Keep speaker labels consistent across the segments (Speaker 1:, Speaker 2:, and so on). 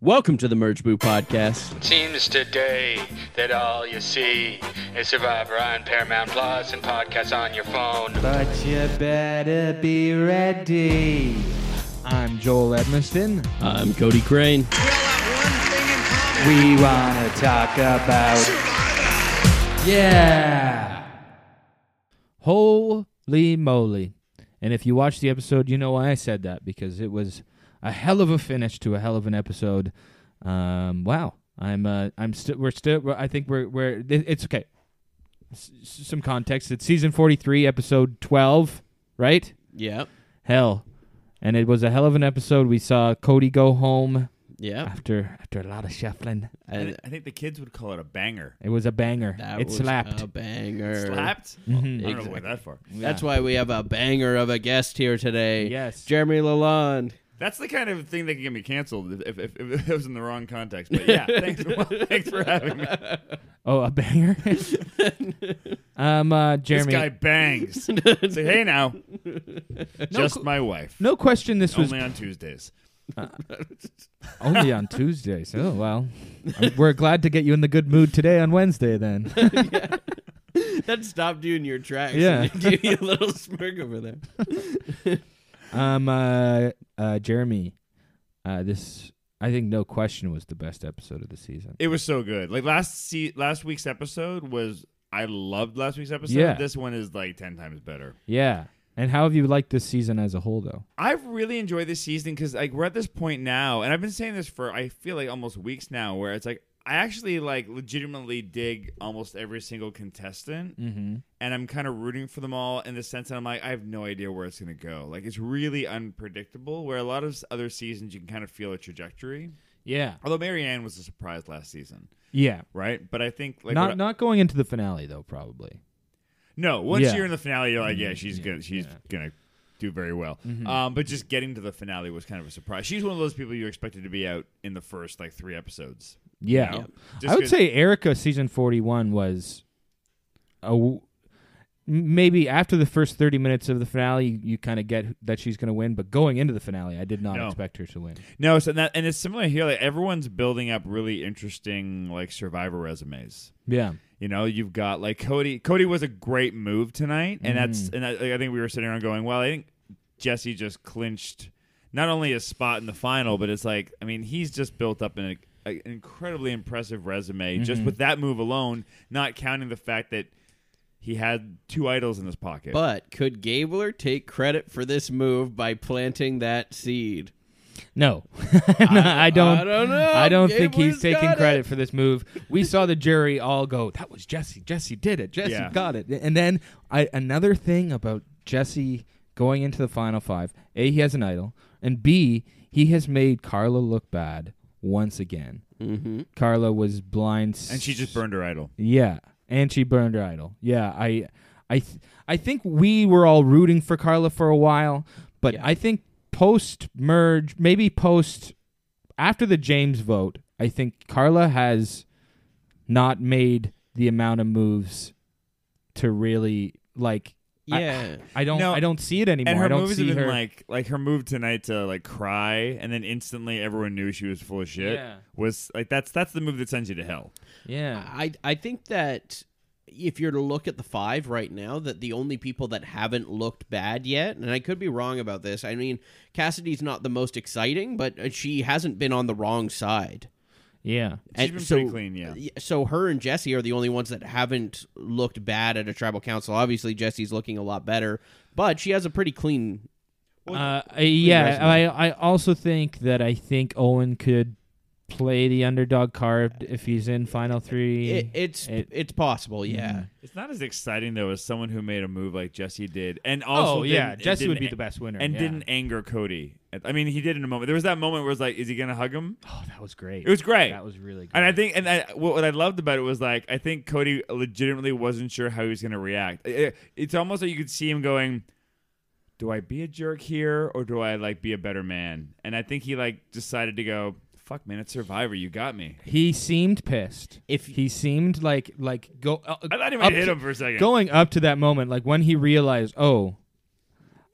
Speaker 1: Welcome to the Merge Boo Podcast.
Speaker 2: Seems today that all you see is Survivor on Paramount Plus and podcasts on your phone.
Speaker 3: But you better be ready. I'm Joel Edmiston.
Speaker 1: I'm Cody Crane.
Speaker 3: We want to talk about. Yeah! Holy moly. And if you watch the episode, you know why I said that because it was a hell of a finish to a hell of an episode. Um, wow. I'm uh, I'm still we're still I think we're we're it- it's okay. S- s- some context. It's season 43, episode 12, right?
Speaker 1: Yep.
Speaker 3: Hell. And it was a hell of an episode. We saw Cody go home
Speaker 1: Yep.
Speaker 3: after after a lot of shuffling.
Speaker 4: I,
Speaker 1: And
Speaker 4: thi- I think the kids would call it a banger.
Speaker 3: It was a banger.
Speaker 1: that
Speaker 3: It
Speaker 1: was
Speaker 3: slapped.
Speaker 1: A banger.
Speaker 4: Slapped?
Speaker 3: Mm-hmm.
Speaker 4: I don't know
Speaker 1: Exactly.
Speaker 4: what that for.
Speaker 1: That's why we have a banger of a guest here today.
Speaker 3: Yes.
Speaker 1: Jeremy Lalonde.
Speaker 4: That's the kind of thing that can get me canceled if, if, if it was in the wrong context. But yeah, thanks, thanks for having me.
Speaker 3: Oh, a banger. um, uh,
Speaker 4: This
Speaker 3: Jeremy.
Speaker 4: guy bangs. Say hey now. Just my wife.
Speaker 3: no question. This was
Speaker 4: Only on Tuesdays.
Speaker 3: only on Tuesdays. Oh well, I'm- we're glad to get you in the good mood today on Wednesday. Then
Speaker 1: That stopped you in your tracks.
Speaker 3: Yeah.
Speaker 1: and Gave you a little smirk over there.
Speaker 3: um, uh, uh, Jeremy, uh, this I think no question was the best episode of the season.
Speaker 4: It was so good. Like last se- last week's episode was I loved last week's episode.
Speaker 3: Yeah.
Speaker 4: This one is like ten times better.
Speaker 3: Yeah. And how have you liked this season as a whole, though?
Speaker 4: I've really enjoyed this season because like we're at this point now, and I've been saying this for I feel like almost weeks now, where it's like I actually like legitimately dig almost every single contestant,
Speaker 3: Mm-hmm.
Speaker 4: and I'm kind of rooting for them all in the sense that I'm like I have no idea where it's gonna go. Like it's really unpredictable. Where a lot of s- other seasons you can kind of feel a trajectory.
Speaker 3: Yeah.
Speaker 4: Although Marianne was a surprise last season,
Speaker 3: Yeah.
Speaker 4: right? But I think like
Speaker 3: not
Speaker 4: what I-
Speaker 3: not going into the finale though, probably.
Speaker 4: No, once
Speaker 3: Yeah.
Speaker 4: you're in the finale, you're like, Mm-hmm. yeah, she's gonna she's
Speaker 3: yeah.
Speaker 4: gonna do very well. Um, but just getting to the finale was kind of a surprise. She's one of those people you expected to be out in the first like three episodes.
Speaker 3: Yeah.
Speaker 4: you know? Just
Speaker 3: I would
Speaker 4: 'cause-
Speaker 3: say Erica season 41 was a w- maybe after the first 30 minutes of the finale you, you kind of get that she's going to win, but going into the finale I did not
Speaker 4: No.
Speaker 3: expect her to win.
Speaker 4: no, so that and it's similar here. Like everyone's building up really interesting like survivor resumes.
Speaker 3: Yeah.
Speaker 4: You know, you've got like Cody. Cody was a great move tonight, and that's
Speaker 3: Mm.
Speaker 4: and I, like, I think we were sitting around going, well, I think Jesse just clinched not only a spot in the final, but it's like, I mean, he's just built up an, a, an incredibly impressive resume
Speaker 3: Mm-hmm.
Speaker 4: just with that move alone, not counting the fact that he had two idols in his pocket.
Speaker 1: But could Gabler take credit for this move by planting that seed?
Speaker 3: No. No, I, don't
Speaker 1: I don't know.
Speaker 3: I don't think
Speaker 1: Gabler's
Speaker 3: he's taking
Speaker 1: got it.
Speaker 3: credit for this move. We saw the jury all go, that was Jesse. Jesse did it. Jesse
Speaker 4: Yeah.
Speaker 3: got it. And then I, another thing about Jesse going into the final five A, he has an idol. And B, he has made Carla look bad once again.
Speaker 1: Mm-hmm.
Speaker 3: Carla was blind. s-
Speaker 4: and she just burned her idol.
Speaker 3: Yeah. And she burned her idol. Yeah. I, I, th- I think we were all rooting for Carla for a while, but
Speaker 1: Yeah.
Speaker 3: I think post merge, maybe post after the James vote, I think Carla has not made the amount of moves to really like. I-
Speaker 1: Yeah.
Speaker 3: I, don't.
Speaker 4: No.
Speaker 3: I don't see it anymore.
Speaker 4: And her
Speaker 3: I don't
Speaker 4: moves
Speaker 3: see
Speaker 4: have been
Speaker 3: her.
Speaker 4: like like her move tonight to like cry, and then instantly everyone knew she was full of shit.
Speaker 3: Yeah.
Speaker 4: Was like that's that's the move that sends you to hell.
Speaker 3: yeah.
Speaker 1: I I think that if you're to look at the five right now, that the only people that haven't looked bad yet, and I could be wrong about this. I mean, Cassidy's not the most exciting, but uh, she hasn't been on the wrong side.
Speaker 3: Yeah.
Speaker 4: She's
Speaker 1: And
Speaker 4: been
Speaker 1: so-
Speaker 4: pretty clean, yeah.
Speaker 1: y- So her and Jesse are the only ones that haven't looked bad at a tribal council. Obviously, Jesse's looking a lot better, but she has a pretty clean.
Speaker 3: Uh, I- yeah,
Speaker 1: resume.
Speaker 3: I, I also think that I think Owen could play the underdog card if he's in final three.
Speaker 1: It, it's
Speaker 3: It-
Speaker 1: it's possible, yeah.
Speaker 4: It's not as exciting though as someone who made a move like Jesse did, and also
Speaker 3: oh yeah,
Speaker 4: didn't-
Speaker 3: Jesse would
Speaker 4: didn't-
Speaker 3: be the best winner.
Speaker 4: and
Speaker 3: yeah.
Speaker 4: didn't anger Cody. I mean, he did in a moment. There was that moment where it's like, is he gonna hug him?
Speaker 3: Oh, that was great.
Speaker 4: It was great.
Speaker 3: That was really good.
Speaker 4: and I think, and I, what what I loved about it was like, I think Cody legitimately wasn't sure how he was gonna react. It- It's almost like you could see him going, "Do I be a jerk here, or do I like be a better man?" And I think he like decided to go, "Fuck, man, it's Survivor. You got me."
Speaker 3: he seemed pissed.
Speaker 1: If-
Speaker 3: he seemed like like go, uh,
Speaker 4: I thought he
Speaker 3: up
Speaker 4: might hit
Speaker 3: to-
Speaker 4: him for a second.
Speaker 3: going up to that moment, like when he realized, oh,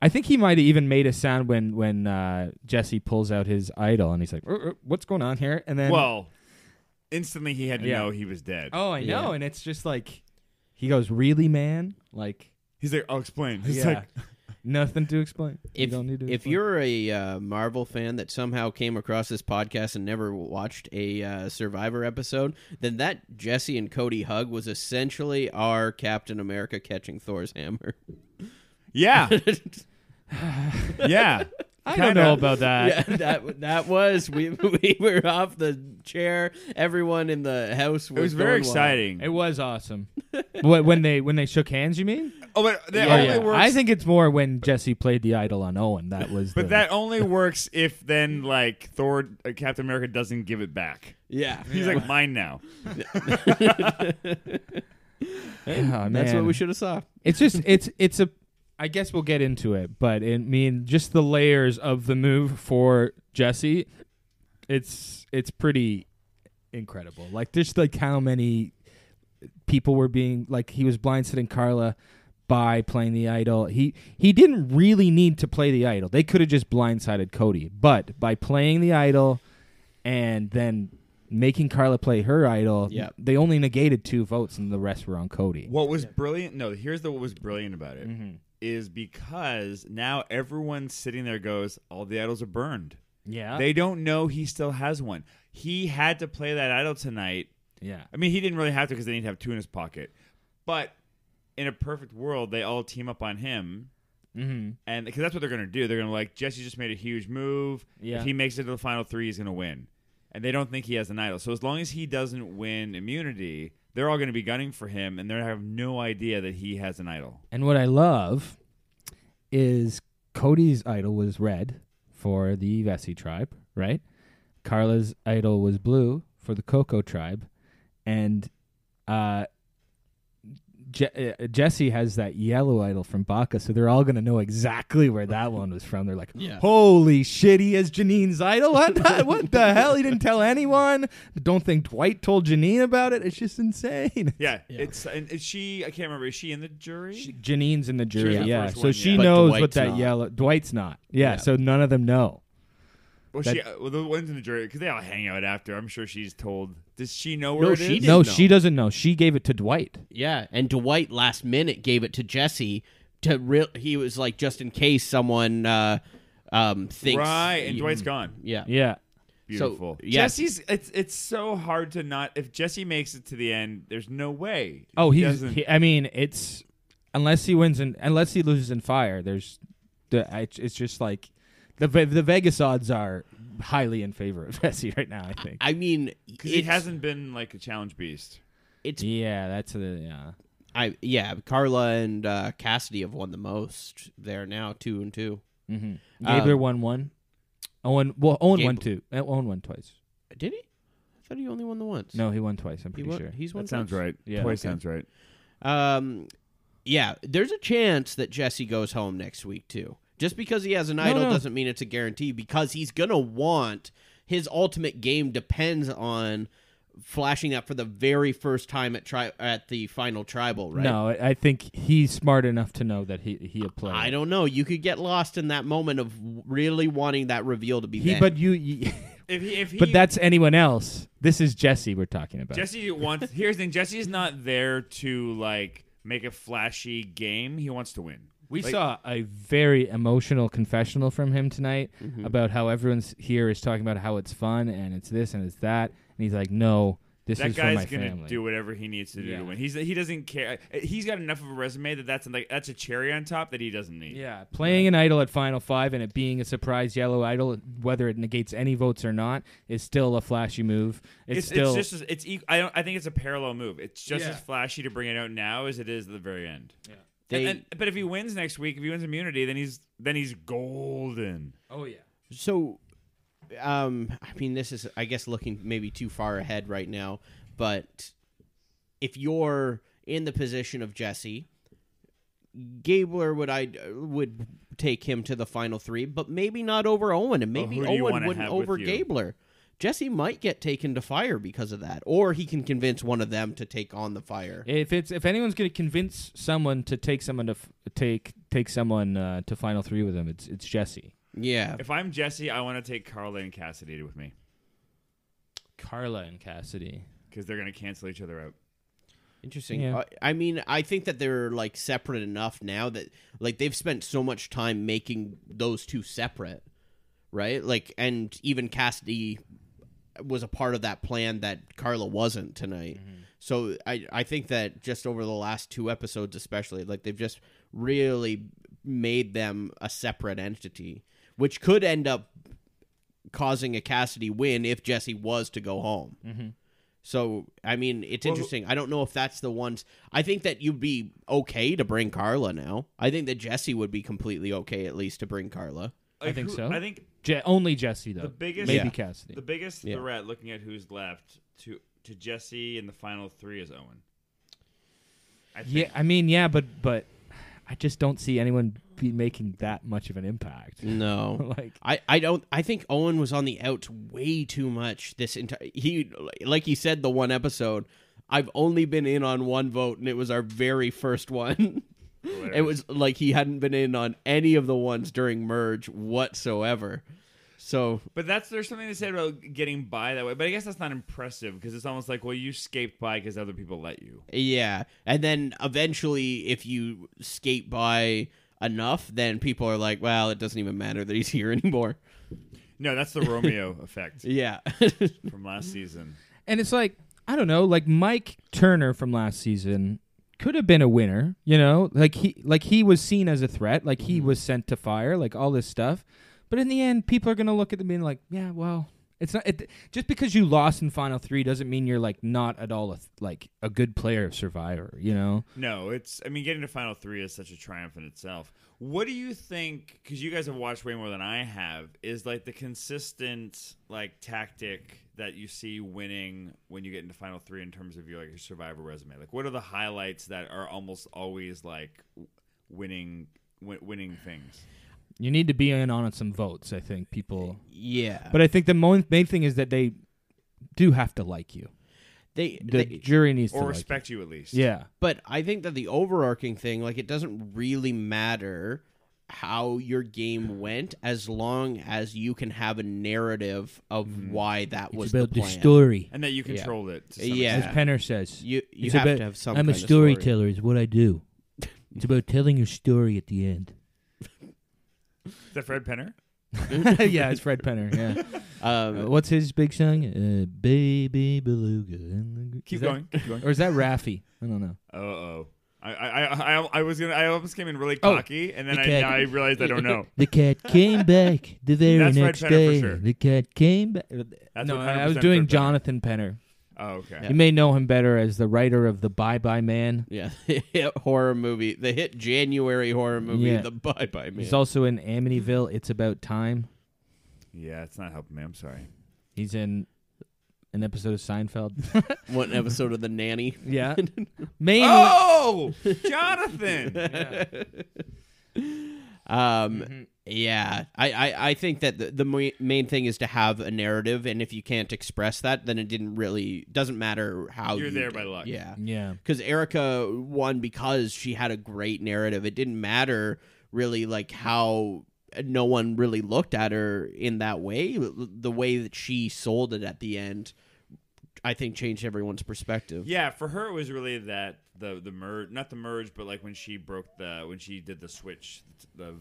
Speaker 3: I think he might have even made a sound when when uh, Jesse pulls out his idol and he's like, "Er, er, "What's going on here?" And then,
Speaker 4: well, instantly he had to
Speaker 3: Yeah.
Speaker 4: know he was dead.
Speaker 3: oh, I know,
Speaker 1: Yeah.
Speaker 3: and it's just like he goes, "Really, man?" Like,
Speaker 4: He's like, I'll explain. He's
Speaker 3: yeah,
Speaker 4: like,
Speaker 3: nothing to explain. You
Speaker 1: If
Speaker 3: don't need to
Speaker 1: if
Speaker 3: explain.
Speaker 1: you're a uh, Marvel fan that somehow came across this podcast and never watched a uh, Survivor episode, then that Jesse and Cody hug was essentially our Captain America catching Thor's hammer.
Speaker 4: yeah, yeah.
Speaker 3: I
Speaker 4: Kinda.
Speaker 3: don't know about that.
Speaker 1: yeah, that that was we we were off the chair. Everyone in the house was
Speaker 4: It was very
Speaker 1: going wild.
Speaker 4: exciting.
Speaker 3: It was awesome. what, when they when they shook hands, you mean?
Speaker 4: Oh, but that
Speaker 1: Yeah,
Speaker 4: only
Speaker 1: yeah.
Speaker 4: works.
Speaker 3: I think it's more when Jesse played the idol on Owen. That was. the,
Speaker 4: but that only works if then like Thor, uh, Captain America doesn't give it back.
Speaker 1: Yeah,
Speaker 4: He's like mine now.
Speaker 3: Oh,
Speaker 1: that's what
Speaker 3: man.
Speaker 1: we should have saw.
Speaker 3: It's just it's it's a. I guess we'll get into it, but I mean, just the layers of the move for Jesse, it's it's pretty incredible. Like just like how many people were being like he was blindsiding Carla by playing the idol. He he didn't really need to play the idol. They could have just blindsided Cody, but by playing the idol and then making Carla play her idol,
Speaker 1: Yep.
Speaker 3: they only negated two votes and the rest were on Cody.
Speaker 4: What was brilliant? No, here's the what was brilliant about it is
Speaker 3: Mm-hmm.
Speaker 4: because now everyone sitting there goes, all the idols are burned.
Speaker 3: Yeah.
Speaker 4: They don't know he still has one. He had to play that idol tonight.
Speaker 3: yeah.
Speaker 4: I mean, he didn't really have to because they didn't have two in his pocket. But in a perfect world, they all team up on him.
Speaker 3: Mm-hmm.
Speaker 4: And because that's what they're going to do. They're going to like, Jesse just made a huge move.
Speaker 3: Yeah.
Speaker 4: If he makes it to the final three, he's going to win. And they don't think he has an idol. So as long as he doesn't win immunity, they're all going to be gunning for him and they have no idea that he has an idol.
Speaker 3: And what I love is Cody's idol was red for the Vessi tribe, right? Carla's idol was blue for the Coco tribe, and uh, Je- uh, Jesse has that yellow idol from Baca, so they're all gonna know exactly where that one was from. They're like,
Speaker 1: Yeah.
Speaker 3: "Holy shit, he has Janine's idol! What? the- what the hell? He didn't tell anyone. Don't think Dwight told Janine about it. It's just insane."
Speaker 4: Yeah. It's and is she I can't remember, is she in the jury?
Speaker 3: Janine's in the jury,
Speaker 4: She's the
Speaker 3: yeah.
Speaker 4: first
Speaker 3: So
Speaker 4: one,
Speaker 3: she
Speaker 4: yeah.
Speaker 1: But
Speaker 3: knows what
Speaker 1: Dwight's
Speaker 3: that
Speaker 1: not.
Speaker 3: yellow. Dwight's not. Yeah,
Speaker 1: Yeah.
Speaker 3: So none of them know.
Speaker 4: well,
Speaker 3: that-
Speaker 4: she uh, well, the ones in the jury because they all hang out after. I'm sure she's told. Does she know where
Speaker 1: No,
Speaker 4: it
Speaker 1: she
Speaker 4: is?
Speaker 1: didn't.
Speaker 3: No,
Speaker 1: know.
Speaker 3: she doesn't know. She gave it to Dwight.
Speaker 1: Yeah, and Dwight last minute gave it to Jesse to real. He was like, just in case someone uh, um, thinks
Speaker 4: Right, and Dwight's gone.
Speaker 1: Yeah,
Speaker 3: Yeah.
Speaker 4: Beautiful.
Speaker 1: yeah.
Speaker 4: Jesse's it's it's so hard to not if Jesse makes it to the end, there's no way.
Speaker 3: Oh,
Speaker 4: he
Speaker 3: he's.
Speaker 4: doesn't.
Speaker 3: he- I mean, it's unless he wins and unless he loses in fire. There's, the I, it's just like the Ve- the Vegas odds are highly in favor of Vessi right now. I think.
Speaker 1: I mean,
Speaker 4: 'Cause he
Speaker 1: it's-
Speaker 4: hasn't been like a challenge beast.
Speaker 1: It's
Speaker 3: yeah, that's a yeah.
Speaker 1: I yeah, Carla and uh, Cassidy have won the most there now, two and two.
Speaker 3: Gabler Mm-hmm. won one. Owen well Owen won
Speaker 1: Gable-
Speaker 3: two. Uh, Owen won twice.
Speaker 1: Did he? I thought he only won the once.
Speaker 3: No, he won twice. I'm
Speaker 1: he
Speaker 3: pretty
Speaker 1: won.
Speaker 3: sure.
Speaker 1: He's won. twice.
Speaker 4: right.
Speaker 3: Yeah. Twice
Speaker 4: sounds right.
Speaker 1: Um, yeah, there's a chance that Jesse goes home next week too. Just because he has an idol
Speaker 3: no.
Speaker 1: doesn't mean it's a guarantee. Because he's gonna want his ultimate game depends on flashing that for the very first time at tri- at the final tribal. Right?
Speaker 3: No, I I think he's smart enough to know that he he'll play.
Speaker 1: I don't know. You could get lost in that moment of really wanting that reveal to be.
Speaker 3: He,
Speaker 1: then.
Speaker 3: but you, you
Speaker 4: If he, if he,
Speaker 3: but that's anyone else. This is Jesse we're talking about.
Speaker 4: Jesse wants. Here's the thing: Jesse's not there to like make a flashy game. He wants to win.
Speaker 3: we
Speaker 4: Like-
Speaker 3: saw a very emotional confessional from him tonight
Speaker 4: Mm-hmm.
Speaker 3: about how everyone's here is talking about how it's fun and it's this and it's that, and he's like, "No, this
Speaker 4: That
Speaker 3: is for my
Speaker 4: guy's gonna
Speaker 3: family."
Speaker 4: do whatever he needs to do
Speaker 3: Yeah.
Speaker 4: to win. He's he doesn't care. Uh, He's got enough of a resume that that's like that's a cherry on top that he doesn't need.
Speaker 3: Yeah, playing an idol at Final Five and it being a surprise yellow idol, whether it negates any votes or not, is still a flashy move. It's,
Speaker 4: It's, it's,
Speaker 3: still
Speaker 4: just as, it's eq- I don't I think it's a parallel move. It's just
Speaker 3: Yeah.
Speaker 4: as flashy to bring it out now as it is at the very end. Yeah.
Speaker 1: They-
Speaker 4: but if he wins next week, if he wins immunity, then he's then he's golden.
Speaker 3: oh yeah.
Speaker 1: So, um, I mean, this is, I guess, looking maybe too far ahead right now, but if you're in the position of Jesse, Gabler would I would take him to the final three, but maybe not over Owen, and maybe
Speaker 4: who do you
Speaker 1: Owen
Speaker 4: wanna
Speaker 1: wouldn't
Speaker 4: have with
Speaker 1: over
Speaker 4: you?
Speaker 1: Gabler. Jesse might get taken to fire because of that, or he can convince one of them to take on the fire.
Speaker 3: If it's if anyone's going to convince someone to take someone to f- take take someone uh, to final three with them, it's it's Jesse.
Speaker 1: Yeah,
Speaker 4: If I'm Jesse, I want to take Carla and Cassidy with me
Speaker 3: Carla and Cassidy.
Speaker 4: because they're going to cancel each other out.
Speaker 1: Interesting.
Speaker 3: Yeah.
Speaker 1: I, I mean, I think that they're like separate enough now that like they've spent so much time making those two separate, right? Like, and even Cassidy was a part of that plan that Carla wasn't tonight. So I I think that just over the last two episodes, especially, like they've just really made them a separate entity, which could end up causing a Cassidy win if Jesse was to go home. So I mean, it's interesting. I don't know if that's the ones. I think that you'd be okay to bring Carla now. I think that Jesse would be completely okay at least to bring Carla.
Speaker 3: I think so.
Speaker 4: I think
Speaker 3: Je- only Jesse though.
Speaker 4: The biggest-
Speaker 3: maybe
Speaker 4: Yeah.
Speaker 3: Cassidy.
Speaker 4: the biggest
Speaker 1: Yeah.
Speaker 4: threat, looking at who's left to to Jesse in the final three, is Owen. I think.
Speaker 3: yeah, I mean, yeah, but but I just don't see anyone be making that much of an impact.
Speaker 1: No,
Speaker 3: like
Speaker 1: I I don't. I think Owen was on the outs way too much this entire. He like he said the one episode. I've only been in on one vote, and it was our very first one. it was like he hadn't been in on any of the ones during merge whatsoever. So
Speaker 4: But that's there's something they said about getting by that way. But I guess that's not impressive because it's almost like well, you escaped by because other people let you.
Speaker 1: Yeah, and then eventually, if you skate by enough, then people are like, "Well, it doesn't even matter that he's here anymore."
Speaker 4: No, that's the Romeo effect
Speaker 1: Yeah,
Speaker 4: from last season.
Speaker 3: and it's like I don't know, like Mike Turner from last season could have been a winner, you know? Like he like he was seen as a threat, like he
Speaker 4: Mm-hmm.
Speaker 3: was sent to fire, like all this stuff. But in the end, people are going to look at them being like, "Yeah, well, it's not it, just because you lost in final 3 doesn't mean you're like not at all a, th- like a good player of survivor, you know?"
Speaker 4: No, it's. I mean, getting to final three is such a triumph in itself. What do you think? Because you guys have watched way more than I have. Is like the consistent like tactic that you see winning when you get into final three in terms of your like your survivor resume. Like, what are the highlights that are almost always like w- winning win- winning things?
Speaker 3: You need to be in on some votes, I think people.
Speaker 1: yeah. But
Speaker 3: But I think the mo- main thing is that they do have to like you.
Speaker 1: they,
Speaker 3: The
Speaker 1: they-
Speaker 3: jury needs
Speaker 4: Or
Speaker 3: to
Speaker 4: respect you at least.
Speaker 3: Like you. Yeah.
Speaker 1: but I think that the overarching thing, like, it doesn't really matter how your game went, as long as you can have a narrative of
Speaker 3: Mm-hmm.
Speaker 1: why that was the plan.
Speaker 3: story.
Speaker 4: and that you controlled it. To some
Speaker 1: Yeah.
Speaker 3: as
Speaker 4: extent.
Speaker 3: Penner says.
Speaker 1: You you
Speaker 3: It's
Speaker 1: have
Speaker 3: about-
Speaker 1: to have some.
Speaker 3: I'm a
Speaker 1: kind of story.
Speaker 3: storyteller. Is what I do. It's about telling your story at the end.
Speaker 4: Is that Fred Penner?
Speaker 3: yeah, it's Fred Penner. Yeah.
Speaker 1: Um,
Speaker 3: what's his big song? Uh, Baby Beluga. and the gr-
Speaker 4: Keep
Speaker 3: is that-
Speaker 4: going. Keep going.
Speaker 3: Or is that Raffi? I don't know.
Speaker 4: Uh oh. I, I, I, I- I was gonna. I almost came in really
Speaker 3: Oh,
Speaker 4: cocky, and then I,
Speaker 3: okay.
Speaker 4: now I realized I don't know.
Speaker 3: The cat came back the very
Speaker 4: That's Fred
Speaker 3: next
Speaker 4: Penner for
Speaker 3: day.
Speaker 4: sure.
Speaker 3: The cat came back. no, I I was
Speaker 4: 100%
Speaker 3: doing
Speaker 4: Fred Penner.
Speaker 3: Jonathan Penner.
Speaker 4: Oh, okay.
Speaker 3: You may know him better as the writer of the Bye Bye Man.
Speaker 1: yeah, the hit horror movie, the hit January horror movie,
Speaker 3: Yeah.
Speaker 1: the Bye Bye Man.
Speaker 3: He's also in Amityville. It's about time.
Speaker 4: Yeah, it's not helping me. I'm sorry.
Speaker 3: He's in an episode of Seinfeld.
Speaker 1: One episode of the Nanny.
Speaker 3: yeah, mainly.
Speaker 4: Oh, Jonathan.
Speaker 1: Um,
Speaker 4: Mm-hmm.
Speaker 1: Yeah, I, I, I think that the, the ma- main thing is to have a narrative, and if you can't express that, then it didn't really doesn't matter how
Speaker 4: You're
Speaker 1: you
Speaker 4: there
Speaker 1: did.
Speaker 4: by luck.
Speaker 1: Yeah,
Speaker 3: Yeah,
Speaker 1: because Erica won because she had a great narrative. It didn't matter really like how no one really looked at her in that way. The way that she sold it at the end, I think, changed everyone's perspective.
Speaker 4: yeah, for her it was really that the the merge, not the merge, but like when she broke the when she did the switch, the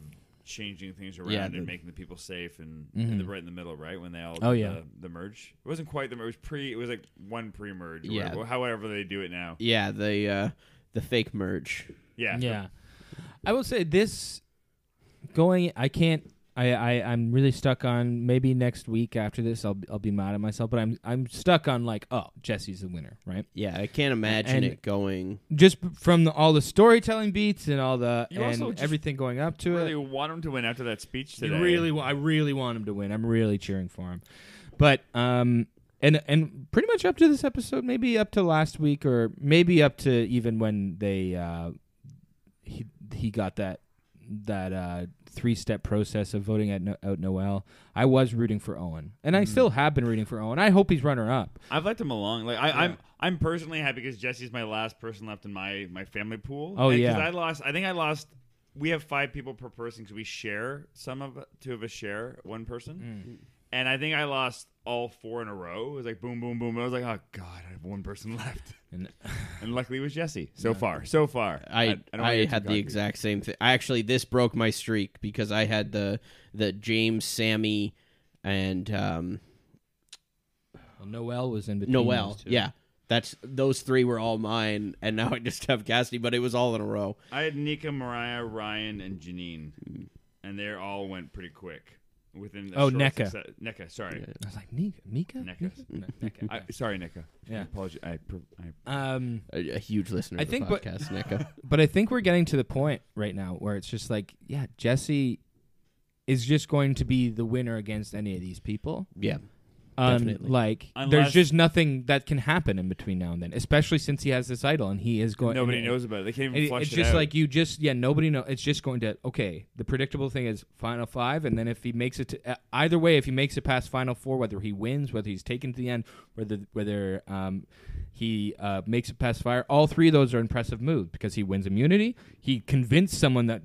Speaker 4: changing things around
Speaker 1: Yeah, the-
Speaker 4: and making the people safe and, and the right in the middle, right when they all
Speaker 3: Mm-hmm. Oh,
Speaker 4: did
Speaker 3: yeah.
Speaker 4: the, the merge. It wasn't quite the merge. It was pre. It was like one pre merge.
Speaker 1: Yeah.
Speaker 4: Yeah. however they do it now.
Speaker 1: yeah, the uh, the fake merge.
Speaker 4: Yeah.
Speaker 3: yeah. I will say this: going, I can't. I, I I'm really stuck on maybe next week after this. I'll I'll be mad at myself, but I'm I'm stuck on like, oh, Jesse's the winner, right?
Speaker 1: Yeah, I can't imagine
Speaker 3: And-
Speaker 1: it going.
Speaker 3: Just from the, all the storytelling beats and all the
Speaker 4: You also
Speaker 3: and
Speaker 4: just
Speaker 3: everything going up to it.
Speaker 4: Really want him to win after that speech
Speaker 3: You
Speaker 4: today.
Speaker 3: really, wa- I really want him to win. I'm really cheering for him. But um, and and pretty much up to this episode, maybe up to last week, or maybe up to even when they uh, he he got that that uh, three step process of voting at no- out Noel, I was rooting for Owen, and
Speaker 4: Mm-hmm.
Speaker 3: I still have been rooting for Owen. I hope he's runner up.
Speaker 4: I've liked him along. Like I, I'm, I'm personally happy because Jesse's my last person left in my my family pool.
Speaker 3: Oh,
Speaker 4: And
Speaker 3: yeah.
Speaker 4: 'cause I lost. I think I lost. We have five people per person because we share some of two of us share one person,
Speaker 1: Mm.
Speaker 4: and I think I lost all four in a row. It was like boom, boom, boom. I was like, oh god, I have one person left,
Speaker 3: And uh,
Speaker 4: and luckily it was Jesse. So far, so far,
Speaker 1: I I,
Speaker 4: don't wanna get too
Speaker 1: had the
Speaker 4: cocky.
Speaker 1: exact same thing. I actually this broke my streak because I had the the James, Sammy, and um,
Speaker 3: well, Noel was in between.
Speaker 1: Noel.
Speaker 3: those two.
Speaker 1: Yeah, that's those three were all mine, and now I just have Cassidy. But it was all in a row.
Speaker 4: I had Nika, Mariah, Ryan, and Janine, and they all went pretty quick. Within a
Speaker 3: Oh,
Speaker 4: short
Speaker 3: Nika.
Speaker 4: succe- Nika, sorry,
Speaker 3: I was like Nika, Mika,
Speaker 4: Nika.
Speaker 3: Mika? Nika.
Speaker 4: I, sorry, Nika.
Speaker 3: Yeah.
Speaker 4: apologize. I, pr- I
Speaker 3: Um,
Speaker 1: A, a huge listener.
Speaker 3: I
Speaker 1: to
Speaker 3: think,
Speaker 1: the
Speaker 3: but-
Speaker 1: podcast, Nika.
Speaker 3: but I think we're getting to the point right now where it's just like, yeah, Jesse is just going to be the winner against any of these people.
Speaker 1: Yeah,
Speaker 3: Um,
Speaker 1: Definitely.
Speaker 3: Like,
Speaker 4: Unless-
Speaker 3: there's just nothing that can happen in between now and then, especially since he has this idol and he is going.
Speaker 4: Nobody
Speaker 3: and-
Speaker 4: knows about it. They can't even
Speaker 3: and it-
Speaker 4: flush
Speaker 3: it's
Speaker 4: it
Speaker 3: just
Speaker 4: out.
Speaker 3: like you just yeah nobody know it's just going to okay the predictable thing is final five and then if he makes it to uh, either way if he makes it past final four whether he wins whether he's taken to the end whether whether um, he uh, makes it past fire all three of those are impressive moves because he wins immunity he convinced someone that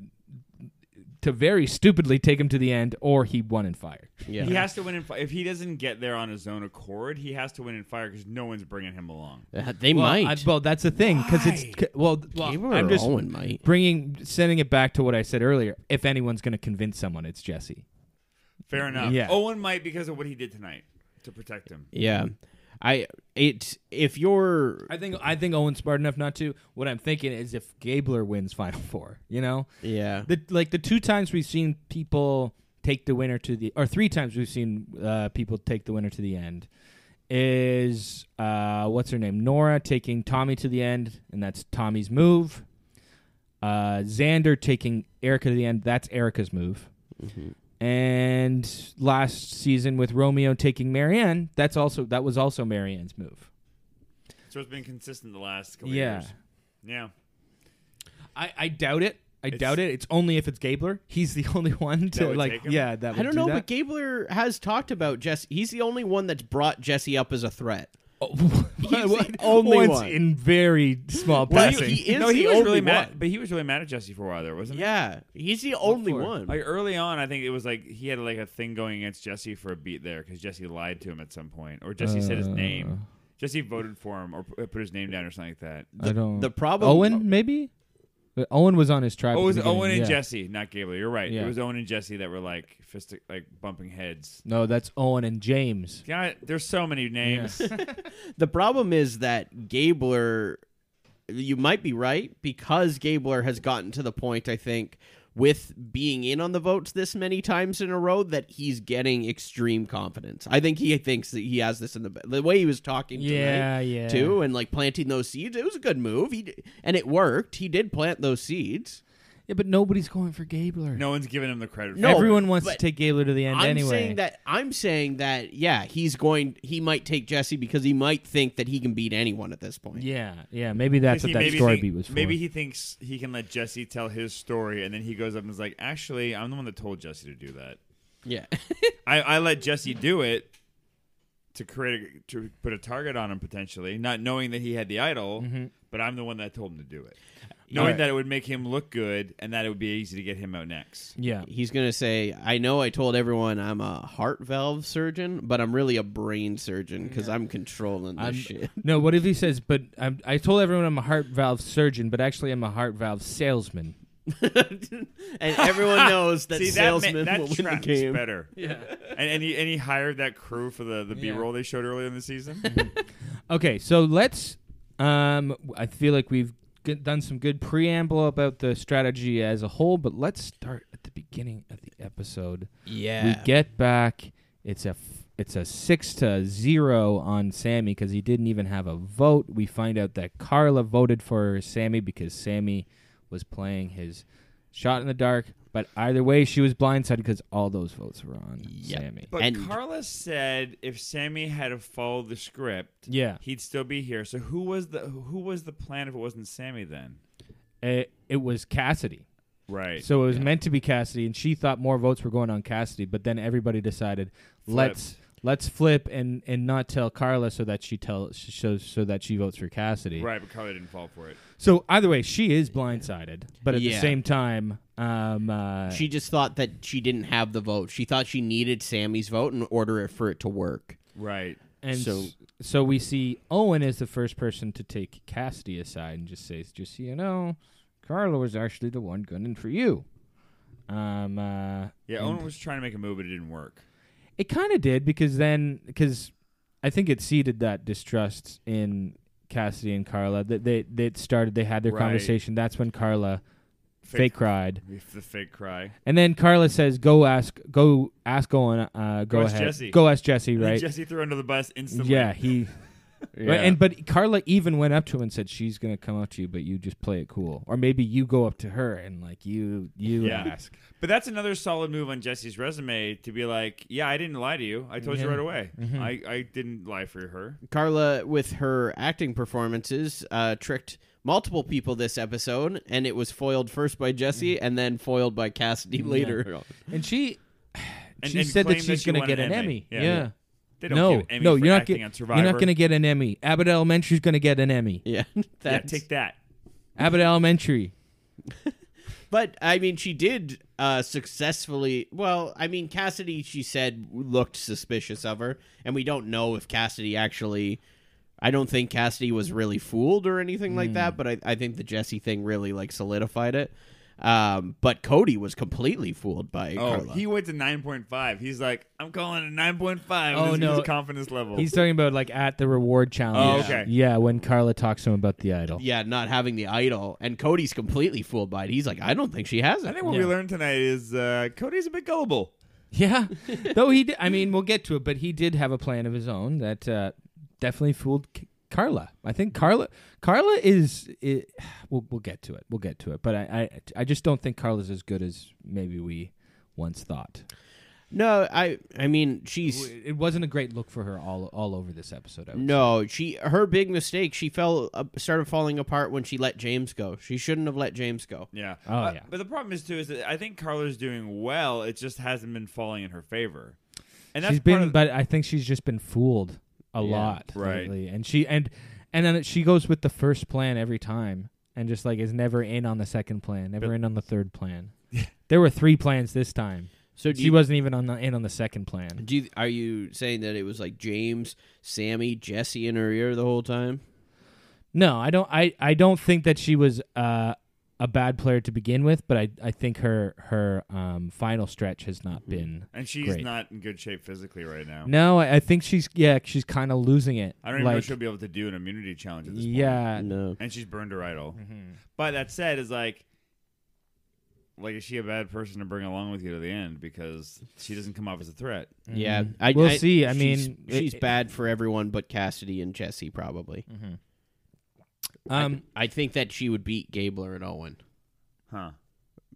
Speaker 3: to very stupidly take him to the end or he won in fire
Speaker 1: yeah.
Speaker 4: he has to win in fire. If he doesn't get there on his own accord, he has to win in fire because no one's bringing him along.
Speaker 1: Uh, they
Speaker 3: well,
Speaker 1: might.
Speaker 3: I- well that's the thing because it's
Speaker 4: Why?
Speaker 3: c- well, well
Speaker 1: Gabriel
Speaker 3: I'm just
Speaker 1: Owen might.
Speaker 3: bringing sending it back to what I said earlier. If anyone's going to convince someone, it's Jesse.
Speaker 4: Fair enough.
Speaker 3: Yeah.
Speaker 4: Owen might because of what he did tonight to protect him.
Speaker 1: Yeah, I it if you're
Speaker 3: I think I think Owen's smart enough not to. What I'm thinking is if Gabler wins Final Four, you know,
Speaker 1: yeah
Speaker 3: the like the two times we've seen people take the winner to the or three times we've seen uh, people take the winner to the end is uh, what's her name Nora taking Tommy to the end, and that's Tommy's move. Uh, Xander taking Erica to the end, that's Erica's move. And last season with Romeo taking Marianne, that's also that was also Marianne's move.
Speaker 4: So it's been consistent the last couple
Speaker 3: Yeah.
Speaker 4: years. Yeah.
Speaker 3: I, I doubt it. I
Speaker 4: It's-
Speaker 3: doubt it. It's only if it's Gabler. He's the only one to
Speaker 4: would
Speaker 3: like.
Speaker 4: take him?
Speaker 3: Yeah, that would
Speaker 1: I don't know,
Speaker 3: Do
Speaker 1: but Gabler has talked about Jesse. He's the only one that's brought Jesse up as a threat.
Speaker 3: But,
Speaker 1: he's the only
Speaker 3: once
Speaker 1: one.
Speaker 3: in very small
Speaker 1: Well,
Speaker 3: passing.
Speaker 1: he- he is
Speaker 4: no,
Speaker 1: the
Speaker 4: he was
Speaker 1: only
Speaker 4: really
Speaker 1: one.
Speaker 4: mad, but he was really mad at Jesse for a while there, wasn't he?
Speaker 1: Yeah, he's the only
Speaker 3: for?
Speaker 1: one.
Speaker 4: Like early on, I think it was like he had like a thing going against Jesse for a beat there because Jesse lied to him at some point, or Jesse said his name. Jesse voted for him or p- put his name down or something like that.
Speaker 3: I don't.
Speaker 1: the problem- Oh.
Speaker 3: Owen maybe. But Owen was on his tribe.
Speaker 4: Oh,
Speaker 3: at
Speaker 4: it was
Speaker 3: the beginning,
Speaker 4: Owen and
Speaker 3: yeah.
Speaker 4: Jesse, not Gable. You're right.
Speaker 3: Yeah.
Speaker 4: It was Owen and Jesse that were like fistic, like bumping heads.
Speaker 3: No, that's Owen and James.
Speaker 4: God, there's so many names.
Speaker 1: the problem is that Gabler, you might be right because Gabler has gotten to the point, I think, with being in on the votes this many times in a row that he's getting extreme confidence. I think he thinks that he has this in the the way he was talking tonight,
Speaker 3: Yeah, yeah.
Speaker 1: too, and like planting those seeds. It was a good move. He d- and it worked. He did plant those seeds.
Speaker 3: Yeah, but nobody's going for Gabler.
Speaker 4: no one's giving him the credit.
Speaker 1: No,
Speaker 4: for it.
Speaker 3: everyone wants to
Speaker 1: but
Speaker 3: take Gabler to the end
Speaker 1: I'm
Speaker 3: anyway.
Speaker 1: saying that I'm saying that yeah, he's going. He might take Jesse because he might think that he can beat anyone at this point.
Speaker 3: Yeah, yeah. Maybe that's what
Speaker 4: He
Speaker 3: that
Speaker 4: maybe
Speaker 3: story
Speaker 4: think-
Speaker 3: beat was for.
Speaker 4: Maybe he thinks he can let Jesse tell his story, and then he goes up and is like, "Actually, I'm the one that told Jesse to do that.
Speaker 1: yeah.
Speaker 4: I, I let Jesse do it to create a, to put a target on him potentially, not knowing that he had the idol,
Speaker 3: Mm-hmm.
Speaker 4: but I'm the one that told him to do it, knowing
Speaker 3: Alright.
Speaker 4: that it would make him look good and that it would be easy to get him out next."
Speaker 3: yeah.
Speaker 1: He's going to say, I know I told everyone I'm a heart valve surgeon, but I'm really a brain surgeon because I'm controlling this
Speaker 3: I'm-
Speaker 1: shit.
Speaker 3: No, what if he says, but I'm, I told everyone I'm a heart valve surgeon, but actually I'm a heart valve salesman.
Speaker 1: and everyone knows that
Speaker 4: See,
Speaker 1: salesmen
Speaker 4: that, ma-
Speaker 1: will
Speaker 4: that
Speaker 1: win the
Speaker 4: traps
Speaker 1: game.
Speaker 4: better. Yeah. And, and, he, and he hired that crew for the, the
Speaker 3: Yeah.
Speaker 4: B-roll they showed earlier in the season.
Speaker 3: Okay, so let's. Um, I feel like we've g- done some good preamble about the strategy as a whole, but let's start at the beginning of the episode.
Speaker 1: Yeah.
Speaker 3: We get back. It's a f- it's a six to zero on Sammy because he didn't even have a vote. We find out that Carla voted for Sammy because Sammy was playing his shot in the dark. But either way, she was blindsided because all those votes were on
Speaker 1: Yep.
Speaker 3: Sammy.
Speaker 4: But
Speaker 1: And-
Speaker 4: Carla said if Sammy had to follow the script,
Speaker 3: Yeah.
Speaker 4: he'd still be here. So who was the who was the plan if it wasn't Sammy then?
Speaker 3: It, it was Cassidy.
Speaker 4: Right.
Speaker 3: So it was meant to be Cassidy, and she thought more votes were going on Cassidy, but then everybody decided let's let's flip and and not tell Carla so that she tells so so that she votes for Cassidy.
Speaker 4: right, but Carly didn't fall for it.
Speaker 3: So either way, she is blindsided, but at
Speaker 1: Yeah.
Speaker 3: the same time, um, uh,
Speaker 1: She just thought that she didn't have the vote. She thought she needed Sammy's vote in order for it to work.
Speaker 4: Right.
Speaker 3: and
Speaker 1: so-
Speaker 3: so so we see Owen is the first person to take Cassidy aside and just says, just so you know, Carla was actually the one gunning for you. Um, uh,
Speaker 4: Yeah,
Speaker 3: and-
Speaker 4: Owen was trying to make a move, but it didn't work.
Speaker 3: It kind of did because then because I think it seeded that distrust in Cassidy and Carla that they they started they had their
Speaker 4: Right.
Speaker 3: conversation. That's when Carla fake, cried,
Speaker 4: The fake cry.
Speaker 3: and then Carla says, "Go ask, go ask Owen, uh, go,
Speaker 4: Go ask
Speaker 3: ahead,
Speaker 4: Jesse."
Speaker 3: go ask Jesse,
Speaker 4: And then
Speaker 3: right?
Speaker 4: Jesse threw her under the bus instantly.
Speaker 3: yeah, he."
Speaker 4: Yeah.
Speaker 3: And but Carla even went up to him and said she's gonna come up to you, but you just play it cool, or maybe you go up to her and like you you
Speaker 4: Yeah.
Speaker 3: ask.
Speaker 4: But that's another solid move on Jesse's resume to be like, yeah, I didn't lie to you. I told
Speaker 3: Yeah. Mm-hmm.
Speaker 4: you right away. I, I didn't lie for her.
Speaker 1: Carla, with her acting performances, uh, tricked multiple people this episode, and it was foiled first by Jesse
Speaker 4: Mm-hmm.
Speaker 1: and then foiled by Cassidy later.
Speaker 3: And she
Speaker 4: And-
Speaker 3: she
Speaker 4: and
Speaker 3: said that
Speaker 4: claimed that
Speaker 3: she's
Speaker 4: she
Speaker 3: gonna
Speaker 4: won
Speaker 3: get an
Speaker 4: an Emmy.
Speaker 3: Emmy.
Speaker 4: Yeah.
Speaker 3: yeah.
Speaker 4: They don't
Speaker 3: no,
Speaker 4: give Emmy
Speaker 3: no,
Speaker 4: for
Speaker 3: you're not
Speaker 4: acting
Speaker 3: get-
Speaker 4: on Survivor.
Speaker 3: You're not going to get an Emmy. Abbott Elementary's going to get an Emmy.
Speaker 1: Yeah,
Speaker 4: yeah,
Speaker 1: that's,
Speaker 4: take that.
Speaker 3: Abbott Elementary.
Speaker 1: But I mean, she did uh, successfully. Well, I mean, Cassidy, she said, looked suspicious of her, and we don't know if Cassidy actually. I don't think Cassidy was really fooled or anything like
Speaker 4: Mm.
Speaker 1: that, but I, I think the Jesse thing really like solidified it. Um, but Cody was completely fooled by
Speaker 4: Oh,
Speaker 1: Carla.
Speaker 4: he went to 9.5. He's like, I'm calling it 9.5.
Speaker 3: Oh,
Speaker 4: This is
Speaker 3: no.
Speaker 4: his confidence level.
Speaker 3: He's talking about like at the reward challenge.
Speaker 4: Oh, okay.
Speaker 3: Yeah, when Carla talks to him about the idol.
Speaker 1: yeah, not having the idol, and Cody's completely fooled by it. He's like, I don't think she has it.
Speaker 4: I think what we
Speaker 3: Yeah.
Speaker 4: learned tonight is uh, Cody's a bit gullible.
Speaker 3: Yeah. Though he did, I mean, we'll get to it, but he did have a plan of his own that uh, definitely fooled C- Carla. I think Carla Carla is i we'll we'll get to it. We'll get to it. But I I, I just don't think Carla's as good as maybe we once thought.
Speaker 1: no, I, I mean, she's
Speaker 3: It wasn't a great look for her all all over this episode. I would
Speaker 1: No, she her big mistake. She fell uh, started falling apart when she let James go. She shouldn't have let James go.
Speaker 4: Yeah.
Speaker 3: Oh,
Speaker 4: Uh,
Speaker 3: yeah.
Speaker 4: But the problem is, too, is that I think Carla's doing well. It just hasn't been falling in her favor. And that's
Speaker 3: she's
Speaker 4: part
Speaker 3: been,
Speaker 4: of
Speaker 3: but I think she's just been fooled a lot
Speaker 4: Right.
Speaker 3: lately, and she and and then she goes with the first plan every time, and just like is never in on the second plan, never in on the third plan. there were three plans this time.
Speaker 1: So do
Speaker 3: She
Speaker 1: you,
Speaker 3: wasn't even on the in on the second
Speaker 4: Mm.
Speaker 3: plan.
Speaker 1: do you, are you saying that it was like James, Sammy, Jesse in her ear the whole time?
Speaker 3: No, I don't. I I don't think that she was uh, a bad player to begin with, but I I think her her um, final stretch has not
Speaker 4: Mm-hmm.
Speaker 3: been.
Speaker 4: And she's
Speaker 3: Great.
Speaker 4: not in good shape physically right now.
Speaker 3: No, I, I think she's yeah, she's kind of losing it.
Speaker 4: I don't even know
Speaker 3: like,
Speaker 4: if she'll be able to do an immunity challenge at this point.
Speaker 3: yeah, Mm-hmm.
Speaker 1: No.
Speaker 4: And she's burned her idol. But that said, is like, like is she a bad person to bring along with you to the end because she doesn't come off as a threat?
Speaker 1: Yeah, I,
Speaker 3: Mm-hmm. We'll see. I
Speaker 1: she's-
Speaker 3: mean, it-
Speaker 1: she's
Speaker 3: it-
Speaker 1: bad for everyone but Cassidy and Jesse probably.
Speaker 3: Mm-hmm. Um,
Speaker 1: I think that she would beat Gabler and Owen.
Speaker 4: Huh?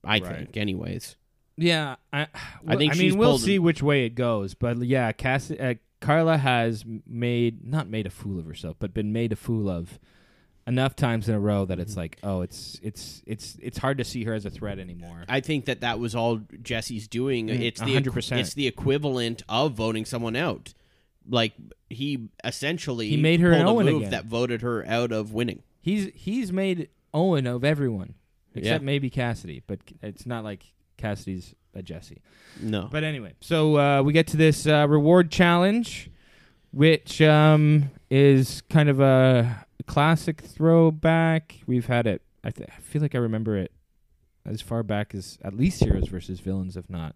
Speaker 1: I
Speaker 4: Right.
Speaker 1: think, anyways.
Speaker 3: Yeah, I. I
Speaker 1: think
Speaker 3: think I
Speaker 1: she's
Speaker 3: mean we'll
Speaker 1: pulled
Speaker 3: see
Speaker 1: him.
Speaker 3: which way it goes, but yeah, Cass, uh, Carla has made not made a fool of herself, but been made a fool of enough times in a row that
Speaker 1: Mm-hmm.
Speaker 3: it's like, oh, it's it's it's it's hard to see her as a threat anymore.
Speaker 1: I think that that was all Jesse's doing.
Speaker 3: Mm,
Speaker 1: it's the
Speaker 3: 100%.
Speaker 1: it's the equivalent of voting someone out. Like he essentially
Speaker 3: He made her an
Speaker 1: pulled a
Speaker 3: Owen
Speaker 1: move
Speaker 3: again.
Speaker 1: that voted her out of winning.
Speaker 3: he's he's made Owen of everyone except
Speaker 1: Yeah.
Speaker 3: maybe Cassidy, but it's not like Cassidy's a Jesse.
Speaker 1: No,
Speaker 3: But anyway, so uh, we get to this uh, reward challenge, which um, is kind of a classic throwback. We've had it. I, th- I feel like I remember it as far back as at least heroes versus villains, if not.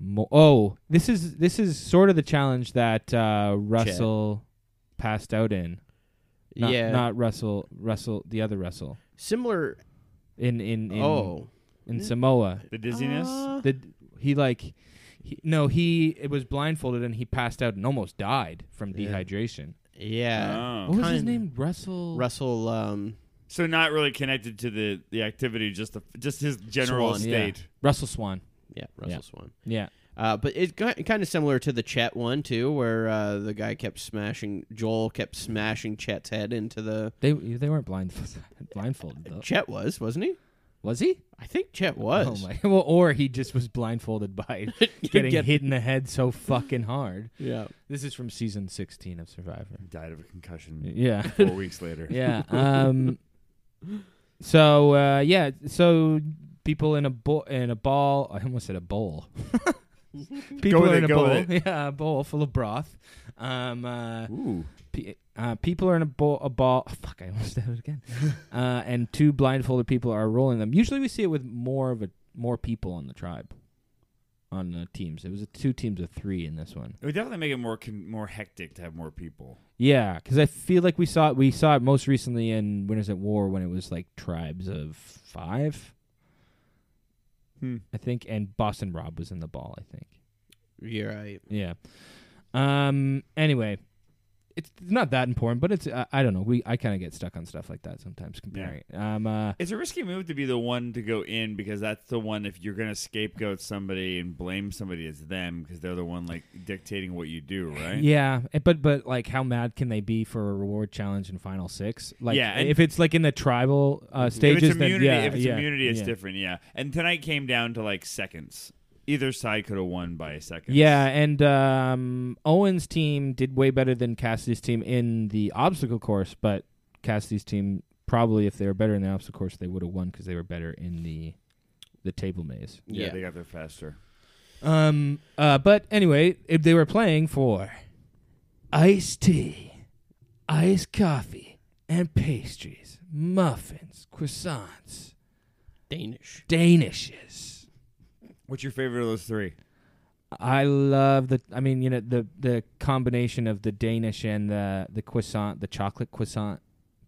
Speaker 3: Mo- oh, this is this is sort of the challenge that uh, Russell passed out in. Not,
Speaker 1: yeah,
Speaker 3: not Russell. Russell, the other Russell
Speaker 1: similar.
Speaker 3: in in in,
Speaker 1: oh,
Speaker 3: in Samoa.
Speaker 4: The dizziness.
Speaker 1: Uh,
Speaker 3: The he like he, no he it was blindfolded and he passed out and almost died from dehydration.
Speaker 1: yeah.
Speaker 4: Oh.
Speaker 3: What was his
Speaker 1: Kinda.
Speaker 3: name? Russell.
Speaker 1: Russell, um,
Speaker 4: So not really connected to the the activity, just the just his general
Speaker 1: Swan,
Speaker 3: yeah.
Speaker 4: state.
Speaker 3: Russell Swan.
Speaker 1: yeah, Russell
Speaker 3: Yeah.
Speaker 1: Swan.
Speaker 3: Yeah.
Speaker 1: Uh, but it's kind of similar to the Chet one too, where uh, the guy kept smashing Joel kept smashing Chet's head into the
Speaker 3: They they weren't blind blindfolded though.
Speaker 1: Chet was wasn't he?
Speaker 3: Was he?
Speaker 1: I think Chet was.
Speaker 3: Oh my! Well, or he just was blindfolded by getting
Speaker 1: get-
Speaker 3: hit in the head so fucking hard.
Speaker 1: Yeah.
Speaker 3: This is from season sixteen of Survivor.
Speaker 4: Died of a concussion
Speaker 3: Yeah,
Speaker 4: four weeks later.
Speaker 3: yeah. Um. So uh, yeah, so people in a bo- in a ball. I almost said a bowl. people
Speaker 4: with
Speaker 3: are
Speaker 4: it,
Speaker 3: in a
Speaker 4: go
Speaker 3: bowl.
Speaker 4: with
Speaker 3: Yeah, a bowl full of broth. Um. Uh,
Speaker 4: Ooh.
Speaker 3: P- uh, people are in a, bo- a ball. oh, fuck, I almost did it again. uh, and two blindfolded people are rolling them. Usually, we see it with more of a more people on the tribe, on the teams. It was two teams of three in this one.
Speaker 4: It would definitely make it more con- more hectic to have more people.
Speaker 3: Yeah, because I feel like we saw it. We saw it most recently in Winners at War when it was like tribes of five,
Speaker 4: Hmm.
Speaker 3: I think, and Boston Rob was in the ball. I think.
Speaker 1: You're right.
Speaker 3: Yeah. Um. Anyway, it's not that important, but it's I, I don't know. We I kind of get stuck on stuff like that sometimes comparing. Um. Uh,
Speaker 4: It's a risky move to be the one to go in because that's the one if you're going to scapegoat somebody and blame somebody, it's them because they're the one like dictating what you do, right?
Speaker 3: Yeah, eh, but but like, how mad can they be for a reward challenge in final six? Like,
Speaker 4: Yeah, and-
Speaker 3: if it's like in the tribal uh,
Speaker 4: If
Speaker 3: stages,
Speaker 4: it's immunity,
Speaker 3: then yeah,
Speaker 4: if it's
Speaker 3: yeah,
Speaker 4: immunity, it's
Speaker 3: yeah.
Speaker 4: different. Yeah. And tonight came down to like seconds. Either side could have won by seconds.
Speaker 3: Yeah, and um, Owen's team did way better than Cassidy's team in the obstacle course, but Cassidy's team probably, if they were better in the obstacle course, they would have won because they were better in the the table maze.
Speaker 4: Yeah,
Speaker 1: Yeah.
Speaker 4: they got there faster.
Speaker 3: Um. Uh. But anyway, if they were playing for iced tea, iced coffee, and pastries, muffins, croissants,
Speaker 1: Danish.
Speaker 3: danishes.
Speaker 4: What's your favorite of those three?
Speaker 3: I love the. I mean, you know, the the combination of the Danish and the the croissant, the chocolate croissant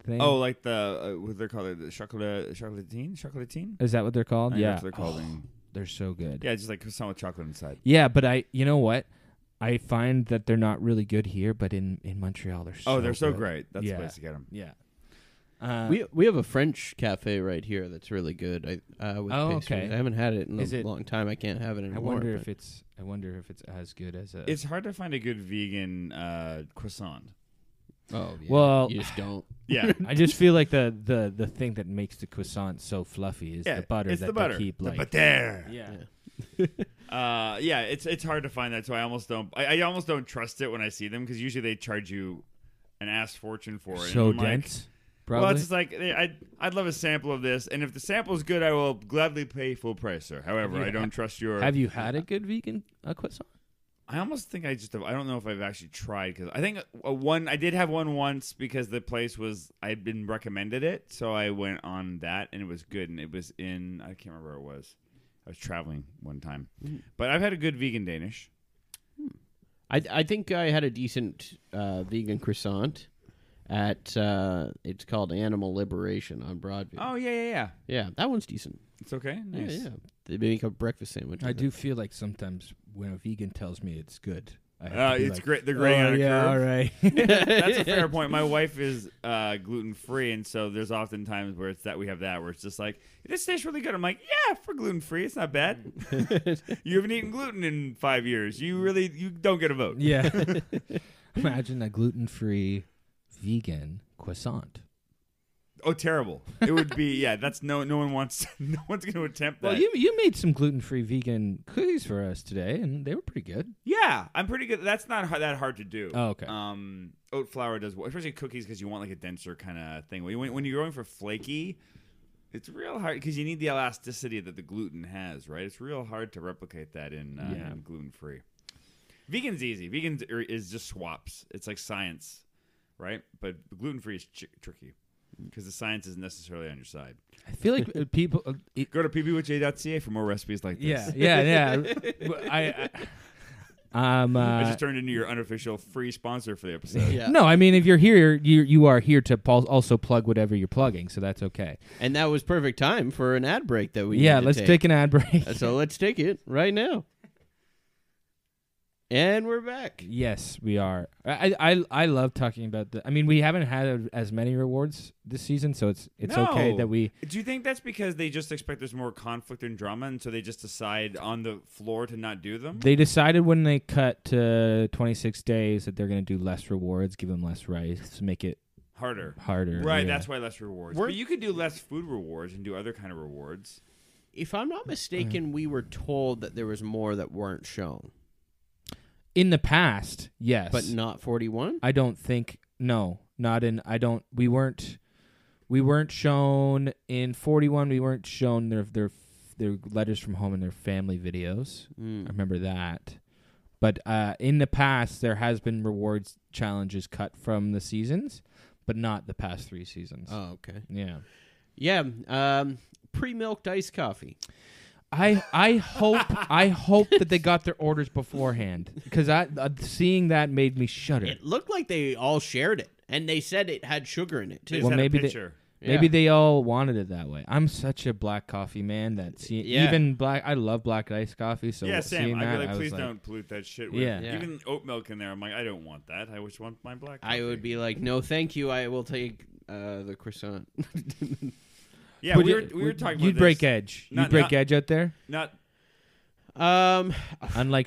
Speaker 3: thing.
Speaker 4: Oh, like the uh, what they're called, the chocolate, chocolatine, chocolatine.
Speaker 3: is that what they're called?
Speaker 4: I know
Speaker 3: yeah,
Speaker 4: what they're called
Speaker 3: Oh,
Speaker 4: in-
Speaker 3: they're so good.
Speaker 4: Yeah, just like croissant with chocolate inside.
Speaker 3: Yeah, but I. You know what? I find that they're not really good here, but in in Montreal, they're. so
Speaker 4: Oh, they're so
Speaker 3: good.
Speaker 4: great. That's
Speaker 3: Yeah.
Speaker 4: the place to get them.
Speaker 3: Yeah. Uh,
Speaker 1: we we have a French cafe right here that's really good. I uh, with
Speaker 3: Oh,
Speaker 1: pastries.
Speaker 3: okay.
Speaker 1: I haven't had it in a
Speaker 3: Is it-
Speaker 1: long time. I can't have it anymore.
Speaker 3: I wonder
Speaker 1: but-
Speaker 3: if it's. I wonder if it's as good as a.
Speaker 4: It's hard to find a good vegan uh, croissant.
Speaker 1: oh yeah,
Speaker 3: Well-
Speaker 1: you just don't.
Speaker 4: Yeah,
Speaker 3: I just feel like the the the thing that makes the croissant so fluffy is
Speaker 4: yeah.
Speaker 3: the butter
Speaker 4: It's
Speaker 3: that
Speaker 4: the butter.
Speaker 3: they keep
Speaker 4: the
Speaker 3: like.
Speaker 4: butter.
Speaker 3: yeah.
Speaker 4: Uh, yeah, it's it's hard to find that, so I almost don't. I, I almost don't trust it when I see them because usually they charge you an ass fortune for it.
Speaker 3: So
Speaker 4: And I'm like,
Speaker 3: dense.
Speaker 4: Well,
Speaker 3: Probably.
Speaker 4: it's just like eh, I'd I'd love a sample of this, and if the sample is good, I will gladly pay full price, sir. However,
Speaker 3: Have you
Speaker 4: I
Speaker 3: ha-
Speaker 4: don't trust your.
Speaker 3: Have you had a good vegan uh, croissant?
Speaker 4: I almost think I just I don't know if I've actually tried because I think a one I did have one once because the place was I'd been recommended it, so I went on that and it was good and it was in I can't remember where it was. I was traveling one time,
Speaker 3: Mm-hmm.
Speaker 4: but I've had a good vegan Danish.
Speaker 1: I I think I had a decent uh, vegan croissant at uh, it's called Animal Liberation on Broadview.
Speaker 4: Oh yeah, yeah, yeah.
Speaker 1: yeah, that one's decent.
Speaker 4: It's okay. Nice.
Speaker 1: Yeah, yeah. They make a breakfast sandwich.
Speaker 3: I
Speaker 1: with it.
Speaker 3: do feel like sometimes when a vegan tells me it's good, I
Speaker 4: Uh, it's great. They're great on a curve.
Speaker 3: Oh, right.
Speaker 4: That's a fair point. My wife is uh, gluten free, and so there's often times where it's that we have that where it's just like this tastes really good. I'm like, yeah, for gluten free, it's not bad. you haven't eaten gluten in five years. You really you don't get a vote.
Speaker 3: yeah. Imagine a gluten-free vegan croissant.
Speaker 4: Oh, terrible! It would be yeah. That's no no one wants no one's going to attempt that.
Speaker 3: Well, you you made some gluten-free vegan cookies for us today, and they were pretty good.
Speaker 4: yeah, I'm pretty good. That's not hard, that hard to do.
Speaker 3: Oh, okay.
Speaker 4: Um, oat flour does well, especially cookies because you want like a denser kind of thing. When, when you're going for flaky, it's real hard because you need the elasticity that the gluten has, right? It's real hard to replicate that in, uh,
Speaker 3: Yeah.
Speaker 4: gluten free. Vegan's easy. Vegan's are, is just swaps. It's like science, right? But gluten free is ch- tricky because the science isn't necessarily on your side.
Speaker 3: I feel like uh, people. uh, it-
Speaker 4: Go to pbwj.ca for more recipes like this.
Speaker 3: yeah, yeah, yeah. Well, I, I, um,
Speaker 4: I
Speaker 3: uh,
Speaker 4: just turned into your unofficial free sponsor for the episode.
Speaker 1: Yeah.
Speaker 3: no, I mean, if you're here, you you are here to pul- also plug whatever you're plugging, so that's okay.
Speaker 1: and that was perfect time for an ad break that we need
Speaker 3: yeah,
Speaker 1: to Uh,
Speaker 3: let's take. an ad break.
Speaker 1: So let's take it right now. And we're back.
Speaker 3: yes, we are. I, I I love talking about the. I mean, we haven't had as many rewards this season, so it's it's okay
Speaker 4: No.
Speaker 3: that we.
Speaker 4: Do you think that's because they just expect there's more conflict and drama, and so they just decide on the floor to not do them?
Speaker 3: They decided when they cut to 26 days that they're going to do less rewards, give them less rights, make it
Speaker 4: harder.
Speaker 3: harder. yeah.
Speaker 4: Right, that's why less rewards.
Speaker 1: We're-
Speaker 4: but you could do less food rewards and do other kind of rewards.
Speaker 1: If I'm not mistaken, we were told that there was more that weren't shown,
Speaker 3: in the past. Yes,
Speaker 1: but not 41.
Speaker 3: I don't think no, not in I don't we weren't we weren't shown in 41 we weren't shown their their their letters from home and their family videos. I remember that. But uh, in the past there has been rewards challenges cut from the seasons, but not the past 3 seasons.
Speaker 1: Oh, okay.
Speaker 3: Yeah.
Speaker 1: Yeah, um, pre-milked iced coffee.
Speaker 3: I I hope I hope that they got their orders beforehand cuz I uh, seeing that made me shudder.
Speaker 1: It looked like they all shared it, and they said it had sugar in it too.
Speaker 4: They just
Speaker 3: Well,
Speaker 4: had
Speaker 3: maybe
Speaker 4: a
Speaker 3: they-
Speaker 4: picture.
Speaker 3: Maybe
Speaker 1: Yeah.
Speaker 3: they all wanted it that way. I'm such a black coffee man that see,
Speaker 1: Yeah.
Speaker 3: even black. I love black iced coffee. So
Speaker 4: yeah,
Speaker 3: seeing
Speaker 4: Sam.
Speaker 3: that,
Speaker 4: I'd be
Speaker 3: I
Speaker 4: like,
Speaker 3: was
Speaker 4: please
Speaker 3: like,
Speaker 4: don't pollute that shit with
Speaker 3: Yeah.
Speaker 1: Yeah.
Speaker 4: even oat milk in there. I'm like, I don't want that. I just want my black.
Speaker 1: I would be like, no, thank you. I will take uh, the croissant.
Speaker 4: Yeah,
Speaker 3: Would
Speaker 4: we
Speaker 3: you-
Speaker 4: were, we were
Speaker 3: would-
Speaker 4: talking.
Speaker 3: You'd
Speaker 4: about
Speaker 3: break
Speaker 4: this.
Speaker 3: edge. You'd
Speaker 4: Not-
Speaker 3: break
Speaker 4: not-
Speaker 3: edge out there.
Speaker 4: Not
Speaker 1: um,
Speaker 3: Unlike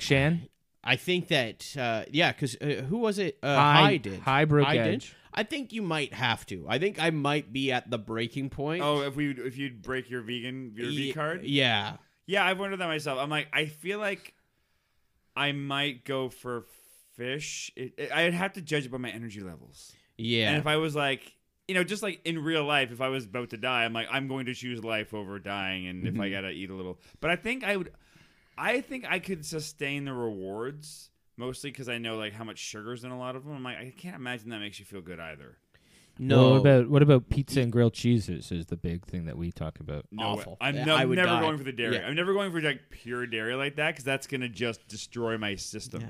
Speaker 3: Shan,
Speaker 1: I think that uh, yeah, because uh, who was it? Uh,
Speaker 3: High-
Speaker 1: High did.
Speaker 3: High broke
Speaker 1: High did.
Speaker 3: edge.
Speaker 1: I think you might have to. I think I might be at the breaking point.
Speaker 4: Oh, if we if you'd break your vegan your
Speaker 1: Ye-
Speaker 4: V card,
Speaker 1: Yeah.
Speaker 4: yeah, I've wondered that myself. I'm like, I feel like I might go for fish. It, it- I'd have to judge it by my energy levels.
Speaker 1: Yeah.
Speaker 4: And if I was like, you know, just like in real life, if I was about to die, I'm like, I'm going to choose life over dying, and if I gotta eat a little, but I think I would, I think I could sustain the rewards mostly because I know like how much sugar's in a lot of them. I'm like, I can't imagine that makes you feel good either.
Speaker 1: no.
Speaker 3: What about what about pizza and grilled cheeses? Is the big thing that we talk about.
Speaker 4: No,
Speaker 1: Awful.
Speaker 4: I'm
Speaker 1: Yeah,
Speaker 4: no-
Speaker 1: I would
Speaker 4: never
Speaker 1: die.
Speaker 4: going for the dairy.
Speaker 1: Yeah.
Speaker 4: I'm never going for like pure dairy like that because that's gonna just destroy my system.
Speaker 1: Yeah.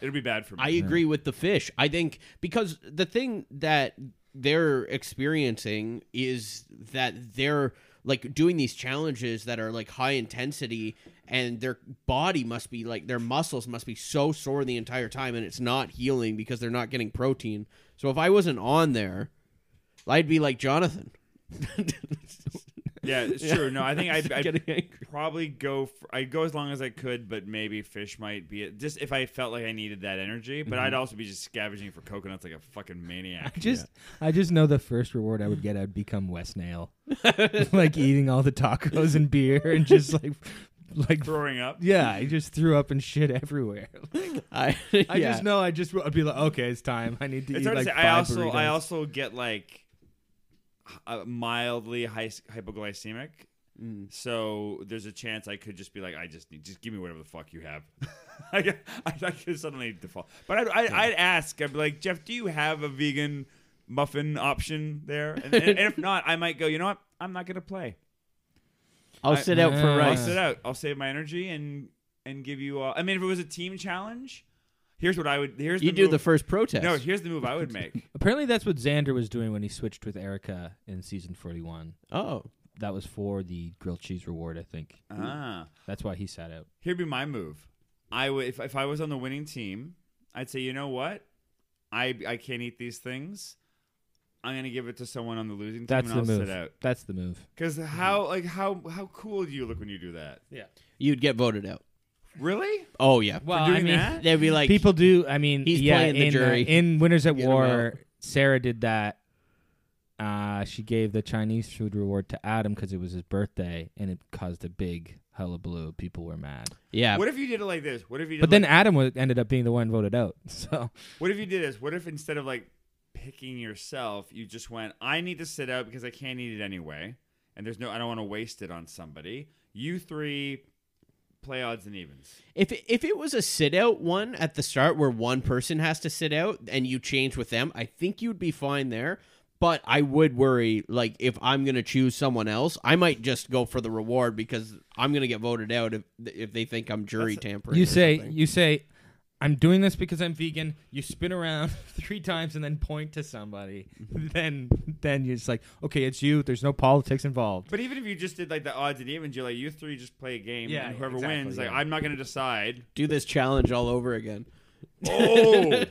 Speaker 4: It'll be bad for me.
Speaker 1: I agree with the fish. I think because the thing that they're experiencing is that they're like doing these challenges that are like high intensity and their body must be like their muscles must be so sore the entire time and it's not healing because they're not getting protein. So if I wasn't on there, I'd be like Jonathan.
Speaker 4: yeah, it's true. No, I think I'd, I'd
Speaker 1: Getting angry.
Speaker 4: probably go. For, I'd go as long as I could, but maybe fish might be it. Just if I felt like I needed that energy, but
Speaker 1: Mm-hmm.
Speaker 4: I'd also be just scavenging for coconuts like a fucking maniac.
Speaker 3: Just I just know the first reward I would get, I'd become West Nail, like eating all the tacos and beer and just like like.
Speaker 4: Throwing up.
Speaker 3: Yeah, I just threw up and shit everywhere.
Speaker 1: I,
Speaker 3: I
Speaker 1: yeah.
Speaker 3: just know I just I'd be like, okay, it's time. I need to
Speaker 4: It's
Speaker 3: eat
Speaker 4: hard
Speaker 3: like
Speaker 4: to say.
Speaker 3: five
Speaker 4: I also I
Speaker 3: burritos."
Speaker 4: also get like h- uh, mildly hy- hypoglycemic.
Speaker 1: Mm.
Speaker 4: So there's a chance I could just be like, I just need, just give me whatever the fuck you have. I, I, I could suddenly default. But I'd, I'd, I'd ask. I'd be like, Jeff, do you have a vegan muffin option there? And, and, and if not, I might go. You know what? I'm not gonna play.
Speaker 1: I'll
Speaker 4: I-
Speaker 1: sit out for
Speaker 3: Yeah.
Speaker 4: I'll
Speaker 1: rice.
Speaker 4: sit out. I'll save my energy and and give you. All, I mean, if it was a team challenge, here's what I would. Here's
Speaker 1: You
Speaker 4: the
Speaker 1: do
Speaker 4: move-
Speaker 1: the first protest.
Speaker 4: No, here's the move I would make.
Speaker 3: Apparently, that's what Xander was doing when he switched with Erica in season 41.
Speaker 1: oh.
Speaker 3: That was for the grilled cheese reward, I think.
Speaker 4: ah.
Speaker 3: That's why he sat out.
Speaker 4: Here'd be my move. I would if if I was on the winning team, I'd say, you know what, I I can't eat these things. I'm gonna give it to someone on the losing team,
Speaker 3: That's
Speaker 4: and
Speaker 3: the
Speaker 4: I'll
Speaker 3: move.
Speaker 4: sit out.
Speaker 3: That's the move.
Speaker 4: Because how like how how cool do you look when you do that?
Speaker 3: Yeah.
Speaker 1: You'd get voted out.
Speaker 4: Really?
Speaker 1: Oh yeah.
Speaker 3: Well,
Speaker 4: doing
Speaker 3: I mean,
Speaker 4: that?
Speaker 1: They'd be like
Speaker 3: people do. I mean,
Speaker 1: He's
Speaker 3: yeah,
Speaker 1: playing the
Speaker 3: in, uh,
Speaker 1: jury.
Speaker 3: in Winners at
Speaker 1: Get him out.
Speaker 3: War, Sarah did that. Uh, she gave the Chinese food reward to Adam because it was his birthday, and it caused a big hullabaloo. People were mad.
Speaker 1: Yeah.
Speaker 4: What if you did it like this? What if you did
Speaker 3: But then
Speaker 4: like-
Speaker 3: Adam was, ended up being the one voted out. So
Speaker 4: what if you did this? What if instead of like picking yourself, you just went, I need to sit out because I can't eat it anyway, and there's no I don't want to waste it on somebody. You three play odds and evens.
Speaker 1: If it, if it was a sit out one at the start where one person has to sit out and you change with them, I think you'd be fine there. But I would worry, like if I'm gonna choose someone else, I might just go for the reward because I'm gonna get voted out if if they think I'm jury tampering.
Speaker 3: You
Speaker 1: or
Speaker 3: say
Speaker 1: something.
Speaker 3: you say I'm doing this because I'm vegan. You spin around three times and then point to somebody.
Speaker 1: Mm-hmm.
Speaker 3: then then you're just like, okay, it's you. There's no politics involved.
Speaker 4: But even if you just did like the odds and evens, you're like you three just play a game,
Speaker 3: Yeah,
Speaker 4: and whoever
Speaker 3: exactly,
Speaker 4: wins, like
Speaker 3: yeah.
Speaker 4: I'm not going to decide.
Speaker 1: do this challenge all over again.
Speaker 4: Oh,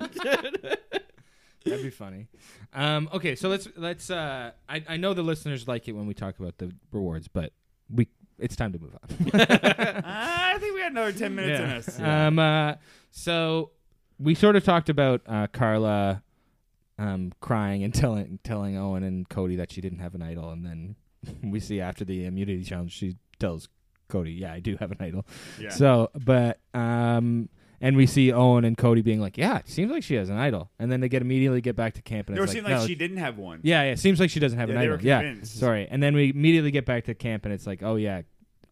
Speaker 3: That'd be funny. Um, okay, so let's let's. Uh, I I know the listeners like it when we talk about the rewards, but we it's time to move on.
Speaker 4: I think we had another ten minutes in us.
Speaker 3: Um. Uh, so we sort of talked about uh, Carla um, crying and telling telling Owen and Cody that she didn't have an idol, and then we see after the immunity challenge she tells Cody, "Yeah, I do have an idol."
Speaker 4: Yeah.
Speaker 3: So, but um, and we see Owen and Cody being like, "Yeah, it seems like she has an idol," and then they get immediately get back to camp, and
Speaker 4: no, it
Speaker 3: it's
Speaker 4: seemed
Speaker 3: like,
Speaker 4: like
Speaker 3: "No,
Speaker 4: she didn't have one.
Speaker 3: yeah, yeah. It seems like she doesn't have
Speaker 4: Yeah,
Speaker 3: an
Speaker 4: they were
Speaker 3: idol. Yeah.
Speaker 4: convinced.
Speaker 3: Sorry. And then we immediately get back to camp and it's like, oh, yeah,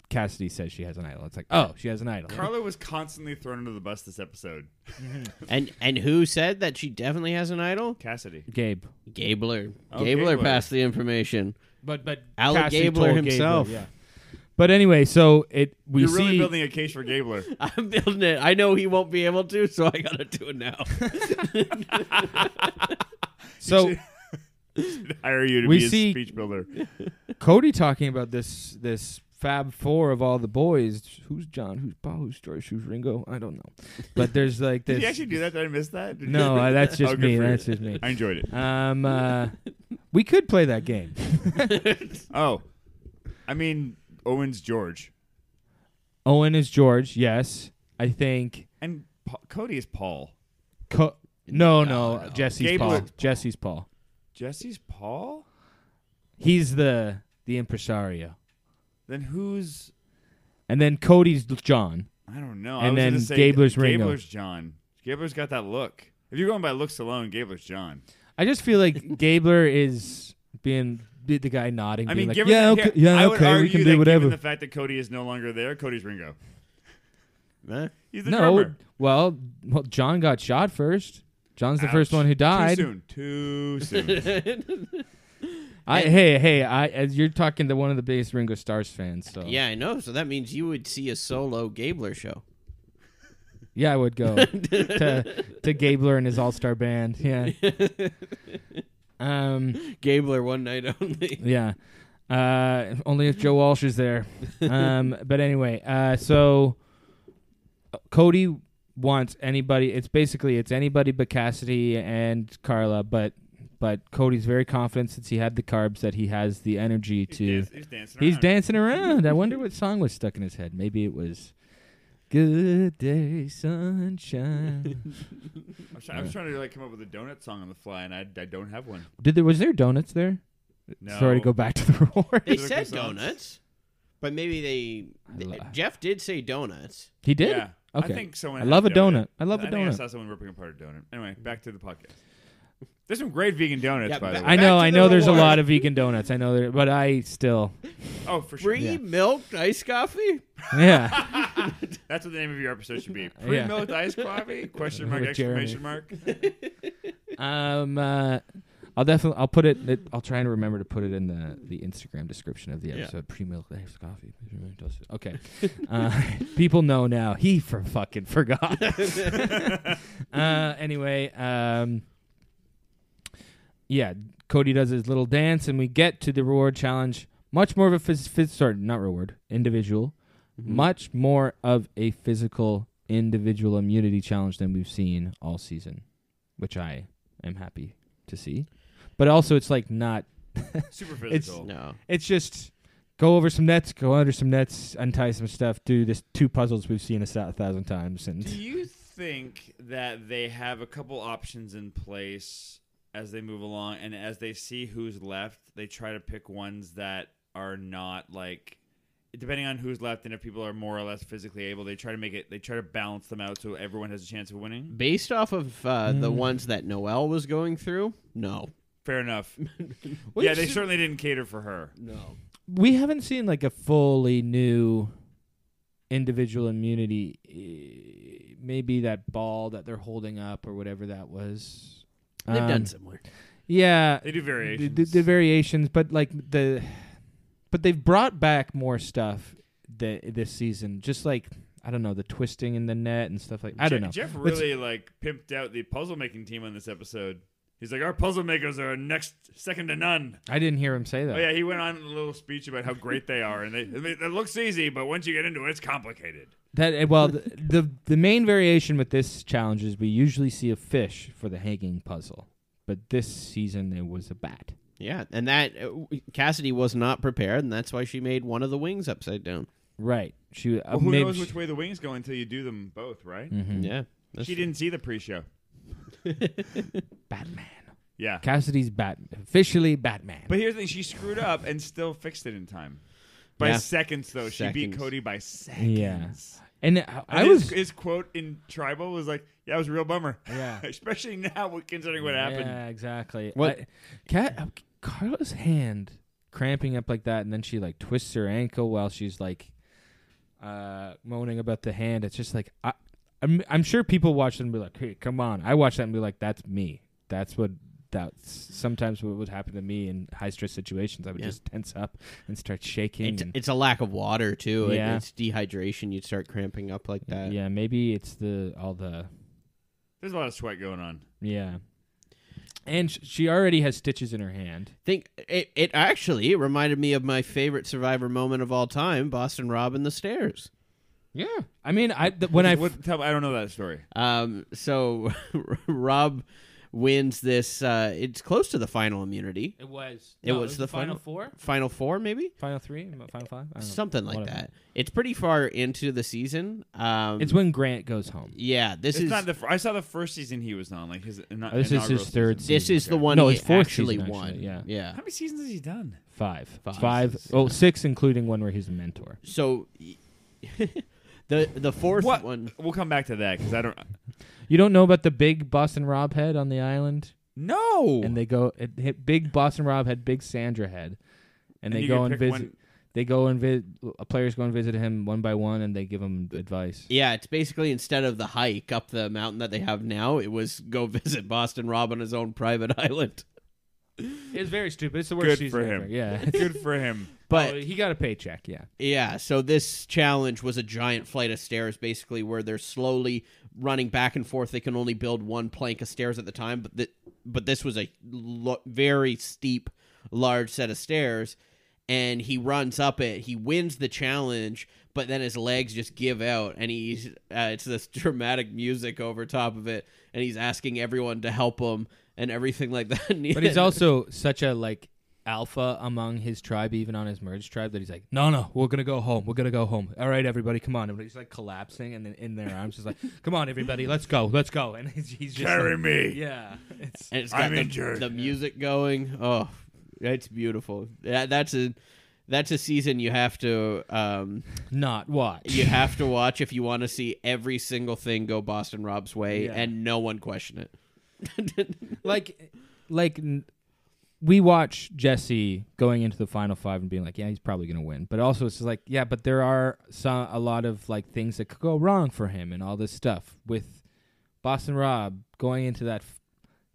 Speaker 3: Cassidy says she has an idol. It's like, oh, she has an idol.
Speaker 4: Carla was constantly thrown under the bus this episode.
Speaker 1: And and who said that she definitely has an idol?
Speaker 4: Cassidy.
Speaker 3: Gabe.
Speaker 1: Gabler.
Speaker 4: Oh,
Speaker 1: Gabler
Speaker 4: Gabler.
Speaker 1: passed the information.
Speaker 3: But, but,
Speaker 1: Alec
Speaker 3: Cassidy
Speaker 1: Gabler
Speaker 3: told
Speaker 1: himself.
Speaker 3: yeah. But anyway, so it, we
Speaker 4: You're
Speaker 3: see.
Speaker 4: really building a case for Gabler.
Speaker 1: I'm building it. I know he won't be able to, so I gotta do it now.
Speaker 3: so
Speaker 4: Hire you to
Speaker 3: We
Speaker 4: be a
Speaker 3: see-
Speaker 4: speech builder.
Speaker 3: Cody talking about this, this fab four of all the boys. Who's John? Who's Paul? Who's George? Who's Ringo? I don't know. But there's like this.
Speaker 4: Did you actually do that? Did I miss that? Did
Speaker 3: No,
Speaker 4: you-
Speaker 3: uh, that's just
Speaker 4: Oh, good
Speaker 3: me.
Speaker 4: for you.
Speaker 3: That's just me.
Speaker 4: I enjoyed it.
Speaker 3: Um, uh, we could play that game.
Speaker 4: Oh, I mean Owens George
Speaker 3: Owen is George, yes. I think.
Speaker 4: and pa- Cody is Paul.
Speaker 3: Co- no, no,
Speaker 1: No, no.
Speaker 3: Jesse's
Speaker 4: Gable
Speaker 3: Paul.
Speaker 4: is Paul.
Speaker 3: Jesse's Paul.
Speaker 4: Jesse's Paul.
Speaker 3: He's the the impresario,
Speaker 4: Then who's?
Speaker 3: and then Cody's John.
Speaker 4: I don't know. I
Speaker 3: And
Speaker 4: was gonna
Speaker 3: then
Speaker 4: say
Speaker 3: Gabler's Ringo.
Speaker 4: Gabler's John. Gabler's got that look. If you're going by looks alone, Gabler's John.
Speaker 3: I just feel like Gabler is being the the guy nodding.
Speaker 4: I
Speaker 3: being
Speaker 4: mean,
Speaker 3: like,
Speaker 4: given
Speaker 3: yeah,
Speaker 4: yeah,
Speaker 3: okay, yeah,
Speaker 4: I would
Speaker 3: okay, we
Speaker 4: argue
Speaker 3: can
Speaker 4: that
Speaker 3: do whatever.
Speaker 4: Given the fact that Cody is no longer there, Cody's Ringo.
Speaker 1: Huh?
Speaker 4: He's the
Speaker 3: no,
Speaker 4: drummer.
Speaker 3: well, well, John got shot first. John's the first
Speaker 4: Ouch.
Speaker 3: one who died.
Speaker 4: Too soon. Too soon.
Speaker 3: I, hey, hey, I as you're talking to one of the biggest Ringo Stars fans. So
Speaker 1: yeah, I know. So that means you would see a solo Gabler show.
Speaker 3: Yeah, I would go to to Gabler and his all star band. Yeah. Um.
Speaker 1: Gabler one night only.
Speaker 3: Yeah. Uh. Only if Joe Walsh is there. Um. But anyway. Uh. So. Cody wants anybody. It's basically it's anybody but Cassidy and Carla. But but Cody's very confident since he had the carbs that he has the energy to.
Speaker 4: he's, he's dancing.
Speaker 3: He's
Speaker 4: around.
Speaker 3: dancing around. I wonder what song was stuck in his head. Maybe it was Good Day Sunshine.
Speaker 4: I'm, try- I was trying to like come up with a donut song on the fly, and I, I don't have one.
Speaker 3: Did there was there donuts there?
Speaker 4: No.
Speaker 3: Sorry to go back to the
Speaker 1: They
Speaker 3: reward.
Speaker 4: Those are
Speaker 1: said
Speaker 4: good songs.
Speaker 1: donuts, but maybe
Speaker 3: I
Speaker 1: they.
Speaker 3: lo-
Speaker 1: Jeff did say donuts.
Speaker 3: He did?
Speaker 4: Yeah.
Speaker 3: Okay.
Speaker 4: I think someone.
Speaker 3: I
Speaker 4: had
Speaker 3: love a donut.
Speaker 4: donut.
Speaker 3: I love a
Speaker 4: I think I
Speaker 3: donut.
Speaker 4: saw someone ripping apart a donut. Anyway, back to the podcast. There's some great vegan donuts,
Speaker 1: Yeah,
Speaker 4: by the
Speaker 1: but-
Speaker 4: way.
Speaker 3: I
Speaker 1: Back to
Speaker 3: know, I
Speaker 1: the
Speaker 3: know there's a
Speaker 1: reward.
Speaker 3: lot of vegan donuts. I know there but I still
Speaker 4: oh, for sure.
Speaker 1: Free milk iced coffee.
Speaker 3: Yeah.
Speaker 4: That's what the name of your episode should be. Pre-milled iced coffee? Question mark,
Speaker 3: With Jeremy.
Speaker 4: exclamation mark.
Speaker 3: um uh, I'll definitely I'll put it, it I'll try and remember to put it in the, the Instagram description of the
Speaker 1: Yeah.
Speaker 3: episode. Pre milk iced coffee. Okay. Uh, people know now. He for fucking forgot. uh, anyway, um, yeah, Cody does his little dance, and we get to the reward challenge. Much more of a phys- phys- sorry, not reward, individual. Much more of a physical individual immunity challenge than we've seen all season, which I am happy to see. But also, it's like not.
Speaker 4: Super physical.
Speaker 1: No.
Speaker 3: It's just go over some nets, go under some nets, untie some stuff, do this two puzzles we've seen a sa- thousand times, and
Speaker 4: Do you think that they have a couple options in place as they move along, and as they see who's left, they try to pick ones that are not like, depending on who's left and if people are more or less physically able, they try to make it, they try to balance them out so everyone has a chance of winning.
Speaker 1: Based off of uh, the
Speaker 3: Mm.
Speaker 1: ones that Noel was going through, no,
Speaker 4: Fair enough.
Speaker 3: Well,
Speaker 4: yeah,
Speaker 3: you
Speaker 4: they
Speaker 3: should-
Speaker 4: certainly didn't cater for her.
Speaker 1: no.
Speaker 3: we haven't seen like a fully new individual immunity eh, maybe that ball that they're holding up or whatever that was
Speaker 1: They've
Speaker 3: Um,
Speaker 1: done similar.
Speaker 3: yeah
Speaker 4: They do
Speaker 3: the,
Speaker 4: variations.
Speaker 3: the, the variations but like the but they've brought back more stuff th- this season just like i don't know the twisting in the net and stuff like i don't
Speaker 4: Je-
Speaker 3: know
Speaker 4: Jeff
Speaker 3: Let's-
Speaker 4: really like pimped out the puzzle making team on this episode. He's like, our puzzle makers are next second to none.
Speaker 3: i didn't hear him say that
Speaker 4: Oh yeah, he went on a little speech about how great they are, and they, and they it looks easy, but once you get into it, it's complicated.
Speaker 3: That eh, well, the, the the main variation with this challenge is we usually see a fish for the hanging puzzle, but this season it was a bat.
Speaker 1: Yeah, and that uh, w- Cassidy was not prepared, and that's why she made one of the wings upside down.
Speaker 3: Right? She uh,
Speaker 4: who
Speaker 3: maybe Mm,
Speaker 4: knows
Speaker 3: she- Mm-hmm.
Speaker 4: which way the wings go until you do them
Speaker 3: Hmm.
Speaker 4: both, right?
Speaker 1: Yeah, that's
Speaker 4: She didn't see the pre-show.
Speaker 3: Batman.
Speaker 4: Yeah.
Speaker 3: Cassidy's bat officially Batman.
Speaker 4: But here's the thing: she screwed up and still fixed it in time. By
Speaker 1: Yeah.
Speaker 4: seconds, though, she beat
Speaker 1: Seconds.
Speaker 4: Cody by seconds.
Speaker 3: yeah, and I, I
Speaker 4: And
Speaker 3: was
Speaker 4: his, his quote in Tribal was like, "Yeah, it was a real bummer."
Speaker 3: Yeah.
Speaker 4: especially now, with- considering what happened.
Speaker 3: Yeah, exactly.
Speaker 1: What-
Speaker 3: I- Cat uh, Carla's hand cramping up like that, and then she like twists her ankle while she's like uh, moaning about the hand. It's just like I, I'm. I'm sure people watch it and be like, "Hey, come on!" I watch that and be like, "That's me. That's what." That's sometimes what would happen to me in high stress situations. I would
Speaker 1: Yeah.
Speaker 3: just tense up and start shaking.
Speaker 1: It's,
Speaker 3: and-
Speaker 1: it's a lack of water too. It-
Speaker 3: Yeah.
Speaker 1: It's dehydration. You'd start cramping up like that.
Speaker 3: yeah, maybe it's the all the
Speaker 4: There's a lot of sweat going on.
Speaker 3: yeah. And sh- she already has stitches in her hand.
Speaker 1: Think it. It actually reminded me of my favorite Survivor moment of all time: Boston Rob and the stairs.
Speaker 3: Yeah, I mean, I th- when I f-
Speaker 4: What- tell- I don't know that story.
Speaker 1: Um, so Rob wins this. Uh, it's close to the final immunity,
Speaker 3: It was.
Speaker 1: It No, it was was the the final final-
Speaker 3: four,
Speaker 1: final four, maybe
Speaker 3: final three, final five,
Speaker 1: something like
Speaker 3: Whatever.
Speaker 1: that. It's pretty far into the season. Um,
Speaker 3: It's when Grant goes home.
Speaker 1: yeah. This
Speaker 4: It's
Speaker 1: is
Speaker 4: not the. fir- I saw the first season he was on. Like his. Ina-
Speaker 3: Oh, this is his
Speaker 4: inaugural
Speaker 3: third
Speaker 4: season.
Speaker 1: this is the one.
Speaker 3: No,
Speaker 1: he
Speaker 3: it's fourth
Speaker 1: actually
Speaker 3: season,
Speaker 1: won.
Speaker 3: actually, yeah.
Speaker 1: yeah.
Speaker 4: How many seasons has he done?
Speaker 3: Five.
Speaker 1: Five.
Speaker 3: Five.
Speaker 1: Jesus,
Speaker 3: Oh, six, including one where he's a mentor.
Speaker 1: So the the fourth
Speaker 4: What?
Speaker 1: one.
Speaker 4: We'll come back to that because I don't.
Speaker 3: You don't know about the big Boston Rob head on the island,
Speaker 4: No.
Speaker 3: and they go it hit big Boston Rob head, big Sandra head, and, they
Speaker 4: you
Speaker 3: go
Speaker 4: can
Speaker 3: and
Speaker 4: pick
Speaker 3: visit.
Speaker 4: one-
Speaker 3: They go and visit. Players go and visit him one by one, and they give him advice.
Speaker 1: Yeah, it's basically instead of the hike up the mountain that they have now, it was go visit Boston Rob on his own private island.
Speaker 3: It's very stupid. It's the
Speaker 4: worst Good season for him. ever.
Speaker 3: Yeah.
Speaker 4: Good for him.
Speaker 1: But
Speaker 3: he got a paycheck. Yeah.
Speaker 1: Yeah, so this challenge was a giant flight of stairs, basically, where they're slowly running back and forth. They can only build one plank of stairs at the time, but th- but this was a lo- very steep, large set of stairs, and he runs up it. He wins the challenge, but then his legs just give out, and he's uh, it's this dramatic music over top of it, and he's asking everyone to help him and everything like that.
Speaker 3: But he's also such a like alpha among his tribe, even on his merge tribe, that he's like, no, no, we're gonna go home. We're gonna go home. All right, everybody, come on. And he's like collapsing, and then in their arms, he's like, come on, everybody, let's go, let's go. And he's, he's just
Speaker 4: Carry
Speaker 3: like-
Speaker 4: me.
Speaker 3: Yeah, it's
Speaker 1: and it's got
Speaker 4: I'm
Speaker 1: the,
Speaker 4: injured.
Speaker 1: the music going. Oh, that's beautiful. That, that's a that's a season you have to um
Speaker 3: not watch.
Speaker 1: you have to watch if you want to see every single thing go Boston Rob's way
Speaker 3: Yeah.
Speaker 1: and no one question it.
Speaker 3: like, like n- we watch Jesse going into the final five and being like, yeah, he's probably gonna win. But also, it's just like, yeah, but there are some a lot of like things that could go wrong for him and all this stuff with Boston Rob going into that, f-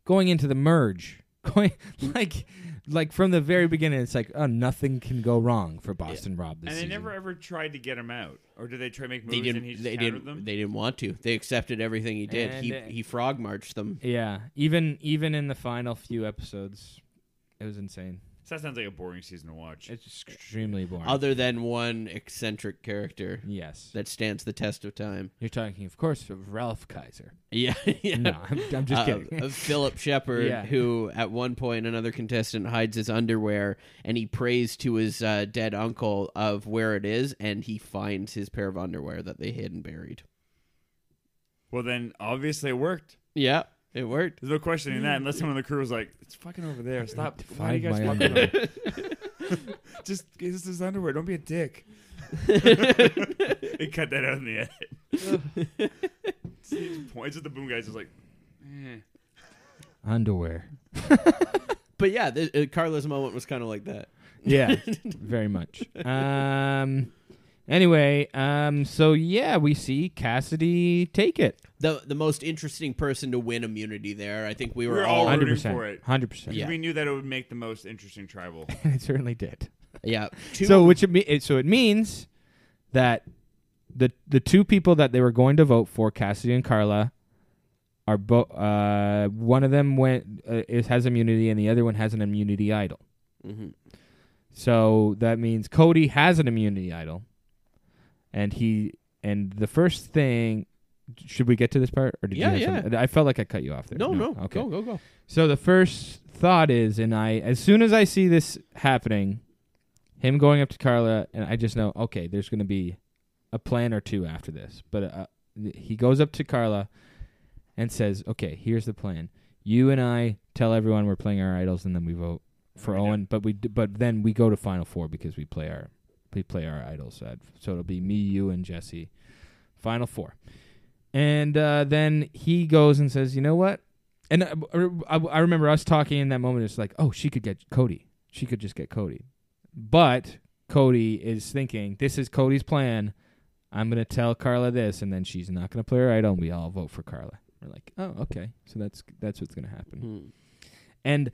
Speaker 3: going into the merge, going like, like from the very beginning, it's like, oh, nothing can go wrong for Boston Rob this
Speaker 4: And they
Speaker 3: season.
Speaker 4: never ever tried to get him out, or did they try to make moves
Speaker 1: They
Speaker 4: and
Speaker 1: didn't
Speaker 4: he just
Speaker 1: they
Speaker 4: countered
Speaker 1: didn't
Speaker 4: them?
Speaker 1: they didn't want to. They accepted everything he did. he
Speaker 3: And, uh,
Speaker 1: he frog marched them.
Speaker 3: yeah, even even in the final few episodes, it was insane.
Speaker 4: so that sounds like a boring season to watch.
Speaker 3: It's extremely boring.
Speaker 1: Other than one eccentric character
Speaker 3: yes,
Speaker 1: that stands the test of time.
Speaker 3: you're talking, of course, of Ralph Kaiser.
Speaker 1: Yeah. yeah.
Speaker 3: No, I'm, I'm just
Speaker 1: Uh,
Speaker 3: kidding.
Speaker 1: of Philip Shepard,
Speaker 3: Yeah.
Speaker 1: who at one point another contestant hides his underwear and he prays to his uh, dead uncle of where it is, and he finds his pair of underwear that they hid and buried.
Speaker 4: Well, then obviously it worked.
Speaker 1: Yeah, it worked.
Speaker 4: There's no questioning that, unless someone on the crew was like, "It's fucking over there. Stop. Why do you
Speaker 3: Find my
Speaker 4: guys fucking
Speaker 3: underwear."
Speaker 4: over there? Just it's his underwear. Don't be a dick." they cut that out in the edit. It's points at the boom guys. Just like,
Speaker 3: Underwear.
Speaker 1: But yeah, th- uh, Carla's moment was kind of like that.
Speaker 3: Yeah, very much. Um. Anyway, um. So yeah, we see Cassidy take it.
Speaker 1: The the most interesting person to win immunity there. I think we were,
Speaker 4: We're
Speaker 1: all,
Speaker 4: all-
Speaker 3: Hundred
Speaker 4: Rooting for
Speaker 3: percent.
Speaker 4: it.
Speaker 3: Hundred percent.
Speaker 1: Yeah.
Speaker 4: we knew that it would make the most interesting tribal.
Speaker 3: And it certainly did.
Speaker 1: yeah. Two,
Speaker 3: So which it, me- it so it means that the the two people that they were going to vote for, Cassidy and Carla, are both. Uh, one of them went uh, is, has immunity, and the other one has an immunity idol. Mm-hmm.
Speaker 1: Mhm.
Speaker 3: So that means Cody has an immunity idol, and he and the first thing. Should we get to this part, or did
Speaker 1: Yeah,
Speaker 3: you?
Speaker 1: yeah.
Speaker 3: Have something? I felt like I cut you off there.
Speaker 1: No, no,
Speaker 3: Okay.
Speaker 1: go go go.
Speaker 3: So the first thought is, and I as soon as I see this happening, him going up to Carla, and I just know, okay, there's going to be a plan or two after this. But uh, th- he goes up to Carla and says, "Okay, here's the plan. You and I tell everyone we're playing our idols, and then we vote for Owen. But we d- but then we go to Final Four because we play our we play our idols. I'd- So it'll be me, you, and Jesse. Final Four, and uh, then he goes and says, "You know what?" And I, I, I remember us talking in that moment. It's like, "Oh, she could get Cody. She could just get Cody." But Cody is thinking, "This is Cody's plan." I'm gonna tell Carla this, and then she's not gonna play her idol, and we all vote for Carla. We're like, oh, okay, so that's that's what's gonna
Speaker 1: Mm-hmm.
Speaker 3: happen. And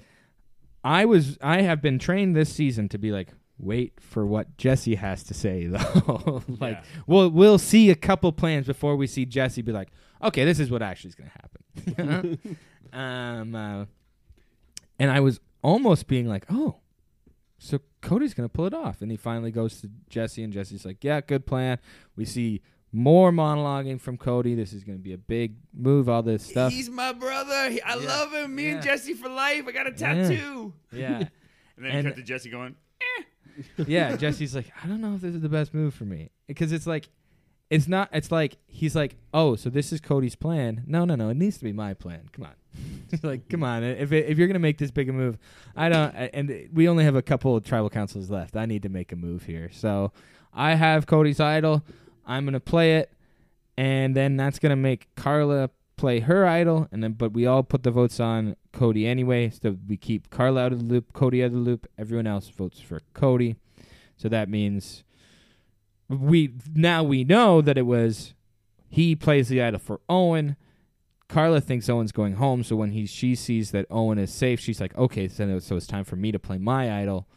Speaker 3: I was I have been trained this season to be like, wait for what Jesse has to say though. like, well, we'll see a couple plans before we see Jesse be like, okay, this is what actually is gonna happen. um, uh, and I was almost being like, oh, so Cody's gonna pull it off, and he finally goes to Jesse, and Jesse's like, yeah, good plan. We see. More monologuing from Cody. This is going to be a big move. All this stuff.
Speaker 4: He's my brother. He- I love him. Me
Speaker 3: Yeah.
Speaker 4: and Jesse for life. I got a tattoo.
Speaker 3: yeah,
Speaker 4: And then
Speaker 3: And-
Speaker 4: cut to Jesse going,
Speaker 3: yeah, Jesse's like, I don't know if this is the best move for me because it's like, it's not. It's like he's like, oh, so this is Cody's plan. No, no, no. It needs to be my plan. Come on, It's like, come on. If it, if you're gonna make this big a move, I don't. And we only have a couple of tribal councils left. I need to make a move here. So I have Cody's idol. I'm gonna play it, and then that's gonna make Carla play her idol. And then, but we all put the votes on Cody anyway. So we keep Carla out of the loop, Cody out of the loop. Everyone else votes for Cody. So that means we now we know that it was he plays the idol for Owen. Carla thinks Owen's going home, so when he she sees that Owen is safe, she's like, "Okay, so, now- so it's time for me to play my idol."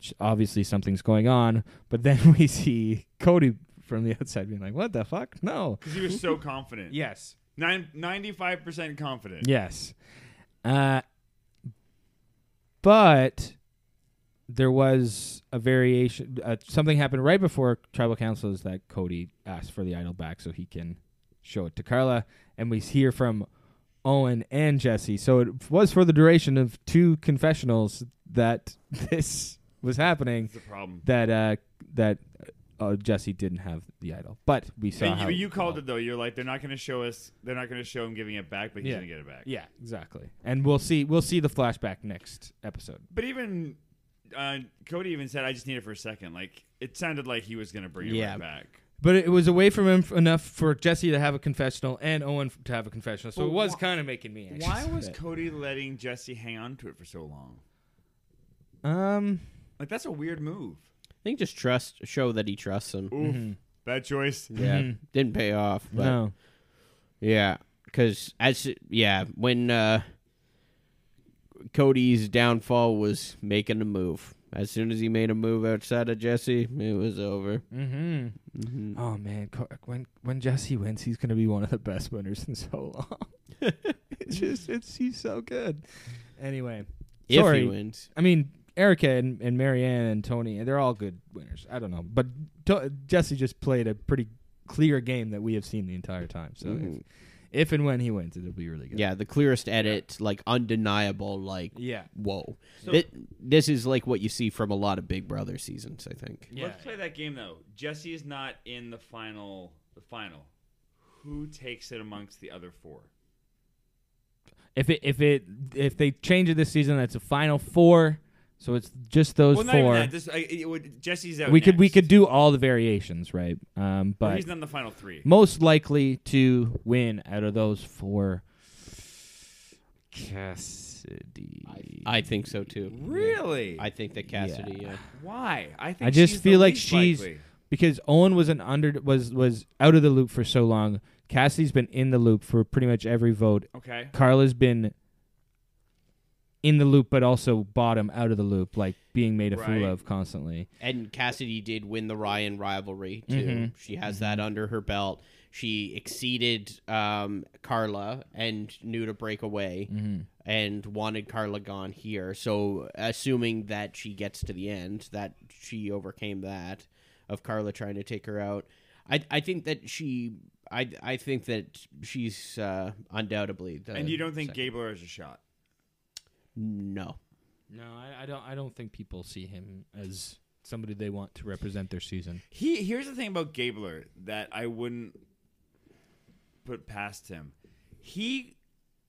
Speaker 3: Sh- Obviously, something's going on, but then we see Cody from the outside being like, "What the fuck? No."
Speaker 4: because he was so confident.
Speaker 3: Yes.
Speaker 4: Nine, 95% confident.
Speaker 3: Yes. Uh, but there was a variation. Uh, something happened right before tribal council is that Cody asked for the idol back so he can show it to Carla, and we hear from Owen and Jesse. So it was for the duration of two confessionals that this was happening.
Speaker 4: That's the problem.
Speaker 3: That uh, that uh, Jesse didn't have the idol, but we saw.
Speaker 4: And
Speaker 3: how
Speaker 4: you, you called it though. You're like, they're not going to show us. They're not going to show him giving it back, but he's
Speaker 3: Yeah.
Speaker 4: going to get it back.
Speaker 3: Yeah, exactly. And we'll see. We'll see the flashback next episode.
Speaker 4: But even uh, Cody even said, "I just need it for a second. Like it sounded like he was going to bring it
Speaker 1: Yeah.
Speaker 4: right back.
Speaker 3: But it was away from him f- enough for Jesse to have a confessional and Owen f- to have a confessional. So
Speaker 4: But
Speaker 3: it was
Speaker 4: wh-
Speaker 3: kind of making me anxious.
Speaker 4: Why
Speaker 3: a
Speaker 4: was
Speaker 3: bit.
Speaker 4: Cody letting Jesse hang on to it for so long?
Speaker 3: um?
Speaker 4: Like that's a weird move.
Speaker 1: I think just trust show that he trusts him.
Speaker 4: Oof,
Speaker 3: mm-hmm.
Speaker 4: bad choice.
Speaker 1: Yeah, didn't pay off. But
Speaker 3: no.
Speaker 1: Yeah, because as yeah, when uh, Cody's downfall was making a move. As soon as he made a move outside of Jesse, it was over.
Speaker 3: Mm-hmm. Oh man, Co- when when Jesse wins, he's gonna be one of the best winners in so long. it's just it's he's so good. Anyway,
Speaker 1: If
Speaker 3: sorry.
Speaker 1: he wins,
Speaker 3: I mean, Erica and, and Marianne and Tony, they're all good winners. I don't know, but to- Jesse just played a pretty clear game that we have seen the entire time. So if,
Speaker 1: Mhm.
Speaker 3: if and when he wins, it'll be really good.
Speaker 1: yeah, the clearest edit, like undeniable, like
Speaker 3: Yeah.
Speaker 1: whoa.
Speaker 4: So-
Speaker 1: Thi- this is like what you see from a lot of Big Brother seasons, I think.
Speaker 4: Let's play that game though. Jesse is not in the final. The final. Who takes it amongst the other four?
Speaker 3: If it if it if they change it this season, that's a final four. So it's just those
Speaker 4: well, not
Speaker 3: four.
Speaker 4: even that. This, I, it would, Jesse's out.
Speaker 3: we could we
Speaker 4: next.
Speaker 3: could do all the variations, right? Um,
Speaker 4: Well,
Speaker 3: but
Speaker 4: he's not in the final three.
Speaker 3: most likely to win out of those four. Cassidy.
Speaker 1: I think so too.
Speaker 4: Really?
Speaker 1: I think that Cassidy. uh, Yeah.
Speaker 4: Why? I think
Speaker 3: I just
Speaker 4: she's the
Speaker 3: feel like
Speaker 4: least
Speaker 3: she's
Speaker 4: likely.
Speaker 3: because Owen was an under was was out of the loop for so long. Cassie's been in the loop for pretty much every vote.
Speaker 4: okay.
Speaker 3: Carla's been in the loop, but also bottom out of the loop, like being made a
Speaker 4: Right.
Speaker 3: fool of constantly.
Speaker 1: And Cassidy did win the Ryan rivalry too.
Speaker 3: Mhm.
Speaker 1: She has that under her belt. She exceeded um, Carla and knew to break away and wanted Carla gone here. So, assuming that she gets to the end, that she overcame that of Carla trying to take her out, I I think that she I I think that she's uh, undoubtedly. The
Speaker 4: And you don't think
Speaker 1: second.
Speaker 4: Gabler has a shot?
Speaker 1: No.
Speaker 3: No, I, I don't. I don't think people see him as somebody they want to represent their season.
Speaker 4: He here's the thing about Gabler that I wouldn't put past him. He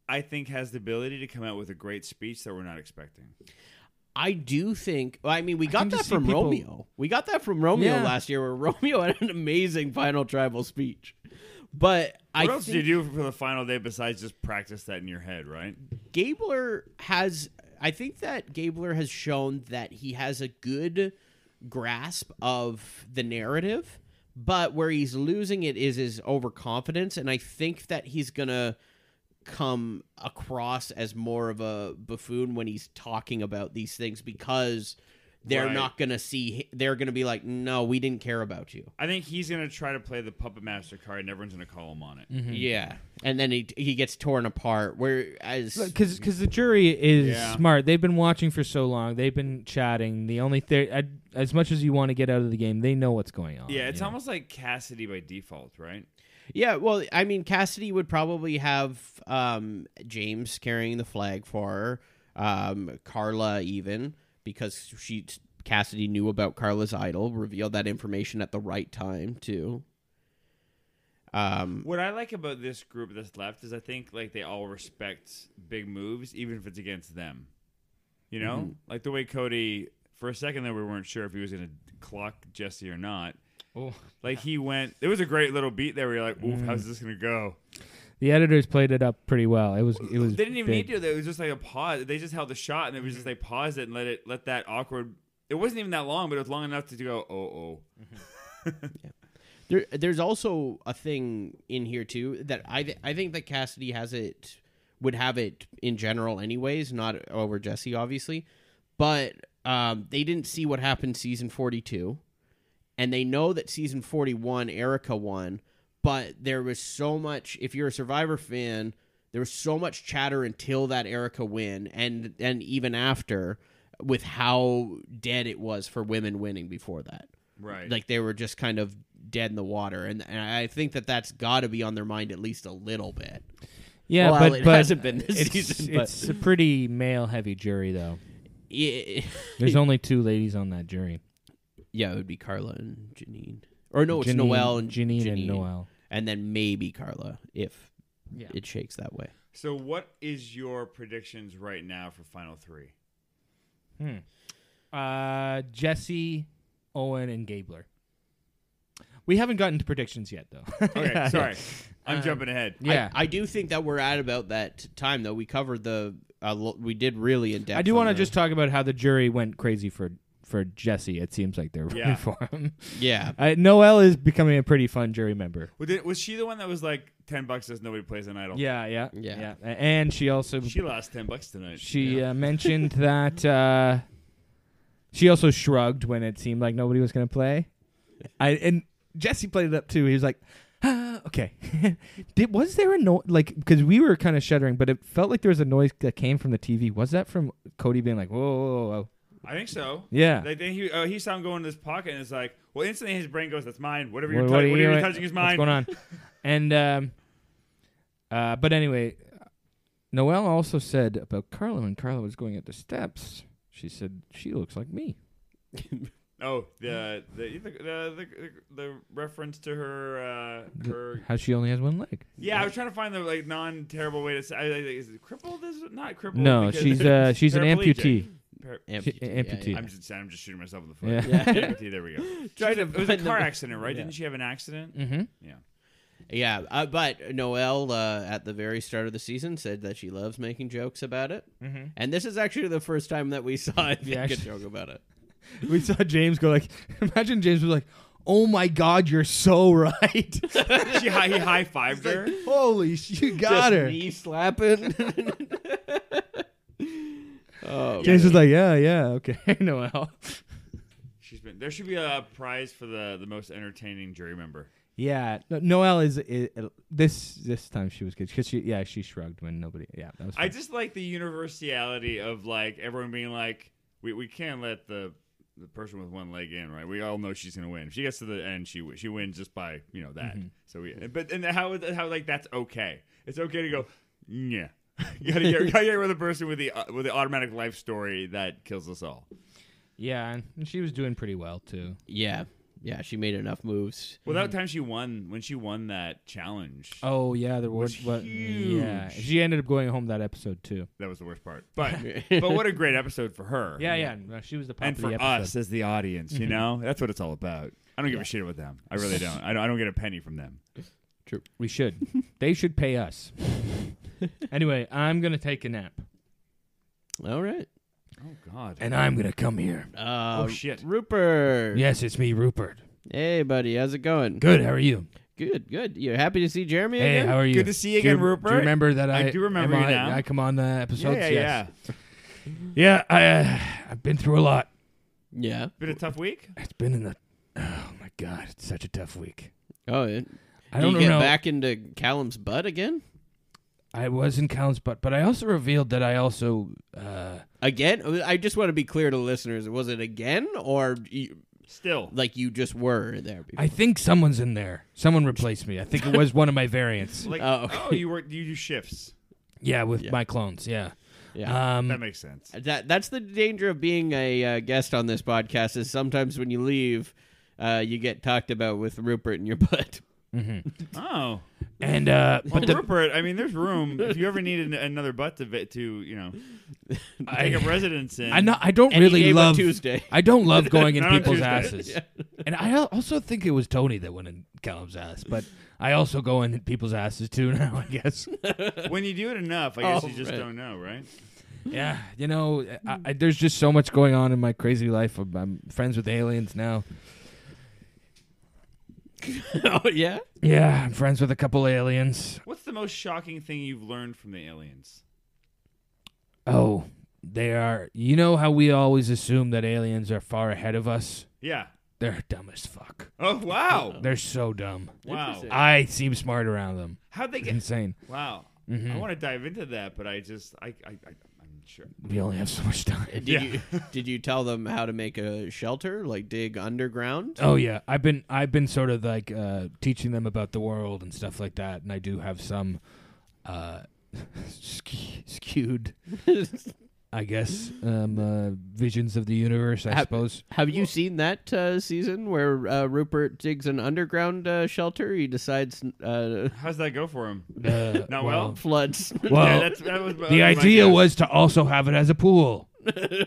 Speaker 4: I think has the ability to come out with a great speech that we're not expecting.
Speaker 1: I do think. well, I mean, we got
Speaker 3: can
Speaker 1: that
Speaker 3: just see
Speaker 1: from
Speaker 3: people-
Speaker 1: Romeo. We got that from Romeo
Speaker 3: Yeah.
Speaker 1: last year, where Romeo had an amazing final tribal speech. But I
Speaker 4: What else
Speaker 1: think
Speaker 4: did you do for the final day besides just practice that in your head, right?
Speaker 1: Gabler has. I think that Gabler has shown that he has a good grasp of the narrative, but where he's losing it is his overconfidence, and I think that he's gonna come across as more of a buffoon when he's talking about these things because they're
Speaker 4: Right.
Speaker 1: not gonna see. They're gonna be like, "No, we didn't care about you."
Speaker 4: I think he's gonna try to play the puppet master card, and everyone's gonna call him on it.
Speaker 1: Mm-hmm. Yeah, and then he he gets torn apart. Whereas
Speaker 3: because because the jury is
Speaker 4: Yeah.
Speaker 3: smart. They've been watching for so long. They've been chatting. The only thing, as much as you want to get out of the game, they know what's going on.
Speaker 4: Yeah, it's
Speaker 3: you know?
Speaker 4: almost like Cassidy by default, right?
Speaker 1: Yeah, well, I mean, Cassidy would probably have um, James carrying the flag for her, um, Carla even because she Cassidy knew about Carla's idol, revealed that information at the right time too. Um,
Speaker 4: What I like about this group that's left is I think like they all respect big moves, even if it's against them. You know,
Speaker 3: Mm-hmm.
Speaker 4: like the way Cody. For a second there, we weren't sure if he was gonna clock Jesse or not.
Speaker 3: Oh.
Speaker 4: Like he went. It was a great little beat there. Where you're like, "Oof,
Speaker 3: Mm.
Speaker 4: how's this gonna go?"
Speaker 3: the editors played it up pretty well. It was it was.
Speaker 4: They didn't even
Speaker 3: big. Mm-hmm.
Speaker 4: need to. though. It was just like a pause. They just held the shot, and it was just they paused it and let it let that awkward. It wasn't even that long, but it was long enough to go. Oh, oh.
Speaker 1: there, there's also a thing in here too that I th- I think that Cassidy has it would have it in general anyways, not over Jesse obviously, but um, they didn't see what happened season 42, and they know that season 41 Erica won, but there was so much. If you're a Survivor fan, there was so much chatter until that Erica win, and and even after, with how dead it was for women winning before that
Speaker 4: Right.
Speaker 1: like they were just kind of dead in the water and, and i think that that's got to be on their mind at least a little bit
Speaker 3: Yeah,
Speaker 1: Well,
Speaker 3: but
Speaker 1: it
Speaker 3: but
Speaker 1: hasn't been this
Speaker 3: it's,
Speaker 1: season, but-
Speaker 3: It's a pretty male heavy jury though.
Speaker 1: yeah,
Speaker 3: There's only two ladies on that jury.
Speaker 1: yeah it would be carla and janine or no it's
Speaker 3: Janine-
Speaker 1: noel and
Speaker 3: Janine,
Speaker 1: janine,
Speaker 3: and Noel.
Speaker 1: and then maybe carla if
Speaker 3: Yeah.
Speaker 1: it shakes that way
Speaker 4: so, what is your predictions right now for final three?
Speaker 3: Hmm. Uh, Jesse, Owen, and Gabler. We haven't gotten to predictions yet, though.
Speaker 4: Okay,
Speaker 3: Yeah.
Speaker 4: sorry, I'm jumping ahead.
Speaker 1: I-
Speaker 3: Yeah,
Speaker 1: I, do think that we're at about that time though we covered the uh, lo- we did really in depth
Speaker 3: I do
Speaker 1: on
Speaker 3: want to
Speaker 1: the-
Speaker 3: just talk about how the jury went crazy for for Jesse. It seems like they're rooting
Speaker 4: Yeah.
Speaker 3: for him.
Speaker 1: yeah
Speaker 3: Uh, Noel is becoming a pretty fun jury member.
Speaker 4: Was, it- was she the one that was like ten bucks says nobody plays an idol?
Speaker 3: Yeah, yeah,
Speaker 1: Yeah.
Speaker 3: A- And she also
Speaker 4: She
Speaker 3: she,
Speaker 4: lost ten bucks tonight.
Speaker 3: uh, mentioned that uh, she also shrugged when it seemed like nobody was going to play. I and Jesse played it up too. He was like. Ah, okay. Did, was there a noise? Like, because we were kind of shuddering, but it felt like there was a noise that came from the TV. Was that from Cody being like, whoa, whoa, whoa, whoa.
Speaker 4: I think so.
Speaker 3: Yeah.
Speaker 4: Like then he uh, he saw him go into his pocket and it's like, well, instantly his brain goes, "That's mine. Whatever you're,
Speaker 3: What-
Speaker 4: tou-
Speaker 3: what are you
Speaker 4: whatever you're
Speaker 3: doing?
Speaker 4: touching is
Speaker 3: What's
Speaker 4: mine."
Speaker 3: going on? and um, uh, but anyway, Noelle also said about Carla when Carla was going up the steps. She said she looks like me.
Speaker 4: Oh, the the the, the, the, the reference to her uh, her.
Speaker 3: How she only has one leg?
Speaker 4: Yeah, I was trying to find the like non terrible way to say. I, I, is it crippled? Is it not crippled?
Speaker 3: No,
Speaker 4: Because-
Speaker 3: she's uh, she's an
Speaker 4: Paraplegic.
Speaker 3: amputee.
Speaker 4: Par-
Speaker 1: amputee, yeah,
Speaker 3: amputee.
Speaker 1: yeah.
Speaker 4: I'm just I'm just shooting myself in the foot.
Speaker 3: Yeah.
Speaker 4: Amputee, there we go.
Speaker 1: Trying to
Speaker 4: it was a
Speaker 1: find the-
Speaker 4: car accident, right?
Speaker 1: Yeah.
Speaker 4: Didn't she have an accident?
Speaker 3: Mm-hmm.
Speaker 4: Yeah.
Speaker 1: Yeah, uh, but Noelle uh, at the very start of the season said that she loves making jokes about it, mm-hmm. and this is actually the first time that we saw I think,
Speaker 3: Yeah,
Speaker 1: a
Speaker 3: actually-
Speaker 1: joke about it.
Speaker 3: We saw James go like, imagine James was like, "Oh my God, you're so right!
Speaker 4: She hi- he high fived her.
Speaker 3: Holy, sh- you got
Speaker 1: Just
Speaker 3: her."
Speaker 1: knee slapping. oh,
Speaker 3: James
Speaker 1: man.
Speaker 3: was like, "Yeah, yeah, okay, Noelle."
Speaker 4: She's been there. Should be a prize for the the most entertaining jury member.
Speaker 3: Yeah, no, Noelle is, is uh, this this time she was good because she yeah she shrugged when nobody yeah that was
Speaker 4: I
Speaker 3: fun.
Speaker 4: just like the universality of like everyone being like, we, we can't let the the person with one leg in, right? We all know she's gonna win. If she gets to the end, she wi- she wins just by you know
Speaker 3: Mm-hmm.
Speaker 4: that. So we, but and how how like that's okay. It's okay to go, yeah. you gotta get, gotta get rid of the person with the uh, with the automatic life story that kills us all.
Speaker 3: yeah and she was doing pretty well too.
Speaker 1: yeah, yeah, she made enough moves.
Speaker 4: Well, that time she won when she won that challenge.
Speaker 3: Mm-hmm. Oh yeah, there was.
Speaker 4: Was
Speaker 3: what, yeah,
Speaker 4: huge.
Speaker 3: she ended up going home that episode too.
Speaker 4: That was the worst part. But but what a great episode for her.
Speaker 3: Yeah, yeah, no, she was the pop
Speaker 4: And
Speaker 3: of
Speaker 4: for
Speaker 3: the episode.
Speaker 4: us as the audience, you know, that's what it's all about. I don't give a shit about them. I really don't. I don't. I don't get a penny from them.
Speaker 3: we should. they should pay us. anyway, I'm gonna take a nap,
Speaker 1: All right.
Speaker 4: Oh God.
Speaker 3: and I'm gonna come here.
Speaker 1: Uh,
Speaker 4: oh shit.
Speaker 1: Rupert.
Speaker 3: Yes, it's me, Rupert.
Speaker 1: Hey, buddy. How's it going?
Speaker 3: Good. How are you?
Speaker 1: Good. Good. You happy to see Jeremy
Speaker 3: Hey,
Speaker 1: again?
Speaker 3: how are you?
Speaker 4: Good to see you
Speaker 3: Do
Speaker 4: again,
Speaker 3: Do you
Speaker 4: Rupert.
Speaker 3: remember that I?
Speaker 4: I do remember
Speaker 3: am
Speaker 4: you
Speaker 3: I,
Speaker 4: now.
Speaker 3: I come on the
Speaker 4: Yeah,
Speaker 3: episodes.
Speaker 4: yeah,
Speaker 3: yes.
Speaker 4: yeah.
Speaker 3: yeah. I, uh, I've been through a lot.
Speaker 1: yeah.
Speaker 4: Been a tough week.
Speaker 3: It's been in the. Oh my god, it's such a tough week.
Speaker 1: Oh, yeah. Do
Speaker 3: I don't
Speaker 1: you get
Speaker 3: know.
Speaker 1: back into Callum's butt again?
Speaker 3: I was in Counts, but but I also revealed that I also. Uh,
Speaker 1: Again? I just want to be clear to listeners. Was it again or you,
Speaker 4: Still.
Speaker 1: like you just were there before?
Speaker 3: I think someone's in there. Someone replaced me. I think it was one of my variants.
Speaker 4: Like
Speaker 1: Oh, okay.
Speaker 4: oh, you work. You do shifts.
Speaker 3: Yeah, with
Speaker 1: Yeah.
Speaker 3: my clones. Yeah.
Speaker 1: yeah.
Speaker 4: That
Speaker 3: Um,
Speaker 4: makes sense.
Speaker 1: that that's the danger of being a uh, guest on this podcast is sometimes when you leave uh, you get talked about with Rupert in your butt.
Speaker 4: Oh,
Speaker 3: and uh,
Speaker 4: well,
Speaker 3: but the,
Speaker 4: Rupert. I mean, there's room if you ever needed another butt to vi- to you know take up
Speaker 3: I,
Speaker 4: residence in.
Speaker 3: I know I don't
Speaker 1: Any day
Speaker 3: really
Speaker 1: but
Speaker 3: love
Speaker 1: Tuesday.
Speaker 3: I don't love going in
Speaker 4: Not on
Speaker 3: people's
Speaker 4: Tuesday.
Speaker 3: asses. And I al- also think it was Tony that went in Callum's ass, but I also go in people's asses too now. I guess.
Speaker 4: When you do it enough, I guess
Speaker 1: Oh,
Speaker 4: you just
Speaker 1: right.
Speaker 4: don't know, right?
Speaker 3: yeah, you know, I, I, there's just so much going on in my crazy life. I'm, I'm friends with aliens now.
Speaker 1: oh yeah.
Speaker 3: Yeah, I'm friends with a couple aliens.
Speaker 4: What's the most shocking thing you've learned from the aliens?
Speaker 3: Oh, they are. You know how we always assume that aliens are far ahead of us?
Speaker 4: Yeah.
Speaker 3: They're dumb as fuck.
Speaker 4: Oh wow.
Speaker 3: They're so dumb.
Speaker 4: Wow.
Speaker 1: Interesting.
Speaker 3: I seem smart around them.
Speaker 4: How'd they get?
Speaker 3: Insane.
Speaker 4: Wow.
Speaker 3: Mm-hmm.
Speaker 4: I want to dive into that, but I just I I, I I'm sure.
Speaker 3: We only have so much time.
Speaker 1: Did
Speaker 4: Yeah.
Speaker 1: you did you tell them how to make a shelter, like dig underground?
Speaker 3: Oh yeah, I've been I've been sort of like uh, teaching them about the world and stuff like that, and I do have some uh, ske- skewed, I guess, um, uh, visions of the universe. I
Speaker 1: Have-
Speaker 3: suppose.
Speaker 1: Have you seen that uh, season where uh, Rupert digs an underground uh, shelter? He decides uh,
Speaker 4: How's that go for him?
Speaker 3: Uh,
Speaker 4: Not well?
Speaker 1: floods.
Speaker 3: Well,
Speaker 4: yeah, that's, that was oh
Speaker 3: the idea was to also have it as a pool.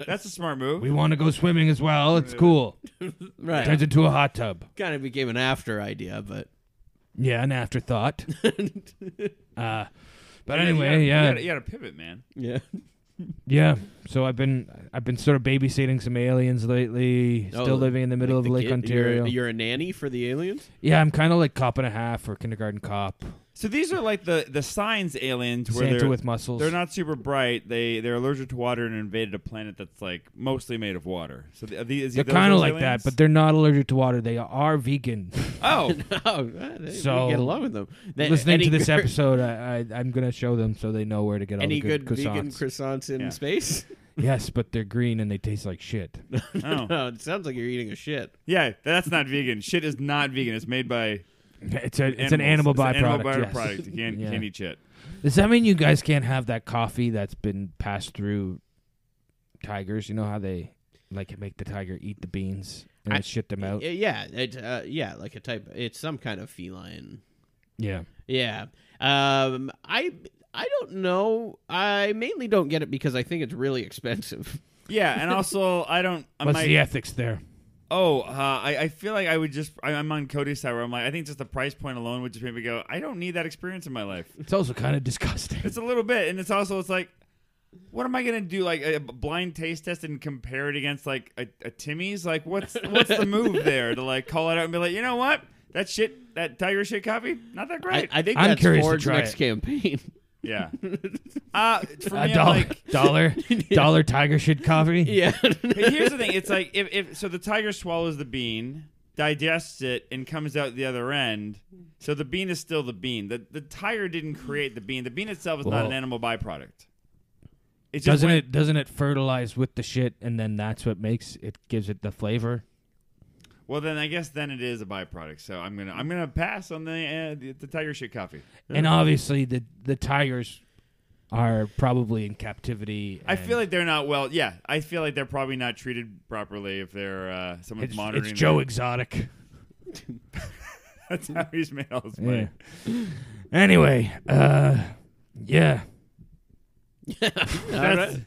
Speaker 4: that's a smart move.
Speaker 3: We want to go swimming as well. It's cool.
Speaker 1: right.
Speaker 3: Turns into a hot tub.
Speaker 1: Kind of became an after idea, but
Speaker 3: Yeah, an afterthought. uh, but
Speaker 4: You gotta-
Speaker 3: anyway,
Speaker 4: you
Speaker 3: yeah,
Speaker 4: gotta, you gotta pivot, man.
Speaker 1: yeah.
Speaker 3: yeah. So I've been I've been sort of babysitting some aliens lately.
Speaker 1: Oh,
Speaker 3: Still living in the middle
Speaker 1: Like
Speaker 3: of
Speaker 1: the
Speaker 3: Lake
Speaker 1: kid-
Speaker 3: Ontario.
Speaker 1: You're, you're a nanny for the aliens?
Speaker 3: Yeah, I'm kind of like cop and a half or kindergarten cop.
Speaker 4: So these are like the the signs aliens where
Speaker 3: Santa
Speaker 4: they're
Speaker 3: with muscles.
Speaker 4: they're not super bright. They they're allergic to water and invaded a planet that's like mostly made of water. So the, are the, is
Speaker 3: They're
Speaker 4: those
Speaker 3: kind of
Speaker 4: those
Speaker 3: like that,
Speaker 4: aliens?
Speaker 3: but they're not allergic to water. They are vegan.
Speaker 4: oh,
Speaker 1: Oh, right, they- we
Speaker 3: So-
Speaker 1: get along with them. They-
Speaker 3: Listening
Speaker 1: any
Speaker 3: to this
Speaker 1: good-
Speaker 3: episode, I, I, I'm gonna show them so they know where to get all
Speaker 1: Any
Speaker 3: the good,
Speaker 1: good, vegan
Speaker 3: croissants.
Speaker 1: croissants in
Speaker 4: Yeah.
Speaker 1: space?
Speaker 3: yes, but they're green and they taste like shit.
Speaker 4: oh.
Speaker 1: No, it sounds like you're eating a shit.
Speaker 4: yeah, that's not vegan. Shit is not vegan. It's made by
Speaker 3: It's a it's
Speaker 4: animals.
Speaker 3: an animal
Speaker 4: It's
Speaker 3: byproduct. yes.
Speaker 4: byproduct. You can't,
Speaker 3: Yeah.
Speaker 4: can't eat shit.
Speaker 3: Does that mean you guys can't have that coffee that's been passed through tigers? You know how they like make the tiger eat the beans and
Speaker 1: I-
Speaker 3: then shit them out.
Speaker 1: Y- Yeah, it, uh, yeah, like a type. It's some kind of feline.
Speaker 3: yeah.
Speaker 1: Yeah. Um, I I don't know. I mainly don't get it because I think it's really expensive.
Speaker 4: Yeah, and also I don't. I
Speaker 3: What's
Speaker 4: might,
Speaker 3: the ethics there?
Speaker 4: Oh, uh, I, I feel like I would just. I, I'm on Cody's side where I'm like, I think just the price point alone would just make me go. I don't need that experience in my life.
Speaker 3: It's also kind of disgusting.
Speaker 4: It's a little bit, and it's also it's like, what am I gonna do? Like a blind taste test and compare it against like a, a Timmy's? Like what's what's the move there to like call it out and be like, you know what? That shit, that tiger shit coffee, not that great.
Speaker 1: I, I think
Speaker 3: I'm
Speaker 1: that's
Speaker 3: curious to
Speaker 1: Ford's
Speaker 3: try
Speaker 1: next
Speaker 3: it.
Speaker 1: campaign.
Speaker 4: yeah. Uh, for me,
Speaker 3: a
Speaker 4: I'm
Speaker 3: dollar,
Speaker 4: like,
Speaker 3: dollar, dollar tiger shit coffee.
Speaker 1: yeah.
Speaker 4: But here's the thing: it's like if, if so, the tiger swallows the bean, digests it, and comes out the other end. So the bean is still the bean. The the tiger didn't create the bean. The bean itself is not
Speaker 3: Well-
Speaker 4: an animal byproduct. It just
Speaker 3: Doesn't
Speaker 4: went-
Speaker 3: it? Doesn't it fertilize with the shit, and then that's what makes it gives it the flavor?
Speaker 4: Well, then I guess then it is a byproduct. So I'm gonna I'm gonna pass on the uh, the, the tiger shit coffee.
Speaker 3: And obviously, the the tigers are probably in captivity.
Speaker 4: I feel
Speaker 3: and
Speaker 4: like they're not well. Yeah, I feel like they're probably not treated properly if they're uh, someone's
Speaker 3: it's,
Speaker 4: monitoring.
Speaker 3: it's Joe
Speaker 4: them.
Speaker 3: Exotic.
Speaker 4: That's how he's made all his money.
Speaker 3: Yeah. Anyway, uh, yeah,
Speaker 1: All right.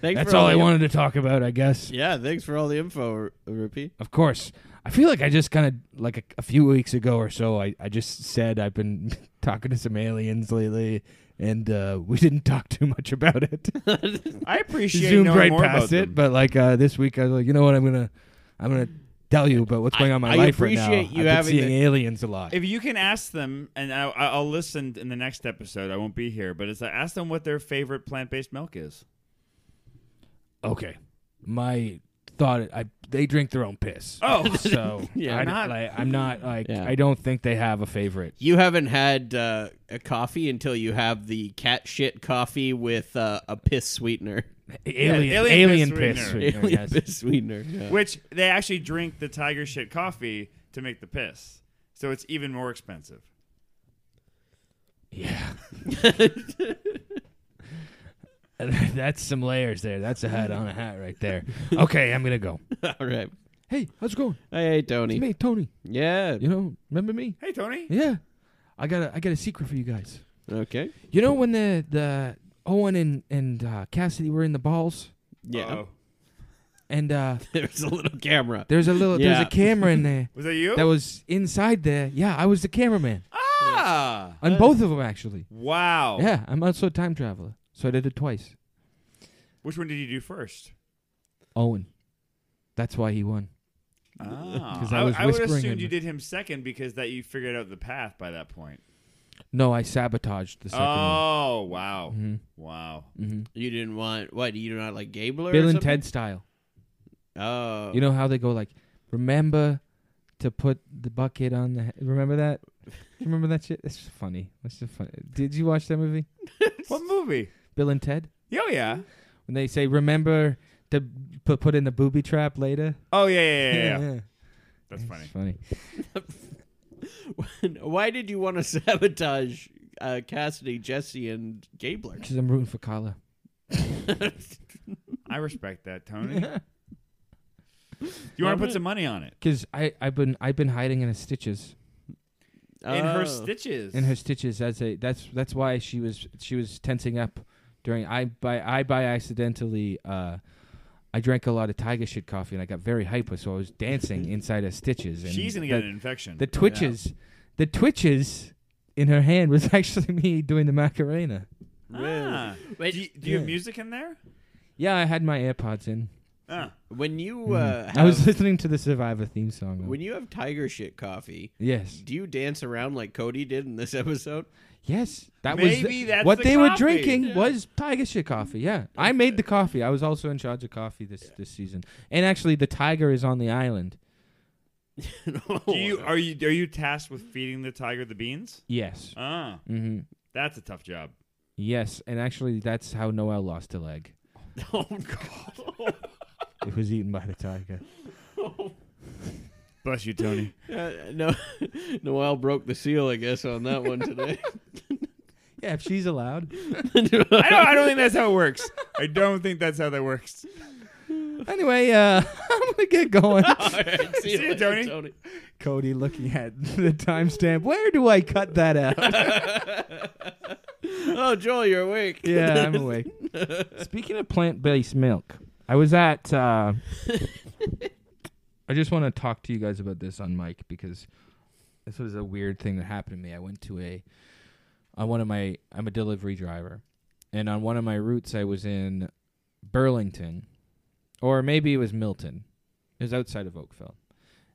Speaker 1: Thanks
Speaker 3: that's
Speaker 1: for
Speaker 3: all I
Speaker 1: the-
Speaker 3: wanted to talk about, I guess.
Speaker 1: Yeah, thanks for all the info, R- Rupi.
Speaker 3: Of course. I feel like I just kind of like a, a few weeks ago or so. I, I just said I've been talking to some aliens lately, and uh, we didn't talk too much about it.
Speaker 4: I appreciate
Speaker 3: Zoomed
Speaker 4: knowing
Speaker 3: right
Speaker 4: more
Speaker 3: past
Speaker 4: about
Speaker 3: it,
Speaker 4: them.
Speaker 3: but like uh, this week I was like, you know what? I'm gonna I'm gonna tell you about what's going on in my
Speaker 1: I
Speaker 3: life right now.
Speaker 1: appreciate you
Speaker 3: I've been
Speaker 1: having
Speaker 3: seeing
Speaker 1: the-
Speaker 3: aliens a lot.
Speaker 4: if you can ask them, and I, I- I'll listen in the next episode. I won't be here, but it's uh, ask them what their favorite plant-based milk is.
Speaker 3: okay, my thought I they drink their own piss.
Speaker 4: Oh,
Speaker 3: so
Speaker 1: Yeah,
Speaker 3: I,
Speaker 4: not-
Speaker 3: like, I'm not like
Speaker 1: Yeah.
Speaker 3: I don't think they have a favorite.
Speaker 1: You haven't had uh, a coffee until you have the cat shit coffee with uh, a piss sweetener.
Speaker 3: Alien,
Speaker 4: alien piss
Speaker 3: alien
Speaker 4: sweetener.
Speaker 3: piss. sweetener,
Speaker 1: Alien
Speaker 3: yes.
Speaker 1: piss sweetener. yeah.
Speaker 4: which they actually drink the tiger shit coffee to make the piss, so it's even more expensive.
Speaker 3: Yeah. That's some layers there. That's a hat on a hat right there. Okay, I'm gonna go.
Speaker 1: all right.
Speaker 3: Hey, how's it going?
Speaker 1: Hey, Tony.
Speaker 3: It's me, Tony.
Speaker 1: Yeah.
Speaker 3: You know, remember me?
Speaker 4: Hey, Tony.
Speaker 3: Yeah. I got a I got a secret for you guys.
Speaker 1: Okay.
Speaker 3: You know when the the Owen and and uh, Cassidy were in the balls
Speaker 1: Yeah.
Speaker 4: Uh-oh.
Speaker 3: and uh
Speaker 1: There's a little camera.
Speaker 3: there's a little there's
Speaker 1: Yeah.
Speaker 3: a camera in there
Speaker 4: Was that you?
Speaker 3: that was inside there. Yeah, I was the cameraman
Speaker 4: ah.
Speaker 3: on
Speaker 1: Uh,
Speaker 3: both of them actually.
Speaker 1: oh.
Speaker 4: Wow.
Speaker 3: Yeah, I'm also a time traveler, so I did it twice.
Speaker 4: Which one did you do first?
Speaker 3: Owen. That's why he won.
Speaker 4: Ah,
Speaker 3: 'Cause I was
Speaker 4: would
Speaker 3: whispering
Speaker 4: assume
Speaker 3: in-
Speaker 4: you did him second because that you figured out the path by that point.
Speaker 3: No, I sabotaged the second one.
Speaker 4: Oh wow,
Speaker 3: Mhm.
Speaker 4: wow!
Speaker 1: You didn't want what? You do not like Gabler?
Speaker 3: Bill
Speaker 1: or
Speaker 3: and
Speaker 1: something?
Speaker 3: Ted style.
Speaker 1: Oh,
Speaker 3: You know how they go like, remember to put the bucket on the. He-. Remember that? remember that shit? It's just funny. It's just funny. Did you watch that movie,
Speaker 4: What movie?
Speaker 3: Bill and Ted?
Speaker 4: Oh yeah,
Speaker 3: When they say remember to put put in the booby trap later.
Speaker 4: oh yeah, yeah, yeah. yeah. That's
Speaker 3: It's
Speaker 4: funny.
Speaker 3: funny.
Speaker 1: why did you want to sabotage uh, Cassidy, Jesse, and Gabler?
Speaker 3: Because I'm rooting for Carla.
Speaker 4: I respect that, Tony. you want to put some money on it
Speaker 3: Because I I've been I've been hiding in her stitches
Speaker 4: in her
Speaker 1: Oh.
Speaker 4: stitches?
Speaker 3: in her stitches as a that's that's why she was she was tensing up during I by I by accidentally uh I drank a lot of tiger shit coffee and I got very hyper so I was dancing inside her stitches and
Speaker 4: She's gonna
Speaker 3: the,
Speaker 4: get an infection.
Speaker 3: the twitches the twitches in her hand was actually me doing the macarena.
Speaker 4: Ah.
Speaker 1: Wait,
Speaker 4: do you, do you
Speaker 3: yeah.
Speaker 4: have music in there?
Speaker 3: Yeah, I had my AirPods in.
Speaker 4: Ah.
Speaker 1: When you uh, have,
Speaker 3: Hmm. I was listening to the Survivor theme song. though.
Speaker 1: when you have tiger shit coffee,
Speaker 3: yes.
Speaker 1: do you dance around like Cody did in this episode?
Speaker 3: Yes, that was
Speaker 4: Maybe
Speaker 3: the-
Speaker 4: that's
Speaker 3: what
Speaker 4: the
Speaker 3: they were
Speaker 4: coffee.
Speaker 3: drinking
Speaker 4: Yeah.
Speaker 3: was Tiger shit coffee. Yeah, I made the coffee. I was also in charge of coffee this this season. And actually, the tiger is on the island.
Speaker 4: Do you are you are you tasked with feeding the tiger the beans?
Speaker 3: Yes.
Speaker 4: Ah,
Speaker 3: hmm
Speaker 4: that's a tough job.
Speaker 3: Yes, and actually, that's how Noel lost a leg.
Speaker 1: Oh God!
Speaker 3: It was eaten by the tiger.
Speaker 4: Bless you, Tony.
Speaker 1: Uh, no, Noel broke the seal, I guess, on that one today.
Speaker 3: Yeah, if she's allowed.
Speaker 4: I don't. I don't think that's how it works. I don't think that's how that works.
Speaker 3: Anyway, uh, I'm gonna get going.
Speaker 1: All right, see,
Speaker 4: See you,
Speaker 1: later,
Speaker 4: Tony.
Speaker 1: Tony.
Speaker 3: Cody, looking at the timestamp, where do I cut that out?
Speaker 1: Oh, Joel, you're awake.
Speaker 3: yeah, I'm awake. Speaking of plant-based milk, I was at. Uh, I just want to talk to you guys about this on mic because this was a weird thing that happened to me. I went to a on one of my I'm a delivery driver, and on one of my routes I was in Burlington, or maybe it was Milton. It was outside of Oakville,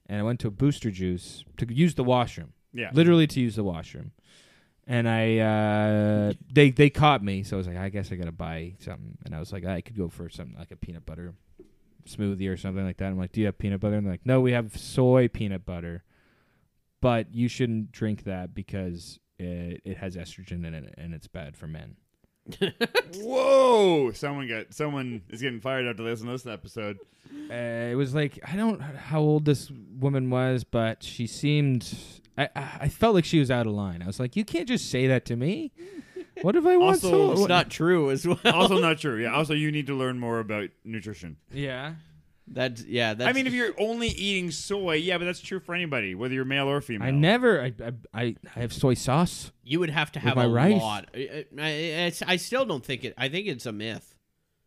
Speaker 3: and I went to a Booster Juice to use the washroom
Speaker 4: Yeah.
Speaker 3: literally to use the washroom. And I, uh, they they caught me, so I was like, I guess I gotta buy something. And I was like, I could go for something like a peanut butter smoothie or something like that. I'm like, do you have peanut butter? And they're like, no, we have soy peanut butter, but you shouldn't drink that because it it has estrogen in it and it's bad for men.
Speaker 4: Whoa! Someone got someone is getting fired after listening to this episode.
Speaker 3: uh, it was like I don't know how old this woman was, but she seemed. I, I I felt like she was out of line. I was like, you can't just say that to me. What if I want
Speaker 4: Also,
Speaker 3: soy-
Speaker 4: it's Oh.
Speaker 1: It's not true as well.
Speaker 4: Also, not true. Yeah. Also, you need to learn more about nutrition.
Speaker 3: Yeah.
Speaker 1: That's yeah. That's,
Speaker 4: I mean, if you're only eating soy, yeah, but that's true for anybody, whether you're male or female.
Speaker 3: I never. I, I I I have soy sauce.
Speaker 1: you would have to have
Speaker 3: my
Speaker 1: a
Speaker 3: rice.
Speaker 1: lot. I, I, it's- I still don't think it. I think it's a myth.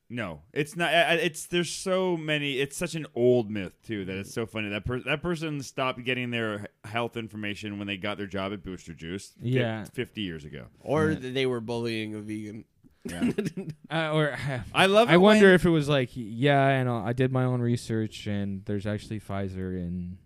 Speaker 4: No, it's not. I- I- It's there's so many. It's such an old myth too that it's so funny that per, that person stopped getting their health information when they got their job at Booster Juice. fif-
Speaker 3: Yeah.
Speaker 4: fifty years ago.
Speaker 1: Or that they were bullying a vegan.
Speaker 3: Uh, or
Speaker 4: I love.
Speaker 3: I
Speaker 4: it
Speaker 3: wonder
Speaker 4: when-
Speaker 3: if it was like yeah, and I did my own research, and there's actually Pfizer in.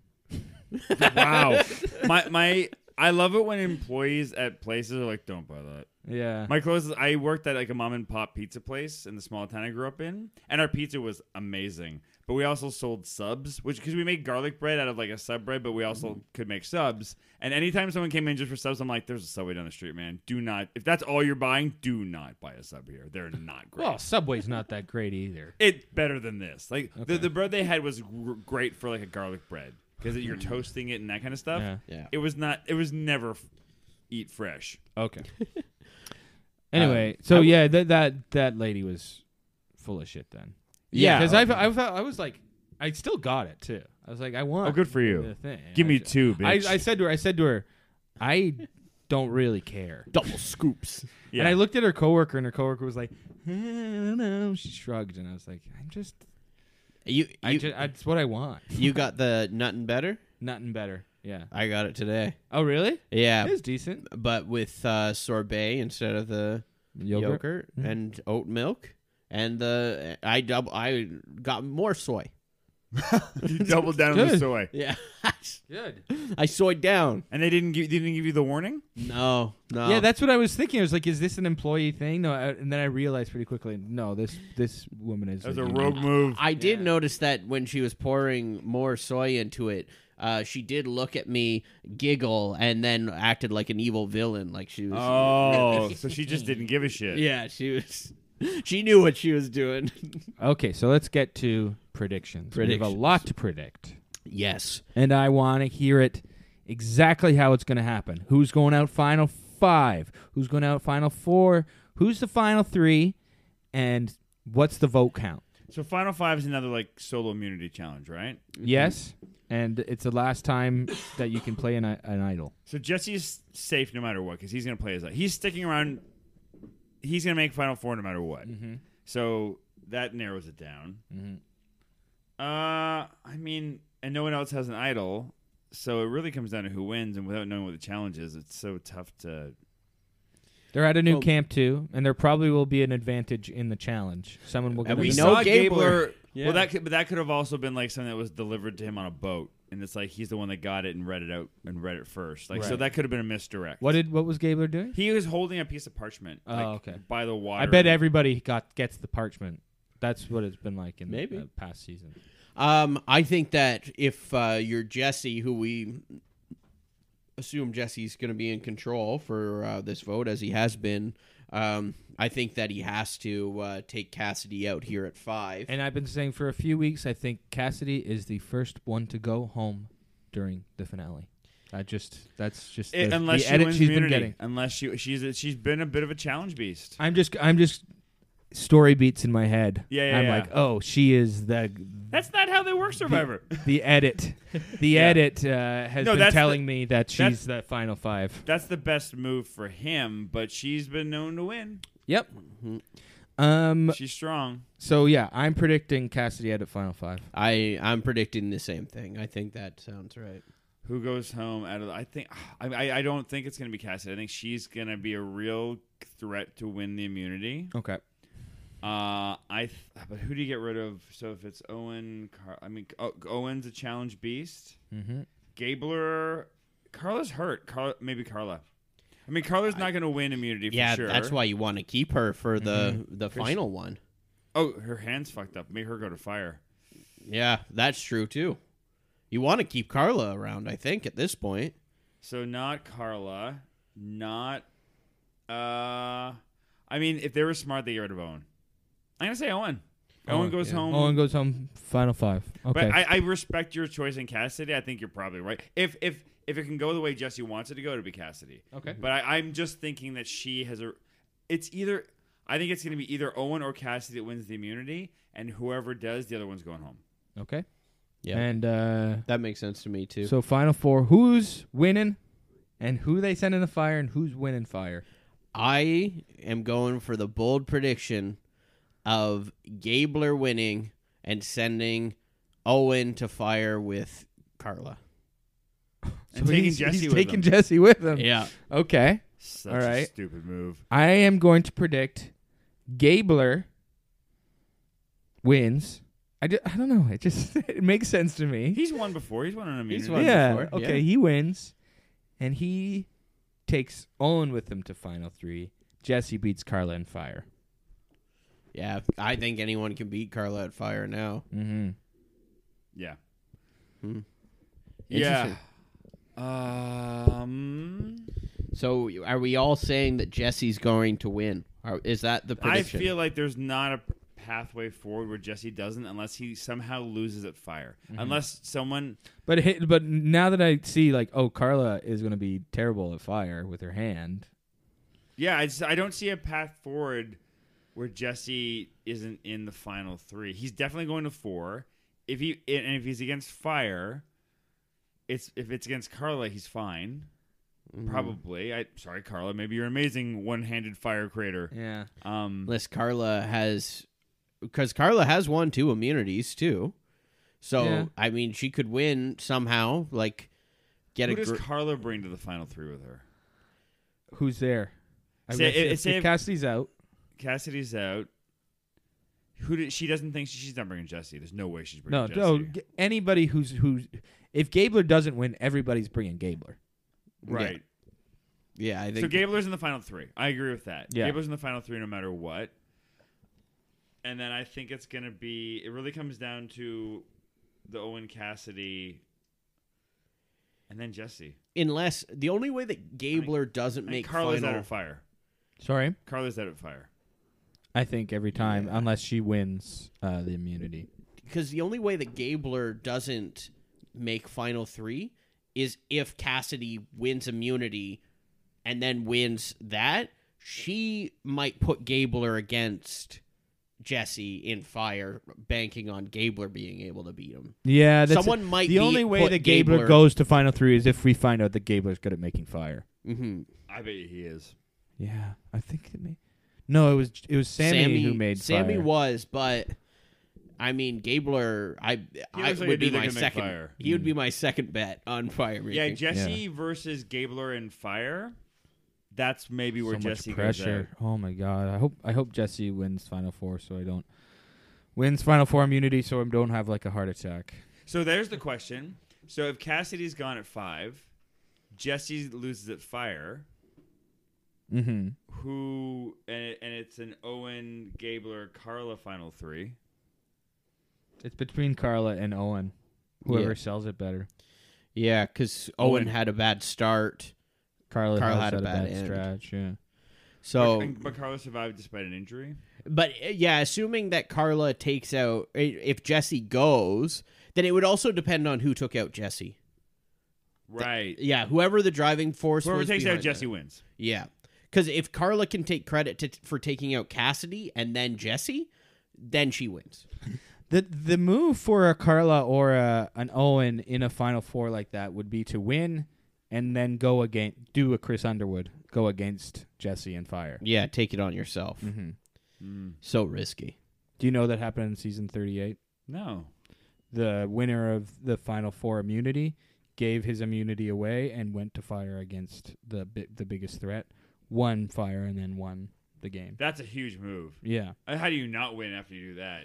Speaker 4: wow, my my. I love it when employees at places are like, "Don't buy that."
Speaker 3: Yeah.
Speaker 4: My closest, I worked at like a mom and pop pizza place in the small town I grew up in, and our pizza was amazing. But we also sold subs, which because we made garlic bread out of like a sub bread, but we also
Speaker 3: Mm-hmm.
Speaker 4: could make subs. And anytime someone came in just for subs, I'm like, "There's a subway down the street, man. Do not. If that's all you're buying, do not buy a sub here. They're not great.
Speaker 3: well, Subway's not that great either.
Speaker 4: it's better than this. Like the the bread they had was gr- great for like a garlic bread because you're toasting it and that kind of stuff.
Speaker 3: Mm. Yeah.
Speaker 1: Yeah.
Speaker 4: It was not. It was never f- eat fresh.
Speaker 3: Okay.
Speaker 4: Um,
Speaker 3: anyway, so yeah, that that that lady was full of shit then.
Speaker 4: Yeah.
Speaker 3: because I I felt I was like I still got it too. I was like I want.
Speaker 4: Oh, good for you.
Speaker 3: the thing.
Speaker 4: Give me
Speaker 3: I-
Speaker 4: two, bitch.
Speaker 3: I, I said to her, I said to her, I don't really care.
Speaker 1: Double scoops.
Speaker 4: Yeah.
Speaker 3: And I looked at her coworker, and her coworker was like, "Eh, I don't know. She shrugged, and I was like, I'm just,
Speaker 1: You you,
Speaker 3: I just, that's what I want.
Speaker 1: you got the nothing better.
Speaker 3: Nothing better. Yeah.
Speaker 1: I got it today.
Speaker 3: Oh, really?
Speaker 1: Yeah,
Speaker 3: It was decent.
Speaker 1: but with uh, sorbet instead of the yogurt, Mm-hmm. and oat milk, and the I double I got more soy.
Speaker 4: You doubled down on the
Speaker 3: Good.
Speaker 4: soy.
Speaker 1: Yeah,
Speaker 3: Good.
Speaker 1: I soyed down.
Speaker 4: And they didn't give, they didn't give you the warning?
Speaker 1: No, no.
Speaker 3: Yeah, that's what I was thinking. I was like, is this an employee thing? No. I, and then I realized pretty quickly, no, this this woman is.
Speaker 4: That was a
Speaker 3: union.
Speaker 4: rogue move.
Speaker 1: I did notice that when she was pouring more soy into it, uh, she did look at me, giggle, and then acted like an evil villain. Like she was.
Speaker 4: Oh, so she just didn't give a shit.
Speaker 1: Yeah, she was. Oh, She knew what she was doing.
Speaker 3: Okay, so let's get to predictions. We have a
Speaker 1: Predictions.
Speaker 3: lot to predict,
Speaker 1: yes.
Speaker 3: and I want to hear it exactly how it's going to happen. Who's going out final five? Who's going out final four? Who's the final three? And what's the vote count?
Speaker 4: So Final Five is another like solo immunity challenge, right?
Speaker 1: Mm-hmm.
Speaker 3: Yes, and it's the last time that you can play an, i- an idol.
Speaker 4: So Jesse's safe no matter what because he's gonna play his. He's sticking around. He's gonna make Final Four no matter what.
Speaker 1: Mm-hmm.
Speaker 4: So that narrows it down. Uh, I mean, and no one else has an idol, so it really comes down to who wins. And without knowing what the challenge is, it's so tough to.
Speaker 3: They're at a new
Speaker 1: Well-
Speaker 3: camp too, and there probably will be an advantage in the challenge. Someone will. get
Speaker 1: And we
Speaker 3: an
Speaker 1: know
Speaker 4: saw
Speaker 1: Gabler. Yeah.
Speaker 4: Well, that could, but that could have also been like something that was delivered to him on a boat, and it's like he's the one that got it and read it out and read it first. Like so,
Speaker 3: Right.
Speaker 4: that could have been a misdirect.
Speaker 3: What did what was Gabler doing?
Speaker 4: he was holding a piece of parchment?
Speaker 3: Oh,
Speaker 4: like,
Speaker 3: okay.
Speaker 4: By the water.
Speaker 3: I bet everybody got gets the parchment. That's what it's been like in
Speaker 1: Maybe.
Speaker 3: the past season.
Speaker 1: Um, I think that if uh, you're Jesse, who we assume Jesse's going to be in control for uh, this vote as he has been, um, I think that he has to uh, take Cassidy out here at five.
Speaker 3: And I've been saying for a few weeks, I think Cassidy is the first one to go home during the finale. I just that's just
Speaker 4: It-
Speaker 3: the,
Speaker 4: unless
Speaker 3: the
Speaker 4: she
Speaker 3: edit
Speaker 4: wins
Speaker 3: she's
Speaker 4: immunity.
Speaker 3: been getting.
Speaker 4: Unless she she's a, she's been a bit of a challenge beast.
Speaker 3: I'm just I'm just story beats in my head.
Speaker 4: Yeah, yeah,
Speaker 3: I'm
Speaker 4: yeah.
Speaker 3: like, oh, she is the
Speaker 4: That's not how they work Survivor.
Speaker 3: the edit. The edit uh, has
Speaker 4: No,
Speaker 3: been
Speaker 4: that's
Speaker 3: telling
Speaker 4: the-
Speaker 3: me that
Speaker 4: that's-
Speaker 3: she's the final five.
Speaker 4: That's the best move for him, but she's been known to win.
Speaker 3: Yep. Um.
Speaker 4: She's strong.
Speaker 3: So yeah, I'm predicting Cassidy edit final five.
Speaker 1: I I'm predicting the same thing. I think that sounds right.
Speaker 4: Who goes home out of? the- I think I, I I don't think it's gonna be Cassidy. I think she's gonna be a real threat to win the immunity.
Speaker 3: Okay.
Speaker 4: Uh, I th- but who do you get rid of? So if it's Owen, Car- I mean o- Owen's a challenge beast.
Speaker 3: Mm-hmm.
Speaker 4: Gabler, Carla's hurt. Car- maybe Carla. I mean Carla's not going to win immunity for
Speaker 1: yeah,
Speaker 4: sure.
Speaker 1: that's why you want to keep her for the the final one.
Speaker 4: Oh, her hands fucked up. Make her go to fire.
Speaker 1: Yeah, that's true too. You want to keep Carla around, I think, at this point.
Speaker 4: So not Carla, not. Uh, I mean, if they were smart, they get rid of Owen. I'm gonna say Owen. Owen goes home.
Speaker 3: Owen goes home. Final five. Okay.
Speaker 4: Um, But I, I respect your choice in Cassidy. I think you're probably right. If if if it can go the way Jesse wants it to go, it'll be Cassidy.
Speaker 3: Okay.
Speaker 4: But I, I'm just thinking that she has a. It's either. I think it's going to be either Owen or Cassidy that wins the immunity, and whoever does, the other one's going home.
Speaker 3: Okay.
Speaker 1: Yeah.
Speaker 3: And uh,
Speaker 1: That makes sense to me too.
Speaker 3: so final four, who's winning, and who they send in the fire, and who's winning fire.
Speaker 1: I am going for the bold prediction of Gabler winning and sending Owen to fire with Carla.
Speaker 4: And
Speaker 3: So
Speaker 4: taking
Speaker 3: he's-
Speaker 4: Jesse
Speaker 3: he's
Speaker 4: with
Speaker 3: taking
Speaker 4: him.
Speaker 3: Jesse with him.
Speaker 1: Yeah.
Speaker 3: Okay.
Speaker 4: Such
Speaker 3: All
Speaker 4: a
Speaker 3: right.
Speaker 4: stupid move.
Speaker 3: I am going to predict Gabler wins. I, ju- I don't know. It just it makes sense to me.
Speaker 4: He's won before. He's won an immunity.
Speaker 1: won.
Speaker 3: yeah.
Speaker 1: before,
Speaker 3: Okay.
Speaker 1: yeah.
Speaker 3: He wins, and he takes Owen with him to final three. Jesse beats Carla in fire.
Speaker 1: Yeah. I think anyone can beat Carla at fire now.
Speaker 3: Mm-hmm.
Speaker 4: Yeah.
Speaker 1: Hmm.
Speaker 4: Yeah. Um,
Speaker 1: So are we all saying that Jesse's going to win? Are, is that the
Speaker 4: I
Speaker 1: prediction?
Speaker 4: feel like there's not a pathway forward where Jesse doesn't, unless he somehow loses at fire,
Speaker 1: Mm-hmm.
Speaker 4: unless someone.
Speaker 3: But it, but now that I see like oh Carla is gonna be terrible at fire with her hand.
Speaker 4: Yeah, I, just, I don't see a path forward where Jesse isn't in the final three. He's definitely going to four. If he and if he's against fire, it's if it's against Carla, he's fine.
Speaker 1: Mm-hmm.
Speaker 4: Probably. I sorry, Carla. Maybe you're an amazing one-handed fire creator.
Speaker 3: Yeah.
Speaker 4: Um,
Speaker 1: unless Carla has, because Carla has won two immunities too. So
Speaker 3: Yeah.
Speaker 1: I mean, she could win somehow. Like get
Speaker 4: who
Speaker 1: a.
Speaker 4: does
Speaker 1: gr-
Speaker 4: Carla bring to the final three with her?
Speaker 3: Who's there? I
Speaker 4: Say-
Speaker 3: guess
Speaker 4: it-
Speaker 3: if-
Speaker 4: say
Speaker 3: if
Speaker 4: if-
Speaker 3: Cassidy's out.
Speaker 4: Cassidy's out. Who did, she doesn't think she's not bringing Jesse. There's no way she's bringing
Speaker 3: No,
Speaker 4: Jesse.
Speaker 3: no. g- Anybody who's who's if Gabler doesn't win, everybody's bringing Gabler.
Speaker 4: right.
Speaker 1: yeah, I think
Speaker 4: So Gabler's in the final three. I agree with that.
Speaker 3: Yeah.
Speaker 4: Gabler's in the final three no matter what. And then I think it's going to be. It really comes down to the Owen Cassidy and then Jesse.
Speaker 1: unless the only way that Gabler doesn't
Speaker 4: And
Speaker 1: make
Speaker 4: Carla's out
Speaker 1: final.
Speaker 4: of fire.
Speaker 3: Sorry,
Speaker 4: Carla's out of fire.
Speaker 3: I think every time unless she wins uh, the immunity.
Speaker 1: because the only way that Gabler doesn't make final three is if Cassidy wins immunity and then wins that, she might put Gabler against Jesse in fire, banking on Gabler being able to beat him.
Speaker 3: Yeah, that's
Speaker 1: Someone might
Speaker 3: The
Speaker 1: be-
Speaker 3: only way
Speaker 1: put
Speaker 3: that Gabler,
Speaker 1: Gabler-
Speaker 3: goes to final three is if we find out that Gabler's good at making fire.
Speaker 1: Mm-hmm.
Speaker 4: I bet you he is.
Speaker 3: Yeah, I think it may. No, it was it was Sammy, who made
Speaker 1: Sammy
Speaker 3: fire.
Speaker 1: was, but I mean Gabler, I I
Speaker 4: looks like a
Speaker 1: would be
Speaker 4: dude that
Speaker 1: my
Speaker 4: can make
Speaker 1: second.
Speaker 4: fire. Mm.
Speaker 1: He would be my second bet on fire.
Speaker 4: Yeah,
Speaker 1: making.
Speaker 4: Jesse versus Gabler in fire. That's maybe where
Speaker 3: so
Speaker 4: Jesse
Speaker 3: much
Speaker 4: goes
Speaker 3: pressure.
Speaker 4: out.
Speaker 3: Oh my god. I hope I hope Jesse wins final four so I don't wins final four immunity so I don't have like a heart attack.
Speaker 4: So there's the question. So if Cassidy's gone at five, Jesse loses at fire.
Speaker 3: Mm-hmm.
Speaker 4: Who and, it- and it's an Owen Gabler Carla final three.
Speaker 3: It's between Carla and Owen. Whoever
Speaker 1: Yeah.
Speaker 3: sells it better.
Speaker 1: yeah, because Owen
Speaker 4: Owen-
Speaker 1: had a bad start,
Speaker 3: Carla,
Speaker 1: Carla
Speaker 3: has
Speaker 1: had a bad
Speaker 3: bad
Speaker 1: end.
Speaker 3: stretch. Yeah.
Speaker 1: so
Speaker 4: but, but Carla survived despite an injury.
Speaker 1: But uh, yeah, assuming that Carla takes out i- if Jesse goes, then it would also depend on who took out Jesse.
Speaker 4: Right.
Speaker 1: Yeah, whoever the driving force
Speaker 4: Whoever
Speaker 1: was
Speaker 4: takes out
Speaker 1: behind
Speaker 4: Jesse
Speaker 1: that.
Speaker 4: wins.
Speaker 1: Yeah. Cuz if Carla can take credit to, for taking out Cassidy and then Jesse, then she wins.
Speaker 3: The the move for a Carla or a, an Owen in a final four like that would be to win and then go against do a Chris Underwood go against Jesse and Fire.
Speaker 1: Yeah, take it on yourself.
Speaker 3: Mm. Mm-hmm.
Speaker 4: Mm.
Speaker 1: So risky.
Speaker 3: Do you know that happened in season 38?
Speaker 4: No.
Speaker 3: The winner of the final four immunity gave his immunity away and went to Fire against the bi- the biggest threat, won Fire and then won the game.
Speaker 4: That's a huge move.
Speaker 3: Yeah.
Speaker 4: Uh, How do you not win after you do that?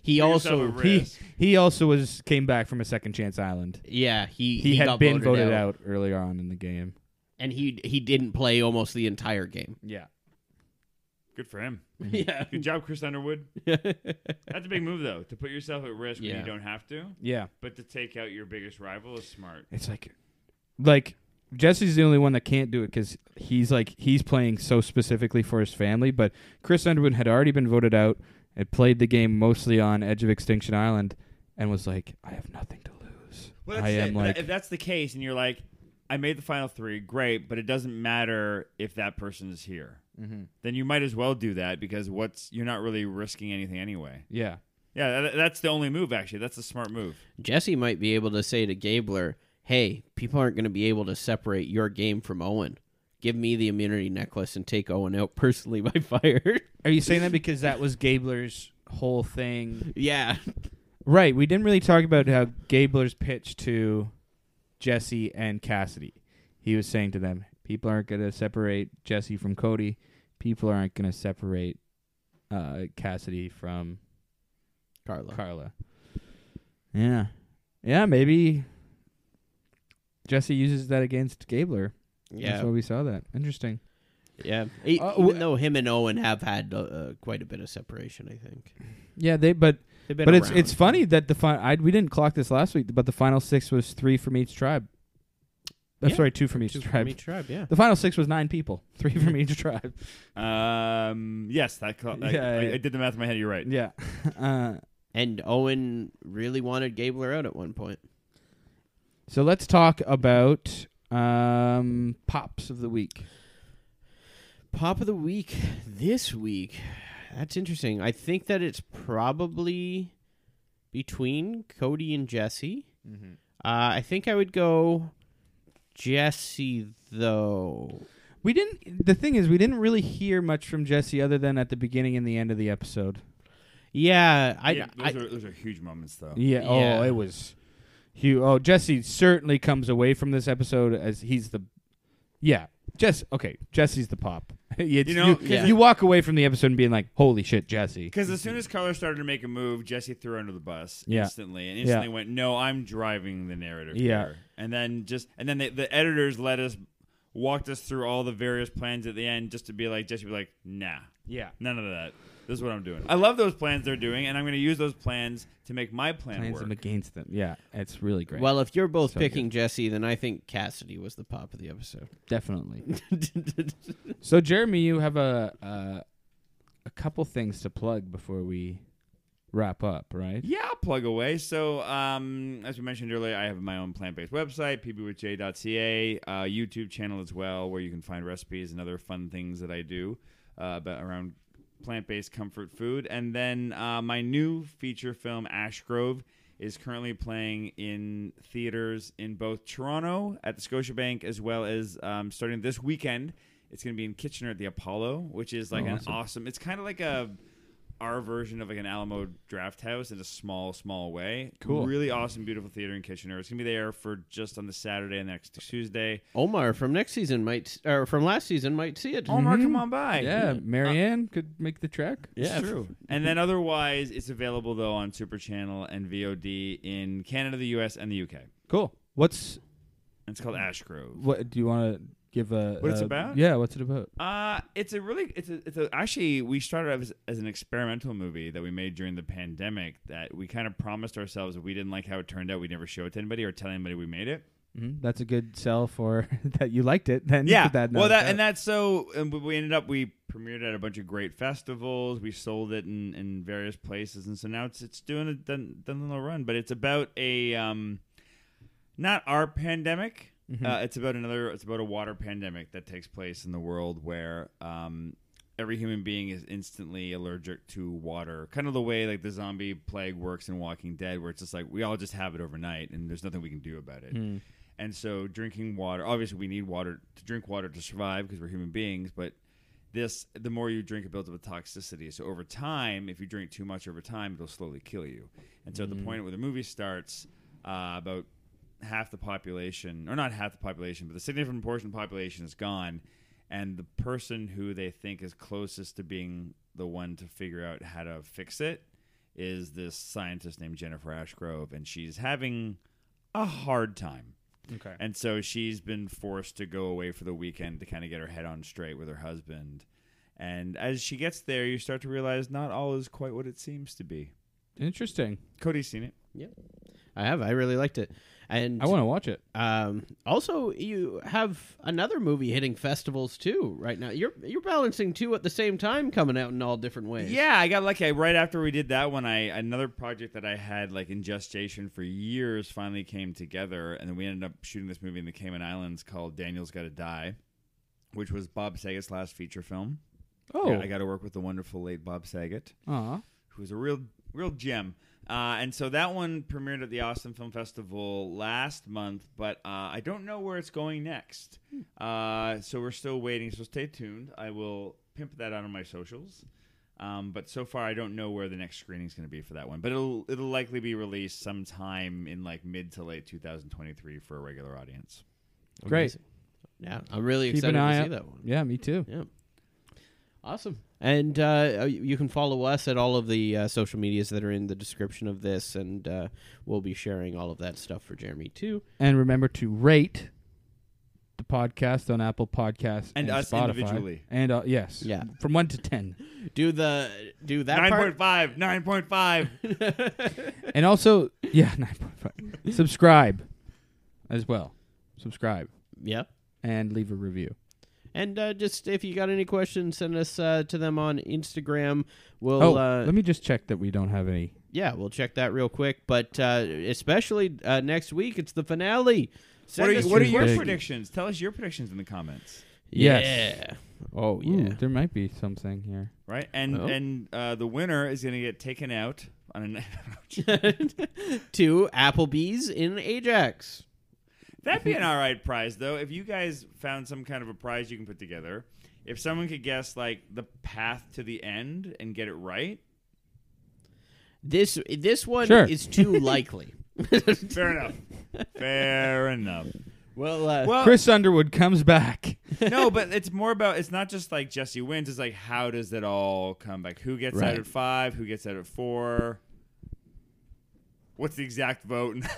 Speaker 1: He
Speaker 4: Put yourself
Speaker 1: also
Speaker 4: at
Speaker 3: he
Speaker 4: risk.
Speaker 3: he also was came back from a second chance island.
Speaker 1: yeah, he
Speaker 3: He, had
Speaker 1: got
Speaker 3: been voted, out. earlier on in the game.
Speaker 1: and he he didn't play almost the entire game.
Speaker 3: Yeah.
Speaker 4: Good for him.
Speaker 1: yeah.
Speaker 4: Good job, Chris Underwood. That's a big move though, to put yourself at risk when
Speaker 1: Yeah.
Speaker 4: you don't have to,
Speaker 3: Yeah.
Speaker 4: but to take out your biggest rival is smart.
Speaker 3: It's like like Jesse's the only one that can't do it cuz he's like he's playing so specifically for his family, but Chris Underwood had already been voted out and played the game mostly on Edge of Extinction Island and was like I have nothing to lose.
Speaker 4: Well, that's
Speaker 3: I
Speaker 4: it.
Speaker 3: am
Speaker 4: But
Speaker 3: like
Speaker 4: if that's the case, and you're like, I made the final three, great, but it doesn't matter if that person is
Speaker 3: Mm-hmm.
Speaker 4: here. Then you might as well do that because what's you're not really risking anything anyway.
Speaker 3: yeah.
Speaker 4: Yeah, tha- that's the only move actually. That's a smart move.
Speaker 1: Jesse might be able to say to Gabler, "Hey, people aren't going to be able to separate your game from Owen. Give me the immunity necklace and take Owen out personally by fire."
Speaker 3: Are you saying that because that was Gabler's whole thing?
Speaker 1: yeah,
Speaker 3: Right. We didn't really talk about how Gabler's pitch to Jesse and Cassidy. He was saying to them, people aren't going to separate Jesse from Cody. People aren't going to separate uh, Cassidy from
Speaker 1: Carla.
Speaker 3: Carla. Yeah. Yeah, maybe Jesse uses that against Gabler. That's
Speaker 1: yeah,
Speaker 3: why we saw that. Interesting.
Speaker 1: yeah. E-
Speaker 3: Uh,
Speaker 1: Even
Speaker 3: w-
Speaker 1: though him and Owen have had uh, uh, quite a bit of separation, I think.
Speaker 3: Yeah, they but
Speaker 1: They've been
Speaker 3: but it's
Speaker 1: around.
Speaker 3: it's funny that the final I we didn't clock this last week, but the final six was three from each tribe. I'm
Speaker 1: Yeah,
Speaker 3: sorry, two from each
Speaker 1: Two
Speaker 3: tribe.
Speaker 1: from each tribe. Yeah.
Speaker 3: The final six was nine people, three from each tribe.
Speaker 4: Um, yes, that. Cl- I,
Speaker 3: Yeah,
Speaker 4: I,
Speaker 3: yeah.
Speaker 4: I did the math in my head. You're right.
Speaker 3: Yeah, uh,
Speaker 1: And Owen really wanted Gabler out at one point.
Speaker 3: so let's talk about um, pops of the week.
Speaker 1: Pop of the week this week. That's interesting. I think that it's probably between Cody and Jesse.
Speaker 3: Mm-hmm.
Speaker 1: Uh, I think I would go Jesse though.
Speaker 3: We didn't. The thing is, we didn't really hear much from Jesse other than at the beginning and the end of the episode.
Speaker 1: Yeah, I,
Speaker 4: Yeah,
Speaker 1: I
Speaker 4: those, are, those are huge moments, though.
Speaker 3: Yeah.
Speaker 1: Yeah.
Speaker 3: Oh, it was. Hugh. Oh, Jesse certainly comes away from this episode as he's the. Yeah. Jess. Okay. Jesse's the pop. you,
Speaker 4: You know,
Speaker 3: you,
Speaker 4: 'cause
Speaker 1: Yeah.
Speaker 3: you walk away from the episode and being like, "Holy shit, Jesse."
Speaker 4: Because as soon as Carla started to make a move, Jesse threw her under the bus
Speaker 3: Yeah.
Speaker 4: instantly, and instantly went, "No, I'm driving the narrative."
Speaker 3: Yeah.
Speaker 4: here." and then just and then the, the editors let us walked us through all the various plans at the end, just to be like Jesse, be like, "Nah,
Speaker 3: Yeah.
Speaker 4: none of that. This is what I'm doing. I love those plans they're doing, and I'm going to use those plans to make my plan
Speaker 3: Plans
Speaker 4: work."
Speaker 3: them against them. Yeah. It's really great.
Speaker 1: well, if you're both
Speaker 3: So
Speaker 1: picking Jesse, then I think Cassidy was the pop of the episode.
Speaker 3: definitely. so, Jeremy, you have a uh, a couple things to plug before we wrap up, right?
Speaker 4: Yeah, I'll plug away. So, um, as we mentioned earlier, I have my own plant based website, pbwithj.ca, uh, YouTube channel as well, where you can find recipes and other fun things that I do uh, about, around plant based comfort food. And then uh, my new feature film, Ash Grove, is currently playing in theaters in both Toronto at the Scotiabank as well as um, starting this weekend. It's going to be in Kitchener at the Apollo, which is like
Speaker 3: Oh,
Speaker 4: an
Speaker 3: awesome.
Speaker 4: awesome. It's kind of like a our version of like an Alamo Draft House in a small, small way.
Speaker 3: Cool.
Speaker 4: Really awesome, beautiful theater in Kitchener. It's gonna be there for just on the Saturday and next Tuesday.
Speaker 1: Omar from next season might, or from last season might see it.
Speaker 4: Omar, come on by.
Speaker 3: Yeah. Marianne could make the trek.
Speaker 1: yeah,
Speaker 4: It's true. and then otherwise, it's available though on Super Channel and VOD in Canada, the U.S., and the U.K. And
Speaker 3: Cool. What's
Speaker 4: it's called Ash Grove.
Speaker 3: What do you want to give a?
Speaker 4: What it's
Speaker 3: a-
Speaker 4: about?
Speaker 3: Yeah, what's it about?
Speaker 4: Uh, it's a really it's a, it's a, actually we started out as, as an experimental movie that we made during the pandemic that we kind of promised ourselves if we didn't like how it turned out we'd never show it to anybody or tell anybody we made it.
Speaker 3: Mm, that's a good sell for that you liked it. Then
Speaker 4: Yeah.
Speaker 3: put that
Speaker 4: well, that and that's so and we- we ended up we premiered at a bunch of great festivals. We sold it in, in various places, and so now it's it's doing a done, done a little run. But it's about a um, not our pandemic.
Speaker 3: Mm-hmm.
Speaker 4: Uh, it's about another. It's about a water pandemic that takes place in the world where um, every human being is instantly allergic to water. Kind of the way like the zombie plague works in Walking Dead, where it's just like we all just have it overnight, and there's nothing we can do about it. And so drinking water, obviously we need water to drink water to survive because we're human beings, but this the more you drink it builds up with toxicity. So over time, if you drink too much over time, it'll slowly kill you. And so at the point where the movie starts, uh, about half the population, or not half the population, but the significant portion of the population is gone, and the person who they think is closest to being the one to figure out how to fix it is this scientist named Jennifer Ashgrove, and she's having a hard time.
Speaker 3: okay.
Speaker 4: And so she's been forced to go away for the weekend to kind of get her head on straight with her husband. And as she gets there, you start to realize not all is quite what it seems to be.
Speaker 3: Interesting.
Speaker 4: Cody's seen it.
Speaker 1: I have. I really liked it. And
Speaker 3: I want to watch it.
Speaker 1: Um, also, you have another movie hitting festivals too right now. You're you're balancing two at the same time, coming out in all different ways.
Speaker 4: Yeah, I got lucky. I, right after we did that one, I another project that I had like in gestation for years finally came together, and then we ended up shooting this movie in the Cayman Islands called Daniel's Got to Die, which was Bob Saget's last feature film.
Speaker 3: Oh,
Speaker 4: I got to work with the wonderful late Bob Saget.
Speaker 3: aw.
Speaker 4: who's a real real gem. Uh, and so that one premiered at the Austin Film Festival last month, but uh, I don't know where it's going next. Uh, so we're still waiting. So stay tuned. I will pimp that out on my socials. Um, but so far, I don't know where the next screening is going to be for that one. But it'll it'll likely be released sometime in like mid to late 2023 for a regular audience.
Speaker 3: Great.
Speaker 1: Yeah, I'm really
Speaker 3: Keep
Speaker 1: excited
Speaker 3: an eye
Speaker 1: to see
Speaker 3: out.
Speaker 1: that one.
Speaker 3: Yeah, me too.
Speaker 1: Yeah. Awesome. And uh, you you can follow us at all of the uh, social medias that are in the description of this, and uh, we'll be sharing all of that stuff for Jeremy too.
Speaker 3: And remember to rate the podcast on Apple Podcasts
Speaker 4: And us
Speaker 3: Spotify.
Speaker 4: individually.
Speaker 3: And uh, yes,
Speaker 1: Yeah.
Speaker 3: from one to ten.
Speaker 1: Do the do that
Speaker 4: Nine
Speaker 1: part.
Speaker 4: point five. Nine point five.
Speaker 3: and also, yeah, nine point five. Subscribe as well. Subscribe
Speaker 1: Yeah.
Speaker 3: and leave a review.
Speaker 1: And uh, just if you got any questions, send us uh, to them on Instagram. We'll
Speaker 3: oh,
Speaker 1: uh,
Speaker 3: let me just check that we don't have any.
Speaker 1: yeah, we'll check that real quick. But uh, especially uh, next week, it's the finale.
Speaker 4: What
Speaker 1: Send
Speaker 4: are,
Speaker 1: us
Speaker 4: what are
Speaker 1: your
Speaker 4: your
Speaker 1: questions.
Speaker 4: predictions? Tell us your predictions in the comments,
Speaker 3: Yes.
Speaker 1: Yeah. Oh yeah.
Speaker 3: Ooh, there might be something here.
Speaker 4: right? And
Speaker 1: Oh.
Speaker 4: and uh, the winner is going to get taken out on an.
Speaker 1: to Applebee's in Ajax.
Speaker 4: That'd be an all right prize, though. If you guys found some kind of a prize you can put together, if someone could guess like the path to the end and get it right,
Speaker 1: This this one
Speaker 3: Sure.
Speaker 1: is too likely.
Speaker 4: fair enough. Fair enough.
Speaker 1: well, uh,
Speaker 4: Well,
Speaker 3: Chris Underwood comes back.
Speaker 4: no, but it's more about it's not just like Jesse wins. It's like how does it all come back? Who gets out
Speaker 1: Right.
Speaker 4: at five? Who gets out at four? What's the exact vote? in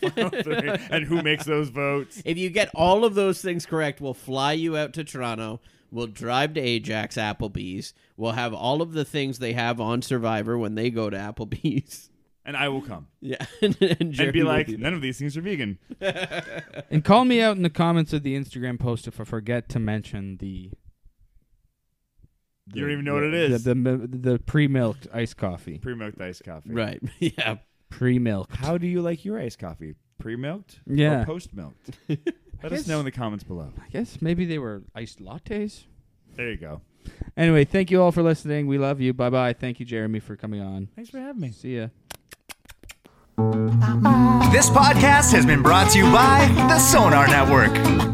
Speaker 4: the final three? and who makes those votes?
Speaker 1: if you get all of those things correct, we'll fly you out to Toronto. We'll drive to Ajax Applebee's. We'll have all of the things they have on Survivor when they go to Applebee's.
Speaker 4: And I will come
Speaker 1: Yeah, and,
Speaker 4: and
Speaker 1: Jeremy
Speaker 4: be
Speaker 1: will
Speaker 4: like,
Speaker 1: there.
Speaker 4: none of these things are vegan.
Speaker 3: And call me out in the comments of the Instagram post if I forget to mention the.
Speaker 4: You don't even know what it
Speaker 3: the-
Speaker 4: is.
Speaker 3: The, the, the pre-milked iced coffee.
Speaker 4: Pre-milked iced coffee.
Speaker 1: right? Yeah,
Speaker 3: Pre-milked.
Speaker 4: How do you like your iced coffee? Pre-milked
Speaker 3: Yeah.
Speaker 4: or post-milked? Let us
Speaker 3: guess-
Speaker 4: know in the comments below.
Speaker 3: I guess maybe they were iced lattes.
Speaker 4: There you go.
Speaker 3: Anyway, thank you all for listening. We love you. Bye bye. Thank you, Jeremy, for coming on.
Speaker 4: Thanks for having me.
Speaker 3: See ya.
Speaker 5: This podcast has been brought to you by the Sonar Network.